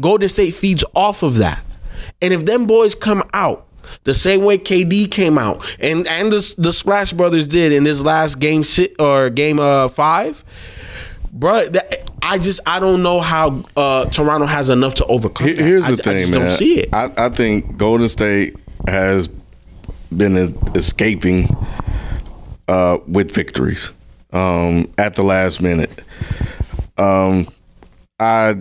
Speaker 11: Golden State feeds off of that. And if them boys come out the same way KD came out and and the, the Splash Brothers did in this last game sit or game uh five, bro, that, I just I don't know how uh Toronto has enough to overcome.
Speaker 8: Here-
Speaker 11: that.
Speaker 8: Here's the
Speaker 11: I,
Speaker 8: thing,
Speaker 11: I just
Speaker 8: man.
Speaker 11: don't see it.
Speaker 8: I, I think Golden State has been es- escaping uh, with victories um, at the last minute. Um, I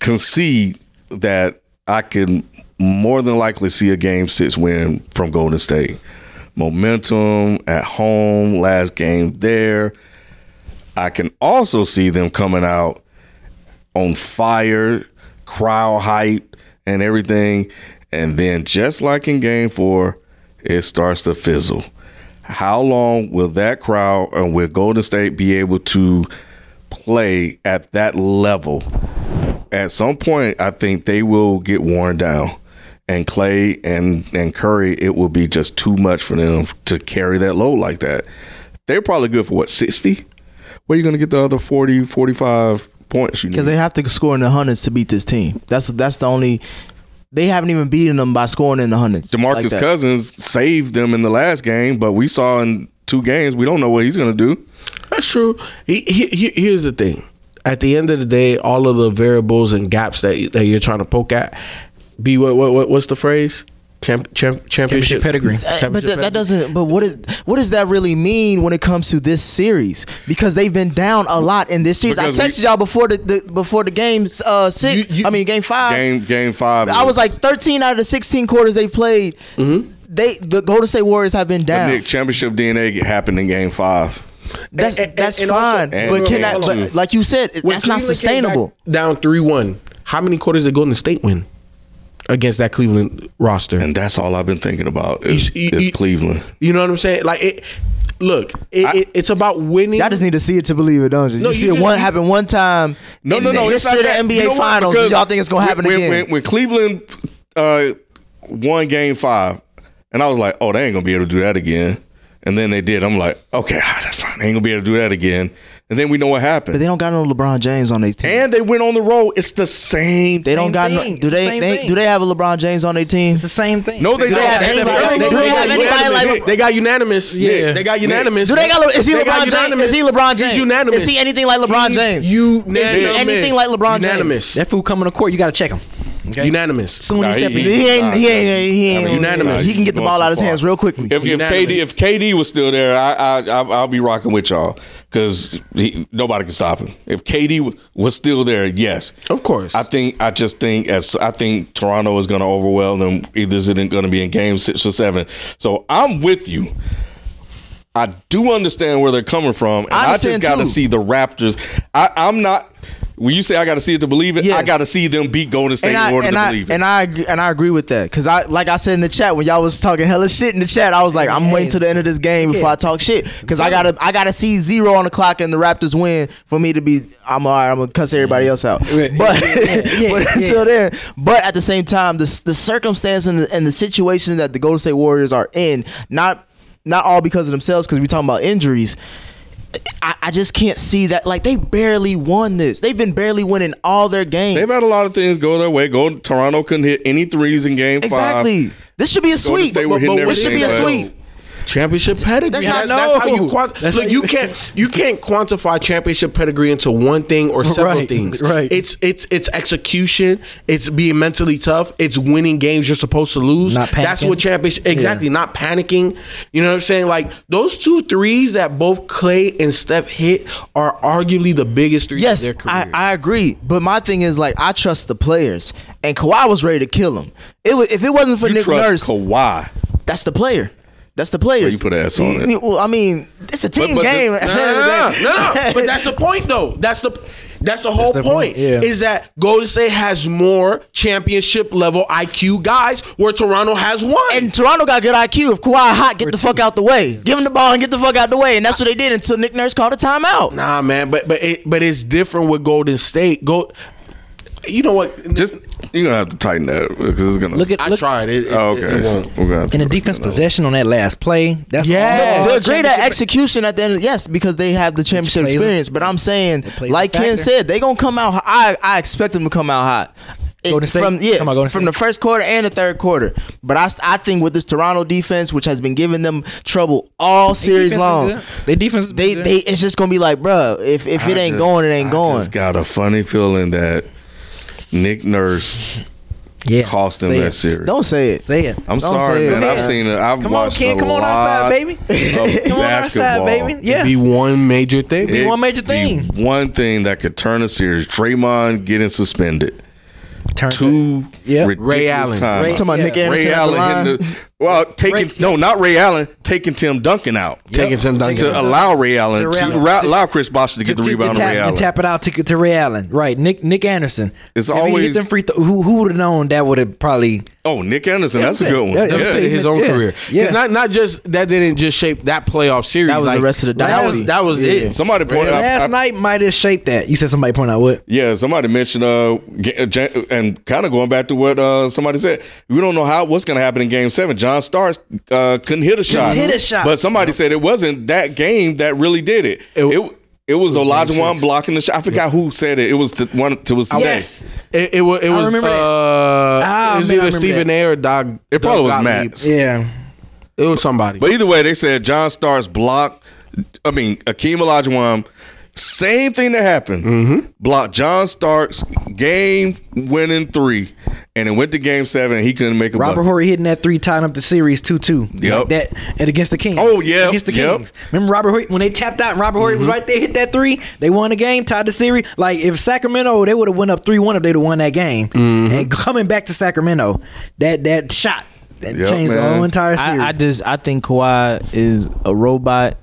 Speaker 8: concede that I can more than likely see a game six win from Golden State. Momentum at home, last game there. I can also see them coming out on fire, crowd hype, and everything. And then, just like in game four, it starts to fizzle. How long will that crowd and will Golden State be able to play at that level? At some point, I think they will get worn down. And Clay and, and Curry, it will be just too much for them to carry that load like that. They're probably good for what, 60? Where you going to get the other 40, 45 points you need?
Speaker 10: Because they have to score in the hundreds to beat this team. That's that's the only. They haven't even beaten them by scoring in the hundreds. like
Speaker 8: Demarcus
Speaker 10: that.
Speaker 8: Cousins saved them in the last game, but we saw in two games we don't know what he's going to do.
Speaker 11: That's true. He, he, he, here's the thing. At the end of the day, all of the variables and gaps that that you're trying to poke at, be what what, what what's the phrase? Champ, champ, championship, pedigree.
Speaker 10: Uh, But that, that doesn't. But what is what does that really mean when it comes to this series? Because they've been down a lot in this series.
Speaker 8: Because
Speaker 10: I
Speaker 8: we-
Speaker 10: texted y'all before the, the before the game's uh, six. I mean game five.
Speaker 8: Game game five.
Speaker 10: I was like thirteen out of the sixteen quarters they played.
Speaker 8: Mm-hmm.
Speaker 10: They the Golden State Warriors have been
Speaker 8: But
Speaker 10: down.
Speaker 8: Nick, championship DNA happened in game five.
Speaker 10: that's that's
Speaker 11: and also-
Speaker 10: fine.
Speaker 8: And-
Speaker 10: but can
Speaker 8: and-
Speaker 10: that,
Speaker 8: hold
Speaker 10: but
Speaker 8: on.
Speaker 10: like you said, it-
Speaker 11: When
Speaker 10: that's not
Speaker 11: Cleveland came
Speaker 10: sustainable.
Speaker 11: back Down three one. How many quarters did Golden State win against that Cleveland roster?
Speaker 8: And that's all I've been thinking about is,
Speaker 11: You- you-
Speaker 8: is
Speaker 11: you-
Speaker 8: Cleveland.
Speaker 11: You know what I'm saying? Like it. Look, it, it, it's about winning.
Speaker 10: Y'all just need to see it to believe it, don't you? you
Speaker 11: No, you
Speaker 10: see it
Speaker 11: just-
Speaker 10: one
Speaker 11: you-
Speaker 10: happen one time.
Speaker 8: No,
Speaker 10: in
Speaker 8: no, no.
Speaker 10: The
Speaker 8: It's not
Speaker 10: history of the
Speaker 8: that.
Speaker 10: NBA
Speaker 8: You know what?
Speaker 10: Finals.
Speaker 8: Because
Speaker 10: and y'all think it's gonna happen
Speaker 8: when,
Speaker 10: again?
Speaker 8: When, when Cleveland uh, won game five, and I was like, oh, they ain't going to be able to do that again. And then they did. I'm like, okay, ah, that's fine. They ain't gonna be able to do that again. And then we know what happened.
Speaker 10: But they don't got no LeBron James on their team.
Speaker 8: And they went on the road. It's the same.
Speaker 10: They don't got no. Do they, they do they have a LeBron James on their team? It's
Speaker 4: the same thing.
Speaker 8: No, they
Speaker 10: do
Speaker 8: don't.
Speaker 10: They have
Speaker 8: They
Speaker 10: anybody,
Speaker 8: don't.
Speaker 10: do they have anybody like?
Speaker 11: They got unanimous. Yeah, they got unanimous.
Speaker 10: Do they got? Is he
Speaker 11: They got
Speaker 10: LeBron James?
Speaker 11: unanimous.
Speaker 10: Is he LeBron James?
Speaker 11: He's unanimous.
Speaker 10: Is he anything like LeBron
Speaker 11: He's
Speaker 10: James? Is he
Speaker 11: Unanimous.
Speaker 10: anything like LeBron James?
Speaker 11: Unanimous.
Speaker 4: That fool coming to court, you gotta check him. Okay?
Speaker 11: Unanimous.
Speaker 4: Soon
Speaker 8: Nah,
Speaker 4: he step
Speaker 8: he-
Speaker 4: in.
Speaker 10: He ain't. He ain't. He
Speaker 8: I
Speaker 10: ain't.
Speaker 8: mean, unanimous.
Speaker 10: He can get the ball out of his hands real quickly.
Speaker 8: If, if KD if KD was still there, I I, I I'll be rocking with y'all because nobody can stop him. If KD w- was still there, yes,
Speaker 11: Of course.
Speaker 8: I think I just think as I think Toronto is going to overwhelm them. Either is it going to be in game six or seven. So I'm with you. I do understand where they're coming from, and
Speaker 10: I
Speaker 8: I, just
Speaker 10: understand
Speaker 8: got to
Speaker 10: too.
Speaker 8: see the Raptors. I, I'm not. When you say I got to see it to believe it, I
Speaker 10: Yes.
Speaker 8: got to see them beat Golden State
Speaker 10: and I,
Speaker 8: in order
Speaker 10: and
Speaker 8: to
Speaker 10: I,
Speaker 8: believe it.
Speaker 10: And I ag- and I agree with that because I like I said in the chat when y'all was talking hella shit in the chat, I was like, I'm waiting till the end of this game before I talk shit because I gotta I gotta see zero on the clock and the Raptors win for me to be I'm all right. I'm gonna cuss
Speaker 8: Mm-hmm.
Speaker 10: everybody else out, but, but until then, but at the same time, the s- the circumstance and the, and the situation that the Golden State Warriors are in, not not all because of themselves because we're talking about injuries. I, I just can't see that. Like they barely won this. They've been barely winning all their games.
Speaker 8: They've had a lot of things go their way. Go Toronto couldn't hit any threes in game
Speaker 10: Exactly.
Speaker 8: five.
Speaker 10: This should be a
Speaker 8: Golden
Speaker 10: sweep.
Speaker 8: State were hitting
Speaker 10: This should be a
Speaker 8: everything, but-
Speaker 10: sweep.
Speaker 11: Championship pedigree.
Speaker 10: That's
Speaker 11: That's,
Speaker 10: not-
Speaker 11: that's how you
Speaker 10: no.
Speaker 11: quant-
Speaker 4: That's
Speaker 11: look.
Speaker 4: how
Speaker 11: You
Speaker 4: you-
Speaker 11: can't you can't quantify championship pedigree into one thing or several
Speaker 4: Right,
Speaker 11: things.
Speaker 4: right.
Speaker 11: It's it's it's execution. It's being mentally tough. It's winning games you're supposed to lose.
Speaker 4: Not
Speaker 11: That's
Speaker 4: panicking.
Speaker 11: what championship exactly. Not panicking. You know what I'm saying? Like those two threes that both Clay and Steph hit are arguably the biggest threes of
Speaker 10: Yes,
Speaker 11: their career.
Speaker 10: I, I agree. But my thing is like I trust the players, and Kawhi was ready to kill him. It was if it wasn't for
Speaker 8: You
Speaker 10: Nick
Speaker 8: trust
Speaker 10: Nurse,
Speaker 8: Kawhi.
Speaker 10: that's the player. That's the players.
Speaker 8: you put an S on
Speaker 10: Y-
Speaker 8: it.
Speaker 10: y- Well, I mean, it's a team
Speaker 8: but the-
Speaker 10: game.
Speaker 11: No, no, no, no, no. But that's the point, though. That's the that's the whole
Speaker 4: the
Speaker 11: point.
Speaker 4: point, yeah.
Speaker 11: Is that Golden State has more championship level IQ guys, where Toronto has one.
Speaker 10: and Toronto got good IQ. If Kawhi hot, get the fuck out the way. Give him the ball and get the fuck out the way. And that's what they did until Nick Nurse called a timeout.
Speaker 11: nah, man, but but it, but it's different with Golden State. Go, you know what?
Speaker 8: Just you're gonna have to tighten that because it's gonna.
Speaker 4: Look at
Speaker 11: I
Speaker 4: look
Speaker 11: tried it. it
Speaker 8: Oh,
Speaker 11: it-
Speaker 8: okay.
Speaker 11: it won't.
Speaker 8: We're gonna have to
Speaker 4: in the
Speaker 8: go back
Speaker 4: defense
Speaker 8: to that one.
Speaker 4: possession on that last play. That's
Speaker 11: Yeah.
Speaker 4: all.
Speaker 10: They're great at execution at the end. Of, yes, because they have the championship
Speaker 4: plays a-
Speaker 10: experience. But I'm saying,
Speaker 4: plays a
Speaker 10: like Ken
Speaker 4: factor.
Speaker 10: said, they gonna come out. h- I I expect them to come out hot. It-
Speaker 4: Golden State?
Speaker 10: From yeah,
Speaker 4: Come on, Golden
Speaker 10: from
Speaker 4: State.
Speaker 10: the first quarter and the third quarter. But I, st- I think with this Toronto defense, which has been giving them trouble all series long,
Speaker 4: They defense. is
Speaker 10: they
Speaker 4: good.
Speaker 10: they it's just gonna be like, bruh, if if it
Speaker 8: I
Speaker 10: ain't
Speaker 8: just-
Speaker 10: going, it ain't
Speaker 8: I
Speaker 10: going.
Speaker 8: Just got a funny feeling that Nick Nurse
Speaker 4: yeah.
Speaker 8: cost them
Speaker 4: Say
Speaker 8: that
Speaker 4: it.
Speaker 8: series.
Speaker 10: Don't say it.
Speaker 4: Say it.
Speaker 8: I'm
Speaker 10: don't
Speaker 8: sorry,
Speaker 10: say it,
Speaker 8: man. I've
Speaker 10: man.
Speaker 8: seen it. I've
Speaker 4: Come on,
Speaker 8: watched
Speaker 4: Ken.
Speaker 8: a
Speaker 4: Come on outside,
Speaker 8: lot
Speaker 4: baby.
Speaker 8: of
Speaker 4: Come on outside,
Speaker 8: basketball.
Speaker 4: baby. Yes.
Speaker 11: Be one major thing.
Speaker 8: It
Speaker 4: one major
Speaker 8: be
Speaker 4: thing.
Speaker 8: One thing that could turn a series. Draymond getting suspended.
Speaker 4: Turn
Speaker 8: Two
Speaker 4: Yep.
Speaker 8: ridiculous
Speaker 11: Ray Allen.
Speaker 8: timeouts.
Speaker 10: I'm talking about
Speaker 4: Yeah.
Speaker 10: Nick Anderson
Speaker 8: Ray
Speaker 10: at the line.
Speaker 8: Allen hitting the well, taking no, not Ray Allen, taking Tim Duncan out,
Speaker 11: Taking Tim Duncan
Speaker 8: to
Speaker 11: out.
Speaker 8: allow Ray Allen to,
Speaker 4: To Ray Allen.
Speaker 8: ra- allow Chris Bosh to get
Speaker 4: to-
Speaker 8: the
Speaker 4: to
Speaker 8: rebound on
Speaker 4: tap,
Speaker 8: Ray
Speaker 4: to
Speaker 8: Allen.
Speaker 4: tap it out to, to Ray Allen. Right, Nick Nick Anderson.
Speaker 8: It's
Speaker 4: If he hit
Speaker 8: always-
Speaker 4: them free. throw who who would have known that would have probably
Speaker 8: Oh, Nick Anderson,
Speaker 4: Yeah,
Speaker 8: that's a
Speaker 4: I'm
Speaker 8: good
Speaker 4: saying.
Speaker 8: one.
Speaker 4: Yeah,
Speaker 11: That
Speaker 4: yeah.
Speaker 11: was
Speaker 8: Yeah.
Speaker 11: his own
Speaker 4: Yeah.
Speaker 11: career. 'Cause
Speaker 4: Yeah.
Speaker 11: not not just that didn't just shape that playoff series.
Speaker 10: That was the
Speaker 11: like,
Speaker 10: rest of the
Speaker 11: That was
Speaker 10: dynasty.
Speaker 11: that was
Speaker 10: Yeah.
Speaker 11: it.
Speaker 8: Somebody pointed out.
Speaker 4: last
Speaker 8: I-
Speaker 4: night might have shaped that. You said somebody point out what?
Speaker 8: Yeah, somebody mentioned uh, Ga- uh, Jan- and kind of going back to what uh somebody said. We don't know how what's going to happen in Game Seven. John Starks uh, couldn't hit a shot.
Speaker 4: hit a shot.
Speaker 8: But somebody said it wasn't that game that really did it. It
Speaker 11: It-
Speaker 8: it, was Olajuwon blocking the shot. I forgot who said it. It was t- one. It was today.
Speaker 4: Yes.
Speaker 11: It, it was it was
Speaker 4: remember that.
Speaker 11: uh,
Speaker 4: Ah,
Speaker 11: it was
Speaker 4: man, I
Speaker 11: either
Speaker 4: remember
Speaker 11: Stephen
Speaker 4: that.
Speaker 11: A. or Doug.
Speaker 8: It probably
Speaker 11: Doug
Speaker 8: was
Speaker 11: Gottlieb.
Speaker 8: Matt.
Speaker 4: Yeah,
Speaker 11: It was somebody.
Speaker 8: But either way, they said John Starks blocked. I mean, Akeem Olajuwon. Same thing that happened. Blocked John Starks game winning three, and it went to game seven. And he couldn't make a
Speaker 4: Robert
Speaker 8: bucket.
Speaker 4: Horry hitting that three tying up the series two two.
Speaker 8: Yep.
Speaker 4: that and against the Kings.
Speaker 8: Oh, yeah.
Speaker 4: against the
Speaker 8: Yep. Mm-hmm.
Speaker 4: Kings. Remember Robert Horry when they tapped out? and Robert Horry was right there, hit that three. They won the game, tied the series. Like if Sacramento, they would have went up three one if they'd have won that game.
Speaker 8: Mm-hmm.
Speaker 4: And coming back to Sacramento, that that shot that
Speaker 8: Yep,
Speaker 4: changed the
Speaker 8: man.
Speaker 4: whole entire series.
Speaker 10: I, I just I think Kawhi is a robot.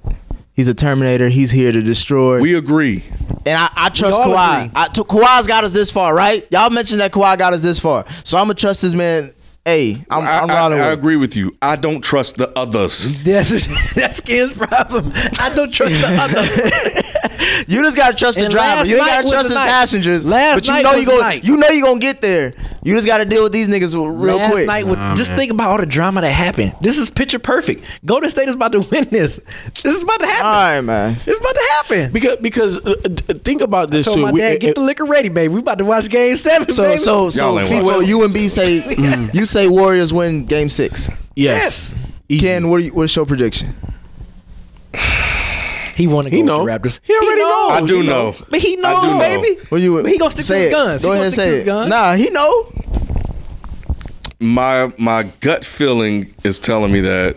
Speaker 10: He's a Terminator. He's here to destroy.
Speaker 8: We agree.
Speaker 10: and I, I trust
Speaker 4: all
Speaker 10: Kawhi.
Speaker 4: agree.
Speaker 10: I, to, Kawhi's got us this far, right? Y'all mentioned that Kawhi got us this far, so I'm gonna trust this man. Hey, I'm,
Speaker 8: I,
Speaker 10: I'm
Speaker 8: I-
Speaker 10: riding
Speaker 8: I
Speaker 10: with. him.
Speaker 8: agree with you. I don't trust the others.
Speaker 4: That's that's Ken's problem. I don't trust the others.
Speaker 10: you just gotta trust the
Speaker 4: And
Speaker 10: driver.
Speaker 4: last
Speaker 10: You ain't
Speaker 4: night
Speaker 10: gotta
Speaker 4: was
Speaker 10: trust
Speaker 4: the
Speaker 10: his
Speaker 4: night.
Speaker 10: passengers.
Speaker 4: Last
Speaker 10: but you
Speaker 4: night
Speaker 10: know
Speaker 4: was
Speaker 10: you
Speaker 4: the
Speaker 10: gonna
Speaker 4: night.
Speaker 10: you know you gonna get there. You just gotta deal with these niggas real
Speaker 4: Last
Speaker 10: quick.
Speaker 4: night was- just think about all the drama that happened. This is picture perfect. Golden State is about to win this. This is about to happen.
Speaker 10: All right, man.
Speaker 4: It's about to happen.
Speaker 11: Because because uh, uh, think about this
Speaker 4: Told
Speaker 11: too.
Speaker 4: my
Speaker 11: We- eh,
Speaker 4: dad,
Speaker 11: it-
Speaker 4: get the liquor ready, baby. We about to watch Game Seven.
Speaker 10: So
Speaker 4: baby.
Speaker 10: so so
Speaker 11: Y'all ain't
Speaker 10: FIFA,
Speaker 11: watching.
Speaker 10: you and B say you say Warriors win Game Six.
Speaker 11: yes.
Speaker 10: Ken, what are you, what's your prediction?
Speaker 4: he want to go
Speaker 11: He
Speaker 4: with
Speaker 11: know.
Speaker 4: the Raptors.
Speaker 11: He already knows.
Speaker 8: I do
Speaker 11: He
Speaker 8: know.
Speaker 4: But he
Speaker 8: I
Speaker 4: knows,
Speaker 8: do know.
Speaker 4: baby.
Speaker 10: What you
Speaker 4: He gonna stick to
Speaker 10: say
Speaker 4: his
Speaker 10: it.
Speaker 4: guns.
Speaker 10: Go
Speaker 4: He
Speaker 10: ahead
Speaker 4: gonna
Speaker 10: and
Speaker 4: stick to
Speaker 10: say
Speaker 4: his
Speaker 10: it.
Speaker 4: guns.
Speaker 10: Nah, Ah, he know.
Speaker 8: My my gut feeling is telling me that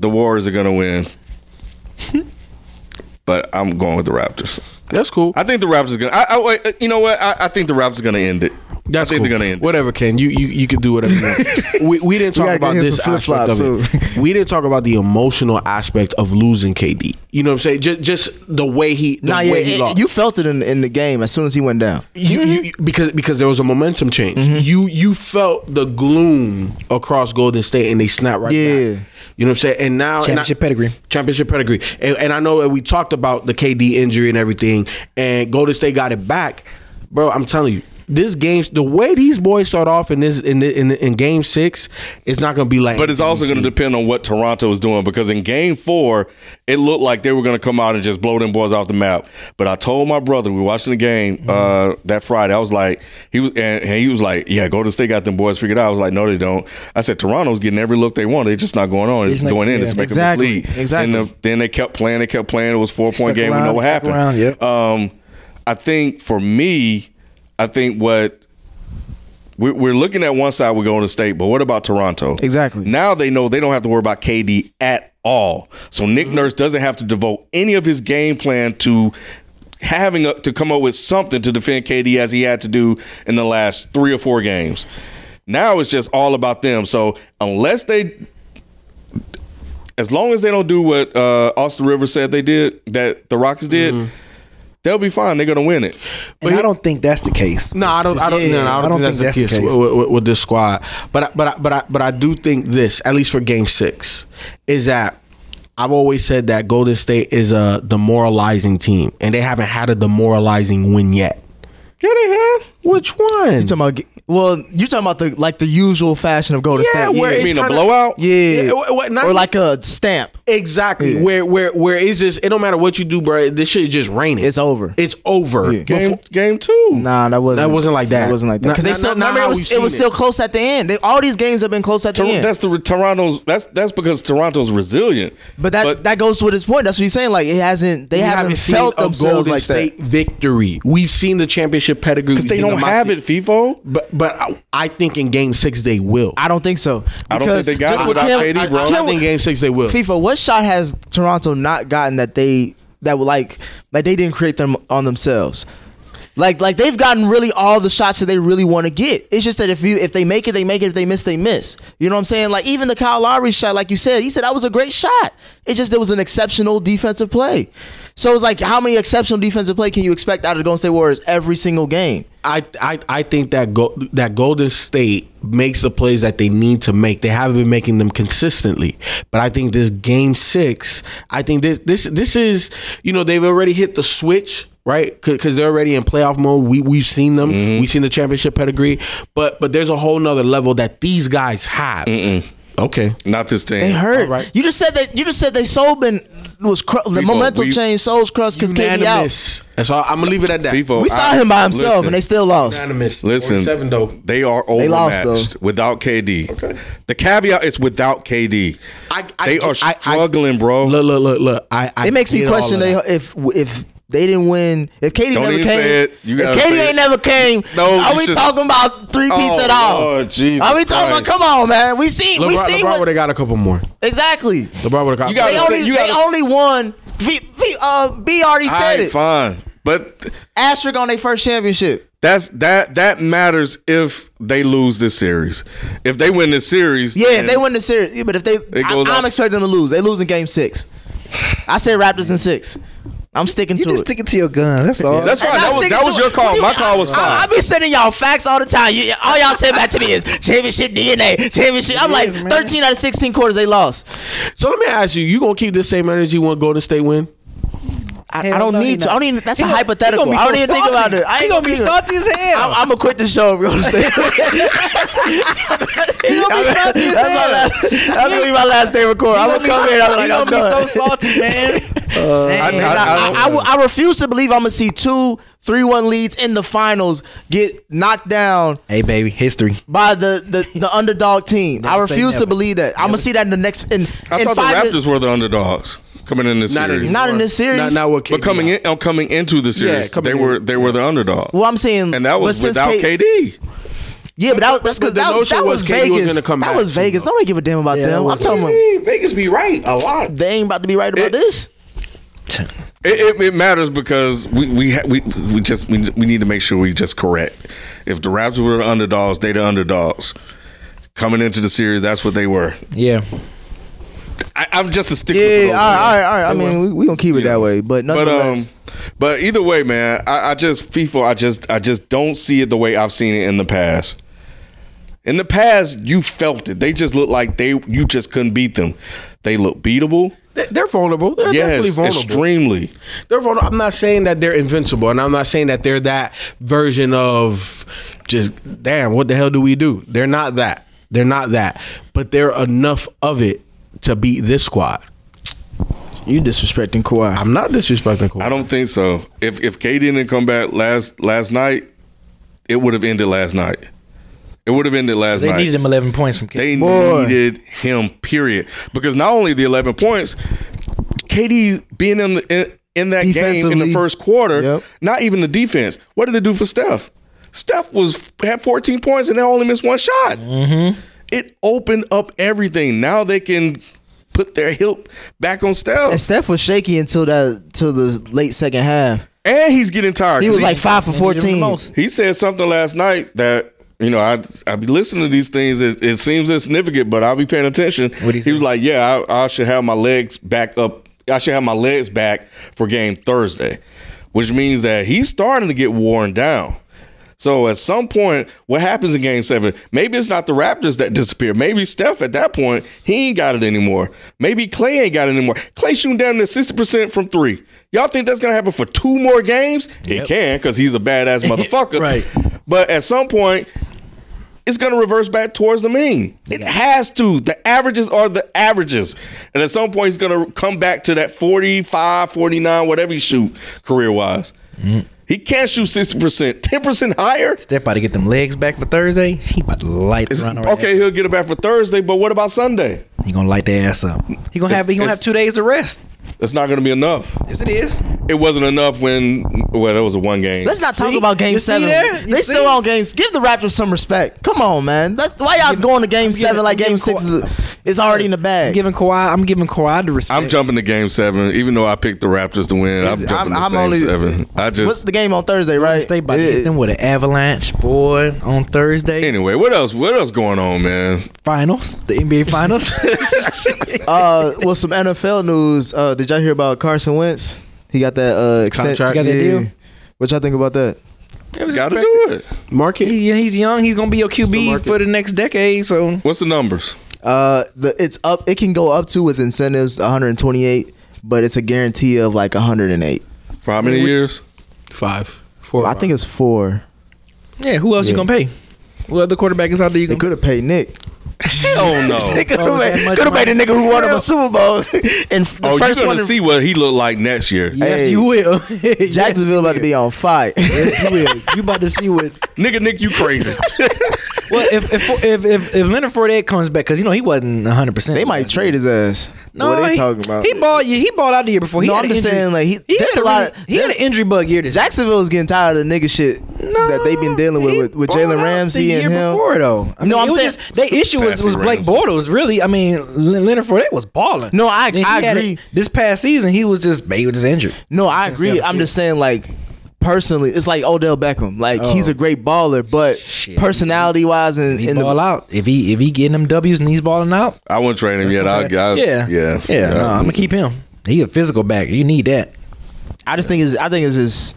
Speaker 8: the Warriors are gonna win. But I'm going with the Raptors.
Speaker 11: That's cool.
Speaker 8: I think the Raptors are gonna. I, I wait, you know what? I, I think the Raptors are gonna end it.
Speaker 11: That's
Speaker 8: I think
Speaker 11: cool.
Speaker 8: they're gonna end. it.
Speaker 11: Whatever, Ken. You you you can do whatever you want. we, we didn't
Speaker 10: We
Speaker 11: talk
Speaker 10: gotta
Speaker 11: about
Speaker 10: get him
Speaker 11: this
Speaker 10: some
Speaker 11: aspect
Speaker 10: flip-flops,
Speaker 11: of it. We didn't talk about the emotional aspect of losing KD. You know what I'm saying? Just just the way he the
Speaker 10: Nah,
Speaker 11: way
Speaker 10: yeah,
Speaker 11: he
Speaker 10: it-
Speaker 11: lost.
Speaker 10: you felt it in, in the game as soon as he went down.
Speaker 11: you, you because because there was a momentum change.
Speaker 10: Mm-hmm.
Speaker 11: You you felt the gloom across Golden State and they snapped right
Speaker 10: Yeah.
Speaker 11: back. You know what I'm saying? And now and
Speaker 4: Championship
Speaker 11: I-
Speaker 4: pedigree.
Speaker 11: Championship pedigree. And, and I know that we talked about the KD injury and everything, and Golden State got it back. Bro, I'm telling you, this game, the way these boys start off in this in the, in, the, in game six, it's not going to be like.
Speaker 8: But it's also going to depend on what Toronto is doing because in game four, it looked like they were going to come out and just blow them boys off the map. But I told my brother, we were watching the game
Speaker 4: Mm-hmm.
Speaker 8: uh, that Friday. I was like, he was, and, and he was like, yeah, Golden State got them boys figured out. I was like, no, they don't. I said, Toronto's getting every look they want. They're just not going on. It's
Speaker 4: It's not-
Speaker 8: going in.
Speaker 4: yeah.
Speaker 8: it's making
Speaker 10: Exactly.
Speaker 8: this league.
Speaker 10: Exactly.
Speaker 8: And the, then they kept playing. They kept playing. It was four
Speaker 4: Stuck
Speaker 8: point game. we
Speaker 4: around,
Speaker 8: know what
Speaker 4: stuck
Speaker 8: happened.
Speaker 4: around, yep.
Speaker 8: Um, I think for me, I think what we're, we're looking at one side, we're going to state, but what about Toronto?
Speaker 10: Exactly.
Speaker 8: Now they know they don't have to worry about KD at all. So Nick Nurse doesn't have to devote any of his game plan to having a, to come up with something to defend KD as he had to do in the last three or four games. Now it's just all about them. So unless they as long as they don't do what uh, Austin Rivers said they did, that the Rockets did, they'll be fine. They're gonna win it.
Speaker 4: And I don't think that's the case.
Speaker 11: No, I don't. I don't. no, no, I don't, think, that's, the case, With, with- with this squad. But I- but I- but I, but I do think this, at least for Game Six, is that I've always said that Golden State is a demoralizing team, and they haven't had a demoralizing win yet. Yeah, they have. Which one?
Speaker 10: You talking about? Well, you talking about the like the usual fashion of Golden
Speaker 11: Yeah,
Speaker 10: State?
Speaker 11: where
Speaker 10: yeah,
Speaker 11: it's
Speaker 8: mean a
Speaker 11: kinda-
Speaker 8: blowout?
Speaker 10: yeah,
Speaker 11: Yeah, what- what- not-
Speaker 10: or like a stamp.
Speaker 11: Exactly.
Speaker 10: Yeah.
Speaker 11: Where where where is this? It don't matter what you do, bro. This shit is just raining.
Speaker 10: It's over.
Speaker 11: It's over.
Speaker 10: Yeah.
Speaker 8: Game,
Speaker 11: Befo-
Speaker 8: game two.
Speaker 10: Nah, that wasn't.
Speaker 11: That wasn't like that.
Speaker 10: That wasn't like that.
Speaker 11: Not-
Speaker 10: Because they
Speaker 11: not-
Speaker 10: still
Speaker 11: not- not
Speaker 10: remember
Speaker 11: how
Speaker 10: it was,
Speaker 11: we've
Speaker 10: it was
Speaker 11: seen
Speaker 10: still
Speaker 11: it.
Speaker 10: close at the end. They, all these games have been close at the
Speaker 8: Tor-
Speaker 10: end.
Speaker 8: That's the re- Toronto's. That's that's because Toronto's resilient.
Speaker 10: but that that goes with his point. That's what he's saying. Like it hasn't. They
Speaker 11: We
Speaker 10: haven't, felt themselves like
Speaker 11: State
Speaker 10: that.
Speaker 11: victory. We've seen the championship pedigree.
Speaker 8: because they
Speaker 11: We've seen
Speaker 8: don't
Speaker 11: the
Speaker 8: have
Speaker 11: moxie.
Speaker 8: it, FIFO.
Speaker 11: But but I, I think in Game Six they will.
Speaker 10: I don't think so.
Speaker 8: I don't
Speaker 10: Because
Speaker 8: think they got
Speaker 10: just
Speaker 8: it
Speaker 10: with
Speaker 8: without
Speaker 10: Cam-
Speaker 8: KD, bro.
Speaker 11: I,
Speaker 10: Cam-
Speaker 11: think in Game Six they will.
Speaker 10: FIFA, what shot has Toronto not gotten that they that would like that they didn't create them on themselves? Like like they've gotten really all the shots that they really want to get. It's just that if you if they make it, they make it. If they miss, they miss. You know what I'm saying? Like even the Kyle Lowry shot, like you said, he said that was a great shot. It's just there was an exceptional defensive play. So it's like how many exceptional defensive play can you expect out of the Golden State Warriors every single game?
Speaker 11: I, I I think that go, that Golden State makes the plays that they need to make. They haven't been making them consistently, but I think this game six. I think this this this is you know they've already hit the switch right because they're already in playoff mode. We we've seen them.
Speaker 8: Mm-hmm.
Speaker 11: We've seen the championship pedigree, but but there's a whole nother level that these guys have. Okay,
Speaker 8: Not this team.
Speaker 10: They hurt.
Speaker 11: All right.
Speaker 10: You just said that. You just said they soul been was cru- the
Speaker 8: FIFA,
Speaker 10: momentum
Speaker 8: we-
Speaker 10: changed, souls crushed because KD out.
Speaker 11: unanimous. That's all. I'm gonna leave it at that.
Speaker 8: FIFO,
Speaker 10: We saw
Speaker 8: I-
Speaker 10: him by himself,
Speaker 8: listen.
Speaker 10: and they still lost.
Speaker 11: Unanimous.
Speaker 8: Listen,
Speaker 11: seven though.
Speaker 8: they are
Speaker 10: lost,
Speaker 8: overmatched
Speaker 10: though.
Speaker 8: without KD. Okay. The caveat is without KD.
Speaker 11: I- I-
Speaker 8: they are
Speaker 11: I- I-
Speaker 8: struggling, bro.
Speaker 11: Look look look look. I, I
Speaker 10: It makes me
Speaker 11: get all of
Speaker 10: question
Speaker 11: that.
Speaker 10: they, if if they didn't win, if Katie
Speaker 8: Don't
Speaker 10: never
Speaker 8: even
Speaker 10: came,
Speaker 8: say it. You
Speaker 10: if
Speaker 8: gotta
Speaker 10: Katie
Speaker 8: say
Speaker 10: ain't
Speaker 8: it.
Speaker 10: never came,
Speaker 8: No,
Speaker 10: are
Speaker 8: you
Speaker 10: we
Speaker 8: should-
Speaker 10: talking about three piece
Speaker 8: Oh,
Speaker 10: at all?
Speaker 8: Lord, Jesus
Speaker 10: are we talking about?
Speaker 8: Christ.
Speaker 10: Come on, man. We see, we
Speaker 11: LeBron,
Speaker 10: see
Speaker 11: LeBron
Speaker 10: what
Speaker 11: would have got a couple more.
Speaker 10: exactly.
Speaker 11: LeBron would have got.
Speaker 8: You gotta
Speaker 10: they
Speaker 8: say-
Speaker 10: only
Speaker 8: you gotta-
Speaker 10: they only won. V, v, uh, B already
Speaker 8: All
Speaker 10: said
Speaker 8: right,
Speaker 10: it.
Speaker 8: fine, but
Speaker 10: Asterisk on their first championship.
Speaker 8: that's that that matters if they lose this series. If they win this series,
Speaker 10: Yeah,
Speaker 8: then
Speaker 10: if they win the series, yeah, but if they, I,
Speaker 8: goes
Speaker 10: I'm
Speaker 8: up.
Speaker 10: expecting them to lose. They lose in game six. I said Raptors in six. I'm sticking
Speaker 4: You
Speaker 10: to
Speaker 4: just
Speaker 10: it.
Speaker 4: sticking to your gun. That's all.
Speaker 8: That's
Speaker 10: And
Speaker 8: right.
Speaker 10: I'm
Speaker 8: That was,
Speaker 10: sticking
Speaker 8: that
Speaker 10: to
Speaker 8: was
Speaker 10: it.
Speaker 8: your call.
Speaker 10: You-
Speaker 8: My call was
Speaker 10: I-
Speaker 8: fine.
Speaker 10: I, I be sending y'all facts all the time. You, all y'all send back to me is championship DNA, championship. I'm like, 13 out of 16 quarters they lost.
Speaker 11: So let me ask you: You gonna keep this same energy when Golden State win?
Speaker 10: I, I don't need to. I don't even. That's a hypothetical. I don't even think about it. I ain't
Speaker 4: ain't gonna be salty as hell.
Speaker 10: I'm, I'm gonna quit the show. I'm gonna say.
Speaker 4: He gonna be salty as
Speaker 10: that's my
Speaker 4: hell.
Speaker 10: last, that's gonna be my last day record. I'm gonna come in. I'm
Speaker 4: He
Speaker 10: like,
Speaker 4: gonna
Speaker 10: I'm
Speaker 4: be so
Speaker 10: done.
Speaker 4: salty, man. Uh,
Speaker 10: I,
Speaker 4: Dang.
Speaker 10: I, I, I, I refuse to believe I'm gonna see two, three-one leads in the finals get knocked down
Speaker 4: Hey, baby, history.
Speaker 10: by the the, the underdog team. I
Speaker 4: Never say
Speaker 10: refuse to
Speaker 4: never.
Speaker 10: believe that. I'm gonna see that in the next in,
Speaker 8: I
Speaker 10: in
Speaker 8: thought the
Speaker 10: five
Speaker 8: Raptors were the underdogs coming in this
Speaker 10: Not
Speaker 8: series.
Speaker 10: anymore. Not in this series.
Speaker 11: Not, not what KD
Speaker 8: but coming in, oh, coming into the
Speaker 11: Yeah,
Speaker 8: series,
Speaker 11: coming
Speaker 8: they
Speaker 11: in.
Speaker 8: were they were the underdog,
Speaker 10: Well, I'm saying,
Speaker 8: and that
Speaker 10: but
Speaker 8: was
Speaker 10: since
Speaker 8: without
Speaker 10: K-
Speaker 8: KD.
Speaker 10: Yeah, but that was, that's
Speaker 11: But
Speaker 10: because
Speaker 11: the
Speaker 10: that was,
Speaker 11: notion
Speaker 10: that
Speaker 11: was
Speaker 10: was,
Speaker 11: KD was
Speaker 10: Vegas.
Speaker 11: gonna come
Speaker 10: that
Speaker 11: back
Speaker 10: was
Speaker 11: too,
Speaker 10: Vegas. Nobody give a damn about them. I'm telling them
Speaker 11: Vegas be right a lot.
Speaker 10: they ain't about to be right about this.
Speaker 8: It, it, it matters because we we ha- we we just we, we need to make sure we just correct. If the Raptors were the underdogs, they the underdogs. Coming into the series, that's what they were.
Speaker 4: Yeah.
Speaker 8: I, I'm just a stickler. for
Speaker 10: Yeah, all
Speaker 8: those,
Speaker 10: right, all
Speaker 8: man.
Speaker 10: right, all right. I mean, we, we gonna keep it that way,
Speaker 8: But
Speaker 10: but nonetheless,
Speaker 8: um, but either way, man, I, I just FIFA. I just I just don't see it the way I've seen it in the past. In the past, you felt it. They just looked like they you just couldn't beat them. They look beatable.
Speaker 11: They- They're vulnerable. They're definitely
Speaker 8: yes,
Speaker 11: vulnerable.
Speaker 8: extremely.
Speaker 11: They're vulnerable. I'm not saying that they're invincible, and I'm not saying that they're that version of just damn. What the hell do we do? They're not that. They're not that. But they're enough of it to beat this squad.
Speaker 4: You disrespecting Kawhi.
Speaker 11: I'm not disrespecting. Kawhi.
Speaker 8: I don't think so. If if K didn't come back last last night, it would have ended last night. It would have ended last
Speaker 4: They
Speaker 8: night.
Speaker 4: needed him 11 points from KD.
Speaker 8: They needed him, period. Because not only the 11 points, KD being in the, in, in that game in the
Speaker 10: Defensively.
Speaker 8: first quarter,
Speaker 10: Yep.
Speaker 8: not even the defense. What did it do for Steph? Steph was had 14 points and they only missed one shot.
Speaker 10: Mm-hmm.
Speaker 8: It opened up everything. Now they can put their help back on Steph,
Speaker 10: and Steph was shaky until that till the late second half.
Speaker 8: and he's getting tired.
Speaker 10: He
Speaker 8: 'cause
Speaker 10: was like five for
Speaker 4: They needed him the
Speaker 10: fourteen.
Speaker 4: most.
Speaker 8: He said something last night that you know I I be listening to these things. It, it seems insignificant, but I'll be paying attention.
Speaker 4: What'd he
Speaker 8: he was
Speaker 4: say?
Speaker 8: like, "Yeah, I, I should have my legs back up. I should have my legs back for game Thursday," which means that he's starting to get worn down. So at some point, what happens in Game Seven? Maybe it's not the Raptors that disappear. Maybe Steph at that point he ain't got it anymore. Maybe Clay ain't got it anymore. Clay shooting down to sixty percent from three. Y'all think that's gonna happen for two more games? It can because he's a badass motherfucker.
Speaker 4: Right.
Speaker 8: But at some point, it's going to reverse back towards the mean. It has to. The averages are the averages. And at some point, he's going to come back to that 45, 49, whatever he shoot career wise. He can't shoot 60%. 10% higher?
Speaker 4: Step about to get them legs back for Thursday. He about to light
Speaker 8: It's-
Speaker 4: run around.
Speaker 8: okay, he'll get it back for Thursday, but what about Sunday?
Speaker 4: He gonna light their ass up. He gonna have he gonna
Speaker 8: It's-
Speaker 4: have two days of rest.
Speaker 8: It's not going to be enough.
Speaker 4: Yes, it is.
Speaker 8: It wasn't enough when, well, that was a one game.
Speaker 10: Let's not talk
Speaker 4: See?
Speaker 10: about Game
Speaker 4: You see
Speaker 10: Seven.
Speaker 4: there? You
Speaker 10: They still
Speaker 4: see?
Speaker 10: on games. Give the Raptors some respect. Come on, man. That's why y'all going to Game
Speaker 4: I'm giving-
Speaker 10: Seven like
Speaker 4: I'm giving
Speaker 10: Game Six
Speaker 4: Kawhi-
Speaker 10: is, is already in the
Speaker 4: I'm
Speaker 10: bag.
Speaker 4: giving Kawhi. I'm giving Kawhi the respect.
Speaker 8: I'm jumping to game seven, even though I picked the Raptors to win. I'm
Speaker 10: Is-
Speaker 8: jumping to
Speaker 10: I'm
Speaker 8: game
Speaker 10: only-
Speaker 8: seven. I just.
Speaker 10: What's the game on Thursday, right?
Speaker 4: They about to
Speaker 10: It-
Speaker 4: hit them with an avalanche, boy, on Thursday
Speaker 8: Anyway, what else? What else going on, man?
Speaker 4: finals, the NBA finals.
Speaker 10: uh, well, some NFL news. Uh, did y'all hear about Carson Wentz? He got that uh, extent-
Speaker 11: Contract.
Speaker 4: Got that
Speaker 10: Yeah.
Speaker 4: deal?
Speaker 10: What y'all think about that?
Speaker 8: Got to do it.
Speaker 11: Market.
Speaker 4: Yeah, he's young. He's gonna be your QB
Speaker 11: market.
Speaker 4: for the next decade. So
Speaker 8: What's the numbers?
Speaker 10: Uh, the it's up. It can go up to with incentives 128, but it's a guarantee of like 108.
Speaker 8: For how many years?
Speaker 11: Five. Four.
Speaker 10: I think it's four.
Speaker 4: yeah, who else you
Speaker 10: Yeah.
Speaker 4: gonna pay? What other quarterback is out there? You
Speaker 10: They
Speaker 4: gonna
Speaker 10: could have paid Nick.
Speaker 8: Hell no.
Speaker 10: They could
Speaker 4: Oh,
Speaker 10: have
Speaker 4: was that
Speaker 10: paid,
Speaker 4: much
Speaker 10: could've paid the
Speaker 4: money?
Speaker 10: nigga who won him a Super Bowl. and the
Speaker 8: oh, you're
Speaker 10: first one,
Speaker 8: gonna
Speaker 10: in-
Speaker 8: see what he looked like next year.
Speaker 4: yes,
Speaker 10: Hey.
Speaker 4: you will.
Speaker 10: Jacksonville about to be on fire.
Speaker 4: Yes, you will. You about to see what
Speaker 8: Nigga, Nick, you crazy.
Speaker 4: Well, if if if if, if Leonard Fournette comes back, because you know he wasn't one hundred percent.
Speaker 10: they might trade his ass.
Speaker 4: No,
Speaker 10: what they
Speaker 4: he,
Speaker 10: talking about?
Speaker 4: He balled. yeah, He balled out the year before. He
Speaker 10: No,
Speaker 4: had
Speaker 10: I'm
Speaker 4: an
Speaker 10: just
Speaker 4: injury-
Speaker 10: saying, like, he-
Speaker 4: he
Speaker 10: there's
Speaker 4: had
Speaker 10: a lot-
Speaker 4: really- He had an
Speaker 10: there's-
Speaker 4: injury bug year this.
Speaker 10: Jacksonville's getting tired of the nigga shit
Speaker 4: No,
Speaker 10: that they've been dealing with
Speaker 4: he
Speaker 10: with, with
Speaker 4: balled
Speaker 10: Jalen
Speaker 4: out
Speaker 10: Ramsey
Speaker 4: the
Speaker 10: and
Speaker 4: year
Speaker 10: him.
Speaker 4: Before though, I
Speaker 10: No,
Speaker 4: mean,
Speaker 10: I'm
Speaker 4: it was
Speaker 10: saying-
Speaker 4: just- they issue was,
Speaker 8: Sassy
Speaker 4: was Blake
Speaker 8: Ramsey.
Speaker 4: Bortles. Really, I mean, Le- Leonard Fournette was balling.
Speaker 10: No, I-
Speaker 4: And he
Speaker 10: I
Speaker 4: had it-
Speaker 10: agree.
Speaker 4: this past season, he was just he was just injured.
Speaker 10: No,
Speaker 4: stay
Speaker 10: I
Speaker 4: on
Speaker 10: agree.
Speaker 4: the
Speaker 10: I'm
Speaker 4: field.
Speaker 10: just saying, like, personally, it's like Odell Beckham. Like, he's a great baller, but
Speaker 4: Oh. Shit.
Speaker 10: personality wise and,
Speaker 4: He
Speaker 10: and
Speaker 4: ball
Speaker 10: the,
Speaker 4: out if he if he getting them W's and he's balling out.
Speaker 8: I wouldn't trade him yet. I, I,
Speaker 4: yeah,
Speaker 8: yeah, Uh,
Speaker 4: yeah. No, I'm gonna keep him. He a physical back. You need that.
Speaker 10: I just think it's, I think it's just,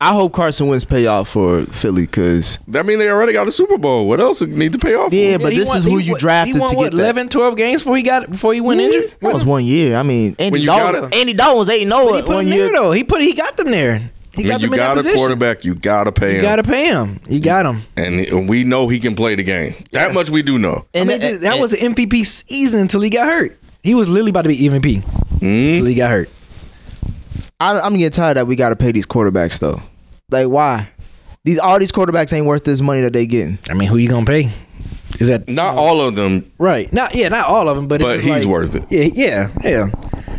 Speaker 10: I hope Carson Wentz pay off for Philly because
Speaker 8: I mean, they already got a Super Bowl. What else need to pay off?
Speaker 10: Yeah,
Speaker 8: for?
Speaker 10: but this is who you drafted
Speaker 4: he won
Speaker 10: to
Speaker 4: what,
Speaker 10: get that. Mm-hmm.
Speaker 4: 11, 12 games before he got before he went injured.
Speaker 10: That was one year. I mean, Andy
Speaker 8: you
Speaker 10: Dalton.
Speaker 8: got
Speaker 10: Andy Dalton was eight and
Speaker 4: But he
Speaker 10: zero
Speaker 4: put
Speaker 10: one
Speaker 4: him there
Speaker 10: year.
Speaker 4: though. He put he got them there. He
Speaker 8: when
Speaker 4: got
Speaker 8: you
Speaker 4: them in
Speaker 8: got
Speaker 4: that
Speaker 8: a
Speaker 4: position.
Speaker 8: quarterback, you gotta pay
Speaker 4: You
Speaker 8: him,
Speaker 4: gotta pay him. You got him.
Speaker 8: and we know he can play the game. That much we do know.
Speaker 4: I mean, that was an MVP season until he got hurt. He was literally about to be MVP
Speaker 8: Hmm?
Speaker 4: until he got hurt.
Speaker 10: I, I'm getting tired that we got to pay these quarterbacks though. Like why? These all these quarterbacks ain't worth this money that they getting.
Speaker 4: I mean, who you gonna pay? Is that
Speaker 8: Not all of them,
Speaker 4: right? Not yeah, not all of them, but, it's
Speaker 8: but
Speaker 4: just
Speaker 8: he's
Speaker 4: like-
Speaker 8: worth it.
Speaker 4: Yeah, yeah, yeah.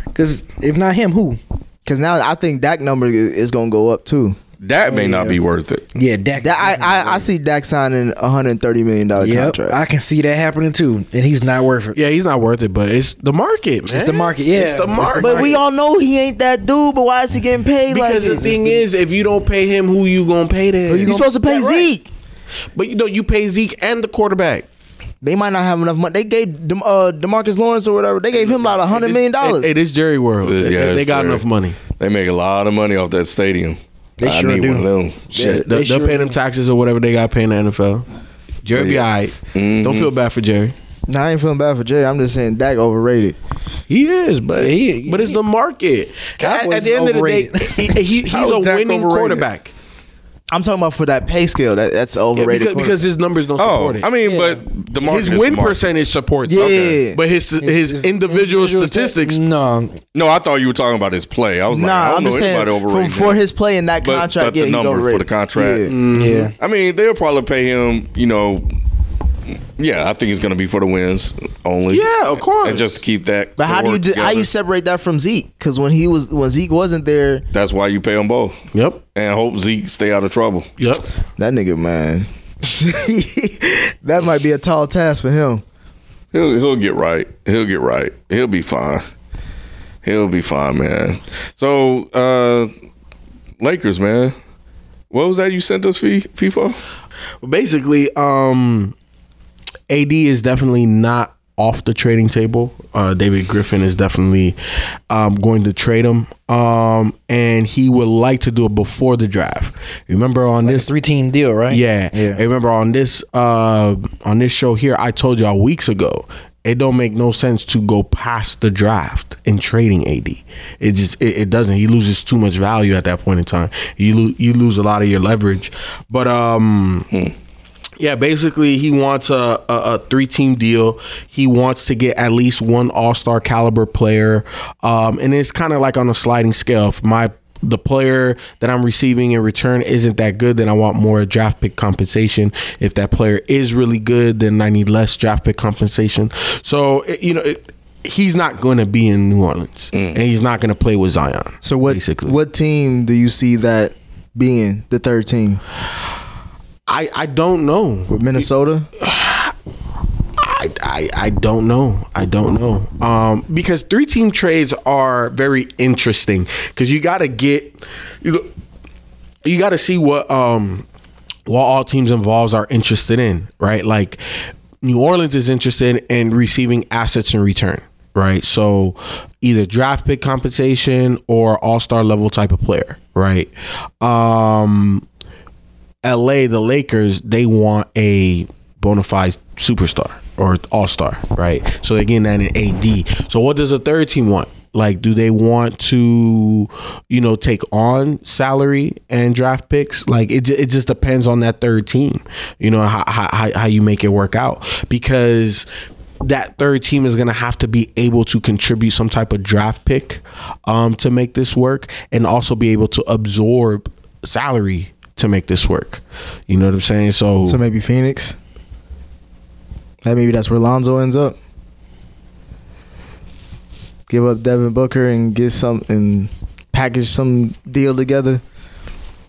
Speaker 4: Because if not him, who?
Speaker 10: Because now I think Dak number i- is gonna go up too.
Speaker 8: That may not be worth it.
Speaker 4: Yeah, Dak.
Speaker 10: That I, I I see Dak signing a hundred thirty million dollar
Speaker 4: Yep,
Speaker 10: contract.
Speaker 4: I can see that happening too, and he's not worth it.
Speaker 11: Yeah, he's not worth it, but it's the market, man.
Speaker 4: It's the market. Yeah,
Speaker 11: It's the market.
Speaker 10: but we all know he ain't that dude. But why is he getting paid?
Speaker 11: because
Speaker 10: like
Speaker 11: the
Speaker 10: this?
Speaker 11: thing is, if you don't pay him, who you gonna pay then?
Speaker 10: you supposed to pay Zeke.
Speaker 11: But you know, you pay Zeke and the quarterback.
Speaker 10: They might not have enough money. They gave Dem- uh, Demarcus Lawrence or whatever. They gave him about a hundred million dollars.
Speaker 11: Hey, hey, this Jerry World.
Speaker 8: Yeah,
Speaker 11: They- they
Speaker 8: it's
Speaker 11: got
Speaker 8: true.
Speaker 11: enough money.
Speaker 8: They make a lot of money off that stadium.
Speaker 4: They
Speaker 8: I
Speaker 4: sure
Speaker 8: need
Speaker 4: do.
Speaker 8: one of them.
Speaker 11: Shit,
Speaker 4: they
Speaker 11: they,
Speaker 4: sure
Speaker 11: are paying them taxes or whatever they got to pay in the NFL. Jerry be
Speaker 8: Yeah.
Speaker 11: all right. Don't feel bad for Jerry.
Speaker 10: Now I ain't feeling bad for Jerry. I'm just saying Dak overrated.
Speaker 11: He is, but
Speaker 4: He-
Speaker 11: but it's the market. At,
Speaker 4: Cowboys
Speaker 11: at the end of
Speaker 4: overrated.
Speaker 11: the day, he, he- he's
Speaker 8: How
Speaker 11: a
Speaker 8: is Dak
Speaker 11: winning
Speaker 8: overrated?
Speaker 11: quarterback.
Speaker 10: I'm talking about for that pay scale. That that's
Speaker 11: Yeah,
Speaker 10: overrated.
Speaker 11: because, because his numbers don't
Speaker 8: Oh,
Speaker 11: support it.
Speaker 8: I mean, but the market
Speaker 11: his
Speaker 8: is
Speaker 11: win
Speaker 8: the market.
Speaker 11: percentage supports.
Speaker 10: Yeah.
Speaker 11: it. but his his, individual, statistics.
Speaker 4: No,
Speaker 8: No, I thought you were talking about his play. I was like, I
Speaker 10: nah,
Speaker 8: don't
Speaker 10: I'm
Speaker 8: know
Speaker 10: just saying
Speaker 8: anybody
Speaker 10: for,
Speaker 8: overrated.
Speaker 10: for his play in that
Speaker 8: But-
Speaker 10: contract.
Speaker 8: but
Speaker 10: yeah,
Speaker 8: the
Speaker 10: he's
Speaker 8: number for
Speaker 10: overrated
Speaker 8: the contract.
Speaker 10: Yeah.
Speaker 4: yeah.
Speaker 8: I mean, they'll probably pay him. You know, yeah, I think it's going to be for the wins only.
Speaker 11: Yeah, of course.
Speaker 8: And just to keep that.
Speaker 10: But how do you
Speaker 8: core
Speaker 10: di- how you
Speaker 8: together.
Speaker 10: separate that from Zeke? Because when he was when Zeke wasn't there,
Speaker 8: That's why you pay them both
Speaker 11: Yep.
Speaker 8: and hope Zeke stay out of trouble.
Speaker 11: Yep.
Speaker 10: that nigga man, that might be a tall task for him.
Speaker 8: He'll he'll get right. He'll get right. He'll be fine. He'll be fine, man. So, uh Lakers, man. What was that you sent us, Fee- FIFA?
Speaker 11: Basically, um, AD is definitely not off the trading table. Uh, David Griffin is definitely um, going to trade him, um, and he would like to do it before the draft. Remember on this
Speaker 4: Three team deal, right?
Speaker 11: Yeah. And remember on this uh on this show here, I told y'all weeks ago, it don't make no sense to go past the draft in trading AD. It just it, it doesn't. He loses too much value at that point in time. You lo- you lose a lot of your leverage. But um yeah, basically, he wants a, a, a three team deal. He wants to get at least one All Star caliber player, um, and it's kind of like on a sliding scale. If my the player that I'm receiving in return isn't that good, then I want more draft pick compensation. If that player is really good, then I need less draft pick compensation. So it, you know, it, he's not going to be in New Orleans, and he's not going to play with Zion.
Speaker 10: Mm. So what
Speaker 11: Basically.
Speaker 10: what team do you see that being the third team?
Speaker 11: I I don't know.
Speaker 10: With Minnesota,
Speaker 11: I, I, I don't know. I don't know. Um, because three team trades are very interesting because you got to get you go- you got to see what um what all teams involved are interested in, right? Like New Orleans is interested in receiving assets in return, right? So either draft pick compensation or all star level type of player, right? Um, LA, the Lakers, they want a bona fide superstar or all star, right? So they're getting that in AD. So what does the third team want? Like, do they want to, you know, take on salary and draft picks? Like, it, ju- it just depends on that third team, you know, how, how, how- how you make it work out. Because that third team is going to have to be able to contribute some type of draft pick um, to make this work and also be able to absorb salary to make this work. You know what I'm saying? So,
Speaker 10: so maybe Phoenix. That maybe that's where Lonzo ends up. Give up Devin Booker and get some and package some deal together.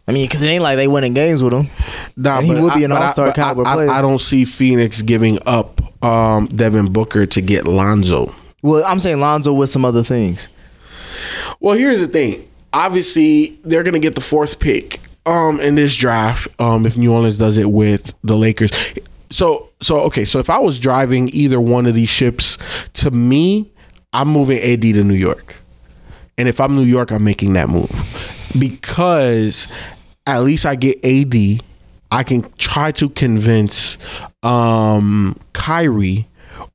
Speaker 10: I mean, because it ain't like they winning games with him.
Speaker 11: nah,
Speaker 10: and he
Speaker 11: but
Speaker 10: would be
Speaker 11: I-
Speaker 10: an
Speaker 11: but I-
Speaker 10: all-star
Speaker 11: but I-
Speaker 10: caliber
Speaker 11: I,
Speaker 10: player.
Speaker 11: I don't see Phoenix giving up um, Devin Booker to get Lonzo.
Speaker 10: Well, I'm saying Lonzo with some other things.
Speaker 11: Well, here's the thing. Obviously, they're gonna get the fourth pick um in this draft. Um, if New Orleans does it with the Lakers. So so okay, so if I was driving either one of these ships, to me, I'm moving AD to New York. And if I'm New York, I'm making that move because at least I get AD. I can try to convince um Kyrie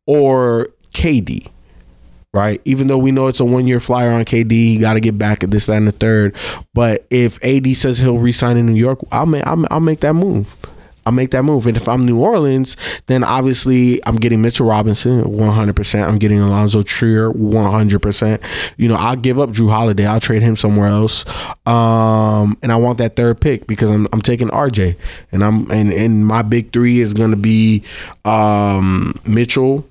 Speaker 11: or KD. Right, even though we know it's a one-year flyer on KD, you got to get back at this, that, and the third. But if AD says he'll resign in New York, I'll make I'll, I'll make that move. I'll make that move. And if I'm New Orleans, then obviously I'm getting Mitchell Robinson 100%. I'm getting Alonzo Trier 100%. You know, I'll give up Drew Holiday. I'll trade him somewhere else. Um, and I want that third pick because I'm, I'm taking RJ. And I'm and, and my big three is going to be um, Mitchell,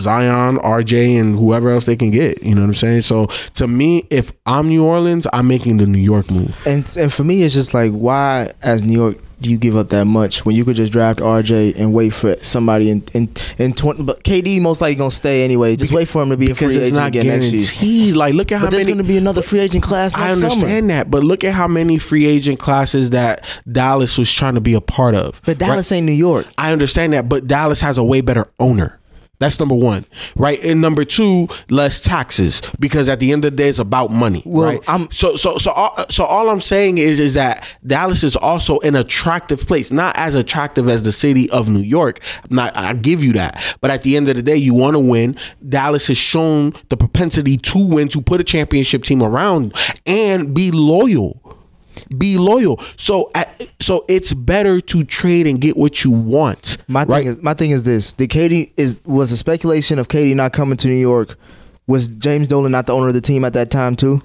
Speaker 11: Zion, RJ, and whoever else they can get. You know what I'm saying? So to me, if I'm New Orleans, I'm making the New York move.
Speaker 9: And and for me, it's just like why as New York do you give up that much when you could just draft RJ and wait for somebody in in, in twenty? But KD most likely gonna stay anyway. Just wait for him to be a free
Speaker 11: Because it's
Speaker 9: agent
Speaker 11: not
Speaker 9: again next year.
Speaker 11: guaranteed. Like look at how
Speaker 9: But there's
Speaker 11: many
Speaker 9: gonna be another free agent class next
Speaker 11: I understand
Speaker 9: summer.
Speaker 11: that, but look at how many free agent classes that Dallas was trying to be a part of.
Speaker 9: But Dallas ain't New York.
Speaker 11: I understand that, but Dallas has a way better owner. That's number one, right? And number two, less taxes because at the end of the day, it's about money,
Speaker 9: Well,
Speaker 11: right? so so so all, so all I'm saying is is that Dallas is also an attractive place, not as attractive as the city of New York. Not I give you that, but at the end of the day, you want to win. Dallas has shown the propensity to win, to put a championship team around, and be loyal be loyal. So at, so it's better to trade and get what you want.
Speaker 9: My thing is my thing is this: the KD is was the speculation of KD not coming to New York. Was James Dolan not the owner of the team at that time too?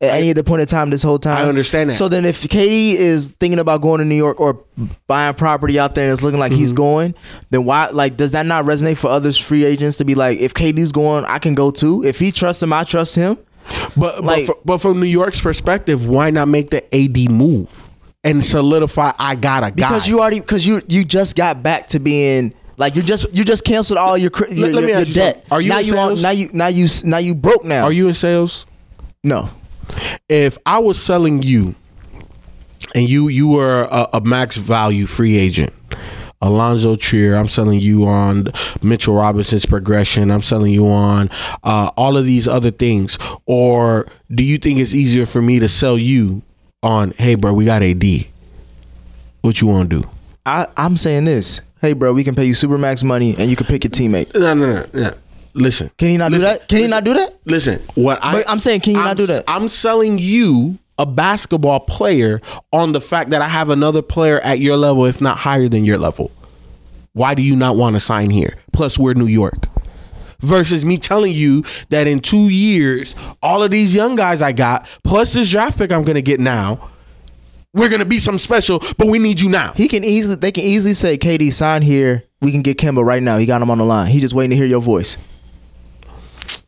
Speaker 9: At any of the point in time this whole time,
Speaker 11: I understand that.
Speaker 9: So then, if KD is thinking about going to New York or buying property out there and it's looking like
Speaker 11: Mm-hmm.
Speaker 9: he's going, then why? Like, does that not resonate for others free agents to be like, if KD's going, I can go too. If he trusts him, I trust him.
Speaker 11: But
Speaker 9: Like-
Speaker 11: but, fr- but from New York's perspective, why not make the AD move and solidify? I got a guy.
Speaker 9: because you already because you you just got back to being like you just you just canceled all your cri- your,
Speaker 11: let
Speaker 9: your-
Speaker 11: me
Speaker 9: your
Speaker 11: ask you
Speaker 9: debt.
Speaker 11: something. Are you
Speaker 9: now
Speaker 11: in
Speaker 9: you on,
Speaker 11: sales?
Speaker 9: now you now you s- now you broke now.
Speaker 11: are you in sales?
Speaker 9: No.
Speaker 11: If I was selling you, and you you were a, a max value free agent. Alonzo Trier, I'm selling you on Mitchell Robinson's progression. I'm selling you on uh, all of these other things. Or do you think it's easier for me to sell you on, hey, bro, we got AD? What you want to do?
Speaker 9: I I'm saying this. Hey, bro, we can pay you supermax money and you can pick your teammate.
Speaker 11: No, no, no, no. Listen.
Speaker 9: Can he not do
Speaker 11: Listen,
Speaker 9: that? Can he
Speaker 11: listen.
Speaker 9: not do that?
Speaker 11: Listen, what I
Speaker 9: But I'm saying, can you not do that?
Speaker 11: I'm selling you a basketball player on the fact that I have another player at your level, if not higher than your level. Why do you not want to sign here? Plus, we're New York. Versus me telling you that in two years, all of these young guys I got, plus this draft pick I'm gonna get now, we're gonna be some special, but we need you now.
Speaker 9: He can easily they can easily say KD sign here. We can get Kemba right now. He got him on the line. He just waiting to hear your voice.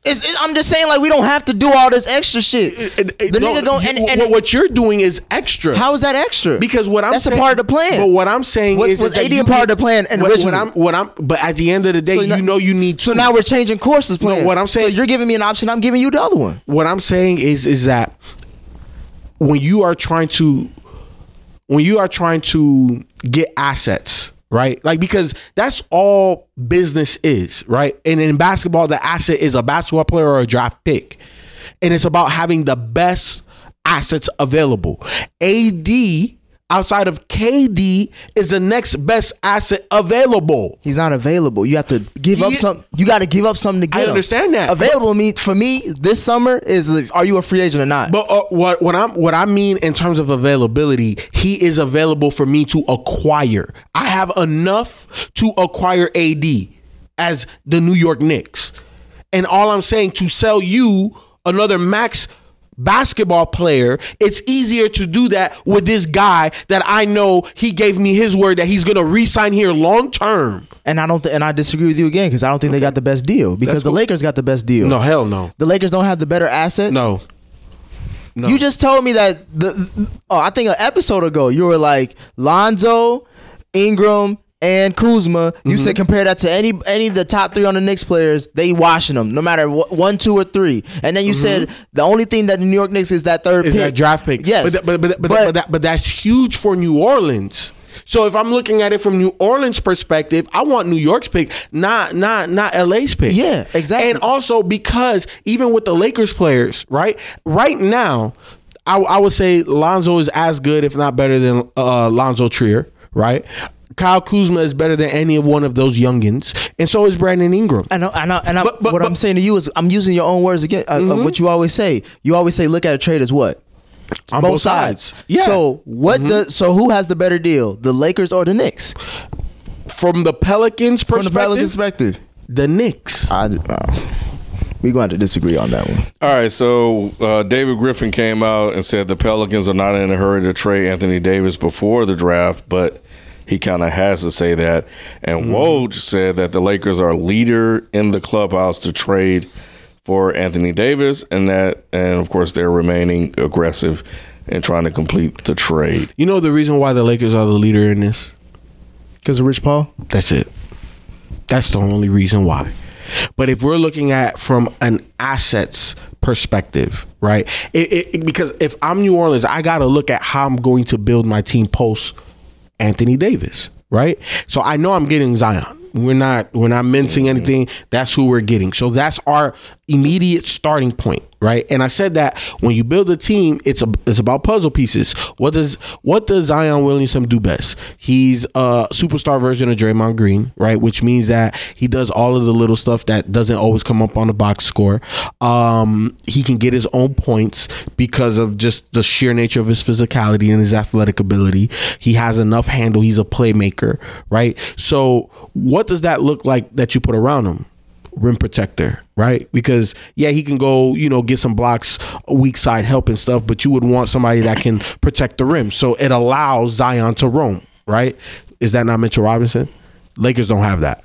Speaker 9: It's, it, I'm just saying like we don't have to do all this extra shit. the
Speaker 11: No,
Speaker 9: nigga don't
Speaker 11: you-
Speaker 9: and, and
Speaker 11: what, what you're doing is extra.
Speaker 9: how is that extra?
Speaker 11: Because what I'm
Speaker 9: that's
Speaker 11: saying,
Speaker 9: a part of the plan.
Speaker 11: But what I'm saying
Speaker 9: What-
Speaker 11: is,
Speaker 9: was
Speaker 11: is that
Speaker 9: AD a
Speaker 11: you
Speaker 9: part of the
Speaker 11: need-
Speaker 9: plan
Speaker 11: What,
Speaker 9: originally?
Speaker 11: what I'm, what I'm, but at the end of the day,
Speaker 9: So
Speaker 11: you
Speaker 9: not-
Speaker 11: know you need.
Speaker 9: So
Speaker 11: two.
Speaker 9: now we're changing courses. Plan.
Speaker 11: what I'm saying-
Speaker 9: So you're giving me an option. I'm giving you the other one.
Speaker 11: what I'm saying is, is that when you are trying to, when you are trying to get assets, right? Like because that's all business is, right? And in basketball, the asset is a basketball player or a draft pick, and it's about having the best assets available. AD. Outside of KD is the next best asset available.
Speaker 9: He's not available. You have to give up
Speaker 11: Yeah.
Speaker 9: some. You got to give up something to get.
Speaker 11: I
Speaker 9: him.
Speaker 11: understand that.
Speaker 9: Available me for me this summer is if- are you a free agent or not?
Speaker 11: But uh, what what I'm what I mean in terms of availability, he is available for me to acquire. I have enough to acquire AD as the New York Knicks, and all I'm saying to sell you another max basketball player, it's easier to do that with this guy that I know he gave me his word that he's gonna re-sign here long term.
Speaker 9: and I don't. Th- and I disagree with you again because I don't think they got the best deal because the Lakers got the best deal.
Speaker 11: No, hell no,
Speaker 9: the Lakers don't have the better assets.
Speaker 11: no. No.
Speaker 9: You just told me that the oh, I think an episode ago you were like Lonzo, Ingram, and Kuzma. You
Speaker 11: Mm-hmm.
Speaker 9: said compare that to any any of the top three on the Knicks players. They washing them, no matter what, one, two, or three. And then you said the only thing that the New York Knicks is that third
Speaker 11: Mm-hmm.
Speaker 9: pick.
Speaker 11: is that draft pick.
Speaker 9: Yes,
Speaker 11: but but but, but, but, that, but that's huge for New Orleans. So if I'm looking at it from New Orleans perspective, I want New York's pick, not not not LA's pick.
Speaker 9: Yeah, exactly.
Speaker 11: And also because even with the Lakers players, right? Right now, I, I would say Lonzo is as good, if not better, than uh, Lonzo Trier, right? Kyle Kuzma is better than any of one of those youngins, and so is Brandon Ingram.
Speaker 10: I know, I know, and I, what I'm saying to you is, I'm using your own words again. Uh, uh,
Speaker 9: Mm-hmm.
Speaker 10: what you always say, you always say, look at a trade as what
Speaker 11: On both sides. Yeah.
Speaker 10: So what
Speaker 9: Mm-hmm.
Speaker 10: the? So who has the better deal, the Lakers or the Knicks?
Speaker 11: From the Pelicans'
Speaker 10: From the Pelicans' perspective,
Speaker 11: the Knicks.
Speaker 10: I, uh, we going to disagree on that one.
Speaker 8: All right, so uh, David Griffin came out and said the Pelicans are not in a hurry to trade Anthony Davis before the draft, but he kind of has to say that. And
Speaker 11: Mm-hmm.
Speaker 8: Woj said that the Lakers are leader in the clubhouse to trade for Anthony Davis, and that, and of course, they're remaining aggressive and trying to complete the trade.
Speaker 11: You know the reason why the Lakers are the leader in this?
Speaker 10: Because of Rich Paul?
Speaker 11: That's it. That's the only reason why. But if we're looking at from an assets perspective, right? It, it, it- because if I'm New Orleans, I got to look at how I'm going to build my team post Anthony Davis, right? So I know I'm getting Zion. We're not we're not mincing anything. That's who we're getting. So that's our immediate starting point, right? And I said that when you build a team, it's a it's about puzzle pieces. What does what does Zion Williamson do best? He's a superstar version of Draymond Green, right? Which means that he does all of the little stuff that doesn't always come up on the box score. Um, he can get his own points because of just the sheer nature of his physicality and his athletic ability. He has enough handle. He's a playmaker, right? So, what does that look like that you put around him? rim protector, right? Because yeah, he can go, you know, get some blocks, weak side help and stuff, but you would want somebody that can protect the rim. So it allows Zion to roam, right? Is that not Mitchell Robinson? Lakers don't have that.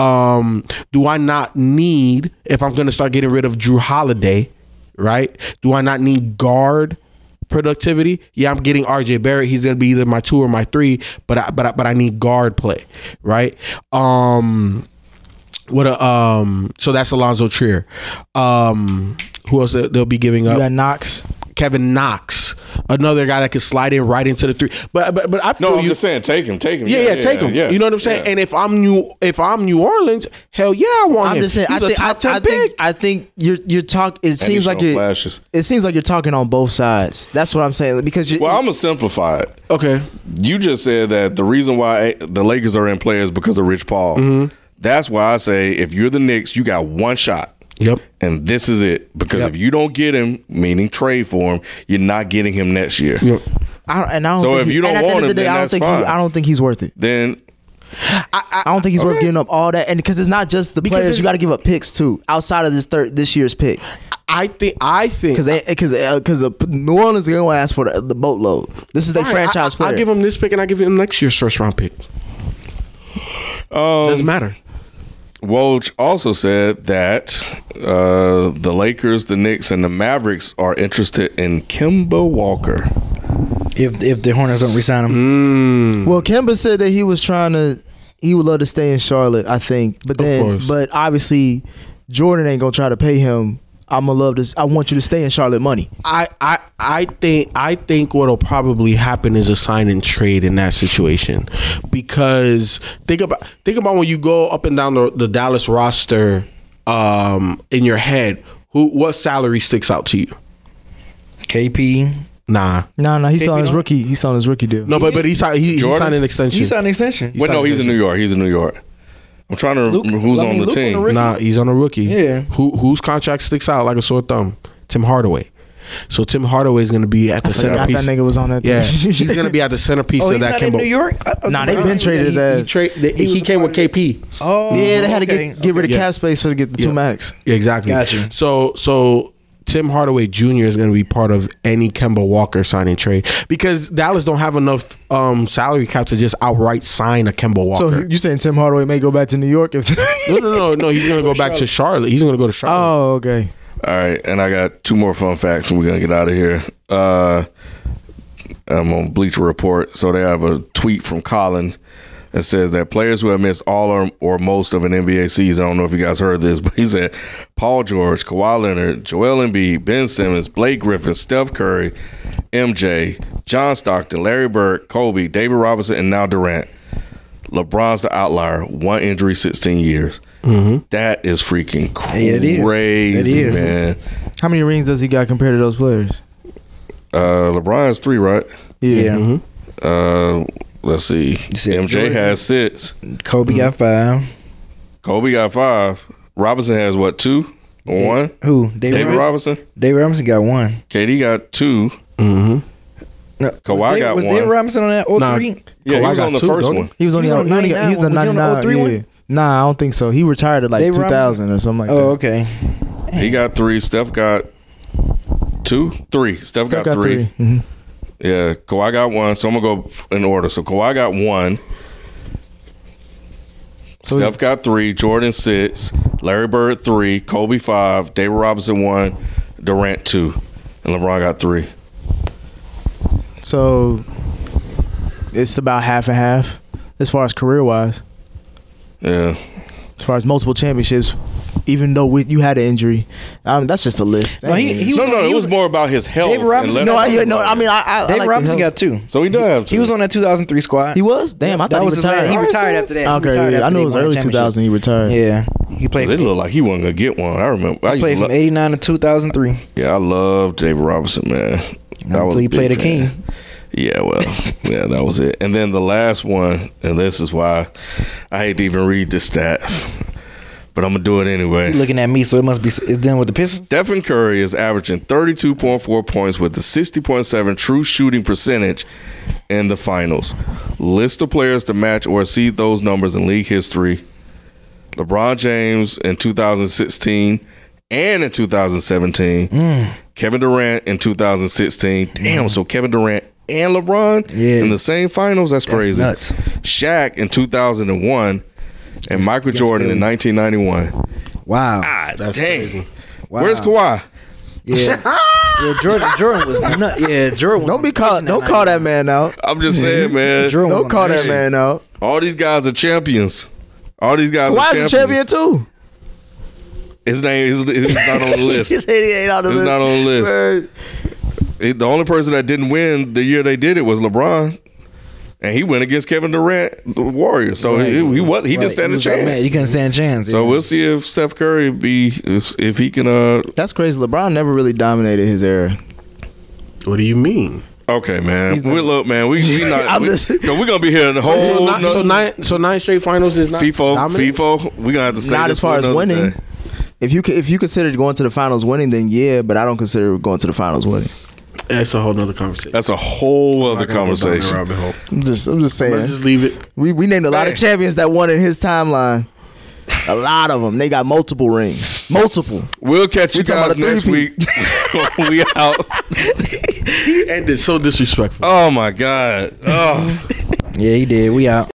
Speaker 11: Um, do I not need if I'm going to start getting rid of Drew Holiday, right? Do I not need guard productivity. Yeah, I'm getting RJ Barrett. He's gonna be either my two or my three, but I, but I, but I need guard play, right? Um, what a um. So that's Alonzo Trier. Um, who else that they'll be giving up?
Speaker 10: You got Knox.
Speaker 11: Kevin Knox, another guy that could slide in right into the three. But but but I feel
Speaker 8: No, I'm
Speaker 11: you.
Speaker 8: just saying, take him, take him.
Speaker 11: yeah, yeah, take him.
Speaker 8: yeah,
Speaker 11: you know what I'm saying.
Speaker 8: yeah.
Speaker 11: And if I'm new, if I'm New Orleans, hell yeah, I want
Speaker 10: I'm
Speaker 11: him.
Speaker 10: just saying. I
Speaker 11: He's a
Speaker 10: think, I,
Speaker 11: top 10
Speaker 10: I
Speaker 11: pick.
Speaker 10: think. I think you're you're talk. It seems
Speaker 8: he's
Speaker 10: like
Speaker 8: showing
Speaker 10: you're.
Speaker 8: flashes.
Speaker 10: It seems like you're talking on both sides. That's what I'm saying. Because you
Speaker 8: Well, I'm gonna simplify it.
Speaker 11: Okay.
Speaker 8: You just said that the reason why the Lakers are in play is because of Rich Paul.
Speaker 11: Mm-hmm.
Speaker 8: That's why I say if you're the Knicks, you got one shot.
Speaker 11: Yep.
Speaker 8: And this is it. Because if you don't get him, meaning trade for him, you're not getting him next year.
Speaker 11: Yep.
Speaker 10: I don't, and I don't
Speaker 8: So
Speaker 10: think
Speaker 8: if
Speaker 10: he-
Speaker 8: you don't
Speaker 10: and at the end
Speaker 8: want
Speaker 10: of the
Speaker 8: him,
Speaker 10: day,
Speaker 8: then
Speaker 10: I don't
Speaker 8: that's
Speaker 10: think he,
Speaker 8: fine.
Speaker 10: I don't think he's worth it.
Speaker 8: Then
Speaker 10: I, don't think he's worth giving up all that. And because it's not just the
Speaker 11: Because
Speaker 10: players,
Speaker 11: it's-
Speaker 10: you got to give up picks too. Outside of this third this year's pick,
Speaker 11: I think I think
Speaker 10: because because because uh, New Orleans going to ask for the, the boatload. This is their
Speaker 11: Fine, I-
Speaker 10: franchise
Speaker 11: I,
Speaker 10: player.
Speaker 11: I'll give him this pick and I give him next year's first round pick.
Speaker 8: Um,
Speaker 11: Doesn't matter.
Speaker 8: Woj also said that uh, the Lakers, the Knicks, and the Mavericks are interested in Kimba Walker.
Speaker 4: If if the Hornets don't resign him,
Speaker 8: Hmm,
Speaker 10: Well, Kemba said that he was trying to, he would love to stay in Charlotte, I think. But then,
Speaker 11: course.
Speaker 10: but obviously, Jordan ain't gonna try to pay him. I'm gonna love this. I want you to stay in Charlotte, money.
Speaker 11: I, I I think I think what'll probably happen is a sign and trade in that situation, because think about think about when you go up and down the, the Dallas roster, um, in your head, who what salary sticks out to you?
Speaker 4: KP.
Speaker 11: Nah,
Speaker 10: No, no, he's
Speaker 4: KP
Speaker 10: on his
Speaker 4: don't-
Speaker 10: rookie. He's on his rookie deal.
Speaker 11: no, but but he signed he, he
Speaker 8: Jordan?
Speaker 11: signed an extension.
Speaker 4: He signed an extension.
Speaker 8: Wait, no, he's in New York. He's in New York. I'm trying to remember who's
Speaker 4: I
Speaker 8: on
Speaker 4: mean,
Speaker 8: the
Speaker 4: Luke on
Speaker 8: team.
Speaker 4: the rookie.
Speaker 11: Nah, he's on a rookie.
Speaker 4: Yeah.
Speaker 11: Who whose contract sticks out like a sore thumb? Tim Hardaway. So Tim Hardaway is going to be at the
Speaker 10: forgot
Speaker 11: centerpiece.
Speaker 10: that nigga was on that
Speaker 11: Yeah,
Speaker 10: team.
Speaker 11: he's going to be at the centerpiece
Speaker 4: Oh,
Speaker 11: of
Speaker 4: he's
Speaker 11: that.
Speaker 4: not in
Speaker 11: Kimbo-
Speaker 4: New York. I thought
Speaker 10: Nah,
Speaker 4: the
Speaker 10: they been
Speaker 4: Browns-
Speaker 10: traded his
Speaker 4: he-
Speaker 10: ass.
Speaker 11: He, tra- he,
Speaker 4: was a
Speaker 11: came with KP.
Speaker 4: Oh,
Speaker 10: yeah, they had to
Speaker 4: okay,
Speaker 10: get, get rid of
Speaker 11: okay.
Speaker 10: cap space so to get the two
Speaker 11: Yeah.
Speaker 10: max.
Speaker 11: Yeah, exactly.
Speaker 4: Gotcha.
Speaker 11: So so Tim Hardaway Jr. is going to be part of any Kemba Walker signing trade because Dallas don't have enough um, salary cap to just outright sign a Kemba
Speaker 10: So
Speaker 11: Walker.
Speaker 10: you saying Tim Hardaway may go back to New York if?
Speaker 11: no, no, no, no. He's going to go back to Charlotte. He's going to go to Charlotte.
Speaker 10: oh, okay.
Speaker 8: All right, and I got two more fun facts, and we're gonna get out of here. Uh, I'm on Bleacher Report, so they have a tweet from Colin that says that players who have missed all or, or most of an NBA season. I don't know if you guys heard this, but he said Paul George, Kawhi Leonard, Joel Embiid, Ben Simmons, Blake Griffin, Steph Curry, MJ, John Stockton, Larry Bird, Kobe, David Robinson, and now Durant. LeBron's the outlier. One injury, 16 years. That is freaking
Speaker 4: Mm-hmm. it is.
Speaker 8: crazy,
Speaker 4: It is.
Speaker 8: man.
Speaker 10: How many rings does he got compared to those players?
Speaker 8: Uh, LeBron's three, right?
Speaker 4: Yeah.
Speaker 8: Uh, let's see. MJ
Speaker 4: Jordan.
Speaker 8: has six.
Speaker 4: Kobe got
Speaker 10: Mm-hmm.
Speaker 4: five.
Speaker 8: Kobe got five. Robinson has what? Two. Or One.
Speaker 4: Who?
Speaker 8: David, Robinson.
Speaker 4: David Robinson got one.
Speaker 8: KD got 2
Speaker 11: Mm-hmm.
Speaker 4: No,
Speaker 8: Kawhi
Speaker 4: was David,
Speaker 8: got
Speaker 4: was
Speaker 8: one.
Speaker 4: David Robinson on that 03?
Speaker 8: Nah, yeah, he was on the first one.
Speaker 10: He was on
Speaker 4: He
Speaker 10: the
Speaker 4: was on
Speaker 10: he only got-
Speaker 4: 99
Speaker 10: he was the oh
Speaker 4: one. Was he on the
Speaker 10: 99
Speaker 4: 03 one?
Speaker 10: yeah. Nah, I don't think so. He retired at like
Speaker 4: Dave
Speaker 10: 2000 or something like that.
Speaker 4: Oh, okay.
Speaker 8: He got three. Steph got two, three. Steph, got, Mm-hmm.
Speaker 10: got
Speaker 8: 3
Speaker 10: three. Mhm.
Speaker 8: Yeah, Kawhi got one. So I'm gonna go in order. So Kawhi got one. Steph got three. Jordan six. Larry Bird three. Kobe five. David Robinson one. Durant two. And LeBron got three.
Speaker 10: So it's about half and half as far as career wise,
Speaker 8: Yeah.
Speaker 10: as far as multiple championships. Even though we, you had an injury, um, that's just a list.
Speaker 4: No, he- he was
Speaker 8: no,
Speaker 4: on-
Speaker 8: no,
Speaker 4: he
Speaker 8: it was,
Speaker 4: was-
Speaker 8: more about his health.
Speaker 4: David Robinson-
Speaker 8: and
Speaker 10: no,
Speaker 8: less
Speaker 10: I, yeah,
Speaker 8: about
Speaker 10: no, I
Speaker 8: his-
Speaker 10: mean, I, I, I
Speaker 4: David
Speaker 10: like the
Speaker 4: Robinson
Speaker 10: health.
Speaker 4: got two.
Speaker 8: So he does have. Two.
Speaker 4: He was on that 2003 squad.
Speaker 10: He was damn. I
Speaker 4: That
Speaker 10: thought he
Speaker 4: was his
Speaker 10: retired.
Speaker 4: last- he retired after that. He
Speaker 10: Okay,
Speaker 4: retired
Speaker 10: yeah, I
Speaker 4: after
Speaker 10: know
Speaker 4: they
Speaker 10: it was
Speaker 4: won the
Speaker 10: early
Speaker 4: championship.
Speaker 10: 2000. He retired.
Speaker 4: Yeah, he played.
Speaker 8: It looked like he wasn't gonna get one. I remember. I
Speaker 4: He
Speaker 8: used
Speaker 4: played
Speaker 8: to
Speaker 4: from
Speaker 8: lo-
Speaker 4: '89 to 2003.
Speaker 8: yeah, I love David Robinson, man. I was
Speaker 4: Until he
Speaker 8: big
Speaker 4: played a
Speaker 8: fan.
Speaker 4: king.
Speaker 8: Yeah, well, yeah, that was it. And then the last one, and this is why I hate to even read this stat, but I'm gonna do it anyway.
Speaker 4: He looking at me, so it must be. It's done with the Pistons.
Speaker 8: Stephen Curry is averaging 32.4 points with a 60.7 true shooting percentage in the finals. List of players to match or exceed those numbers in league history. LeBron James in 2016 and in 2017.
Speaker 4: Hmm.
Speaker 8: Kevin Durant in 2016. Damn, so Kevin Durant and LeBron
Speaker 4: Yeah.
Speaker 8: in the same finals? That's crazy.
Speaker 4: nuts.
Speaker 8: Shaq in 2001 and Michael Jordan in 1991.
Speaker 4: Wow.
Speaker 8: Ah, That's dang. crazy. Where's Kawhi?
Speaker 4: Yeah. yeah Jordan, Jordan was nut. Yeah, Jordan. Was
Speaker 10: Don't be call. Don't call that man out.
Speaker 8: I'm just saying, man.
Speaker 4: Drew was
Speaker 10: Don't
Speaker 4: on
Speaker 10: call
Speaker 4: the
Speaker 10: that man out.
Speaker 8: All these guys are champions. All these guys
Speaker 10: Why
Speaker 8: are
Speaker 10: is he
Speaker 8: champions.
Speaker 10: champion too?
Speaker 8: His name is he's not on the list.
Speaker 10: He just said he ain't on the
Speaker 8: He's
Speaker 10: list.
Speaker 8: not on the list. He- the only person that didn't win the year they did it was LeBron. And he went against Kevin Durant, the Warriors. So he, he was he didn't stand a chance.
Speaker 4: Man, you couldn't stand a chance.
Speaker 8: so
Speaker 4: yeah.
Speaker 8: we'll see if Steph Curry be if he can uh
Speaker 10: That's crazy. LeBron never really dominated his era.
Speaker 11: What do you mean?
Speaker 8: okay man.
Speaker 10: He's
Speaker 8: We
Speaker 10: not-
Speaker 8: look man, we we not
Speaker 10: I'm
Speaker 8: we,
Speaker 10: just-
Speaker 8: are gonna be here the whole
Speaker 11: So, nine,
Speaker 8: no-
Speaker 11: so nine, so nine straight finals is not
Speaker 8: FIFO
Speaker 11: dominant?
Speaker 8: FIFO. We gonna have to say
Speaker 10: not
Speaker 8: this
Speaker 10: as far
Speaker 8: for
Speaker 10: as
Speaker 8: another
Speaker 10: winning.
Speaker 8: day.
Speaker 10: If you if you consider going to the finals winning, then yeah. But I don't consider going to the finals winning.
Speaker 11: That's a whole nother conversation.
Speaker 8: That's a whole
Speaker 11: I'm
Speaker 8: other
Speaker 11: not gonna go down that
Speaker 8: conversation.
Speaker 11: rabbit hole.
Speaker 10: I'm just I'm just saying.
Speaker 11: Let's just leave it.
Speaker 10: we we named a lot
Speaker 8: Man.
Speaker 10: of champions that won in his timeline. A lot of them. They got multiple rings. Multiple.
Speaker 8: We'll catch you guys
Speaker 10: talking about a
Speaker 8: next week. we out.
Speaker 11: He ended so disrespectful.
Speaker 8: Oh my God. Oh.
Speaker 4: Yeah, he did. We out.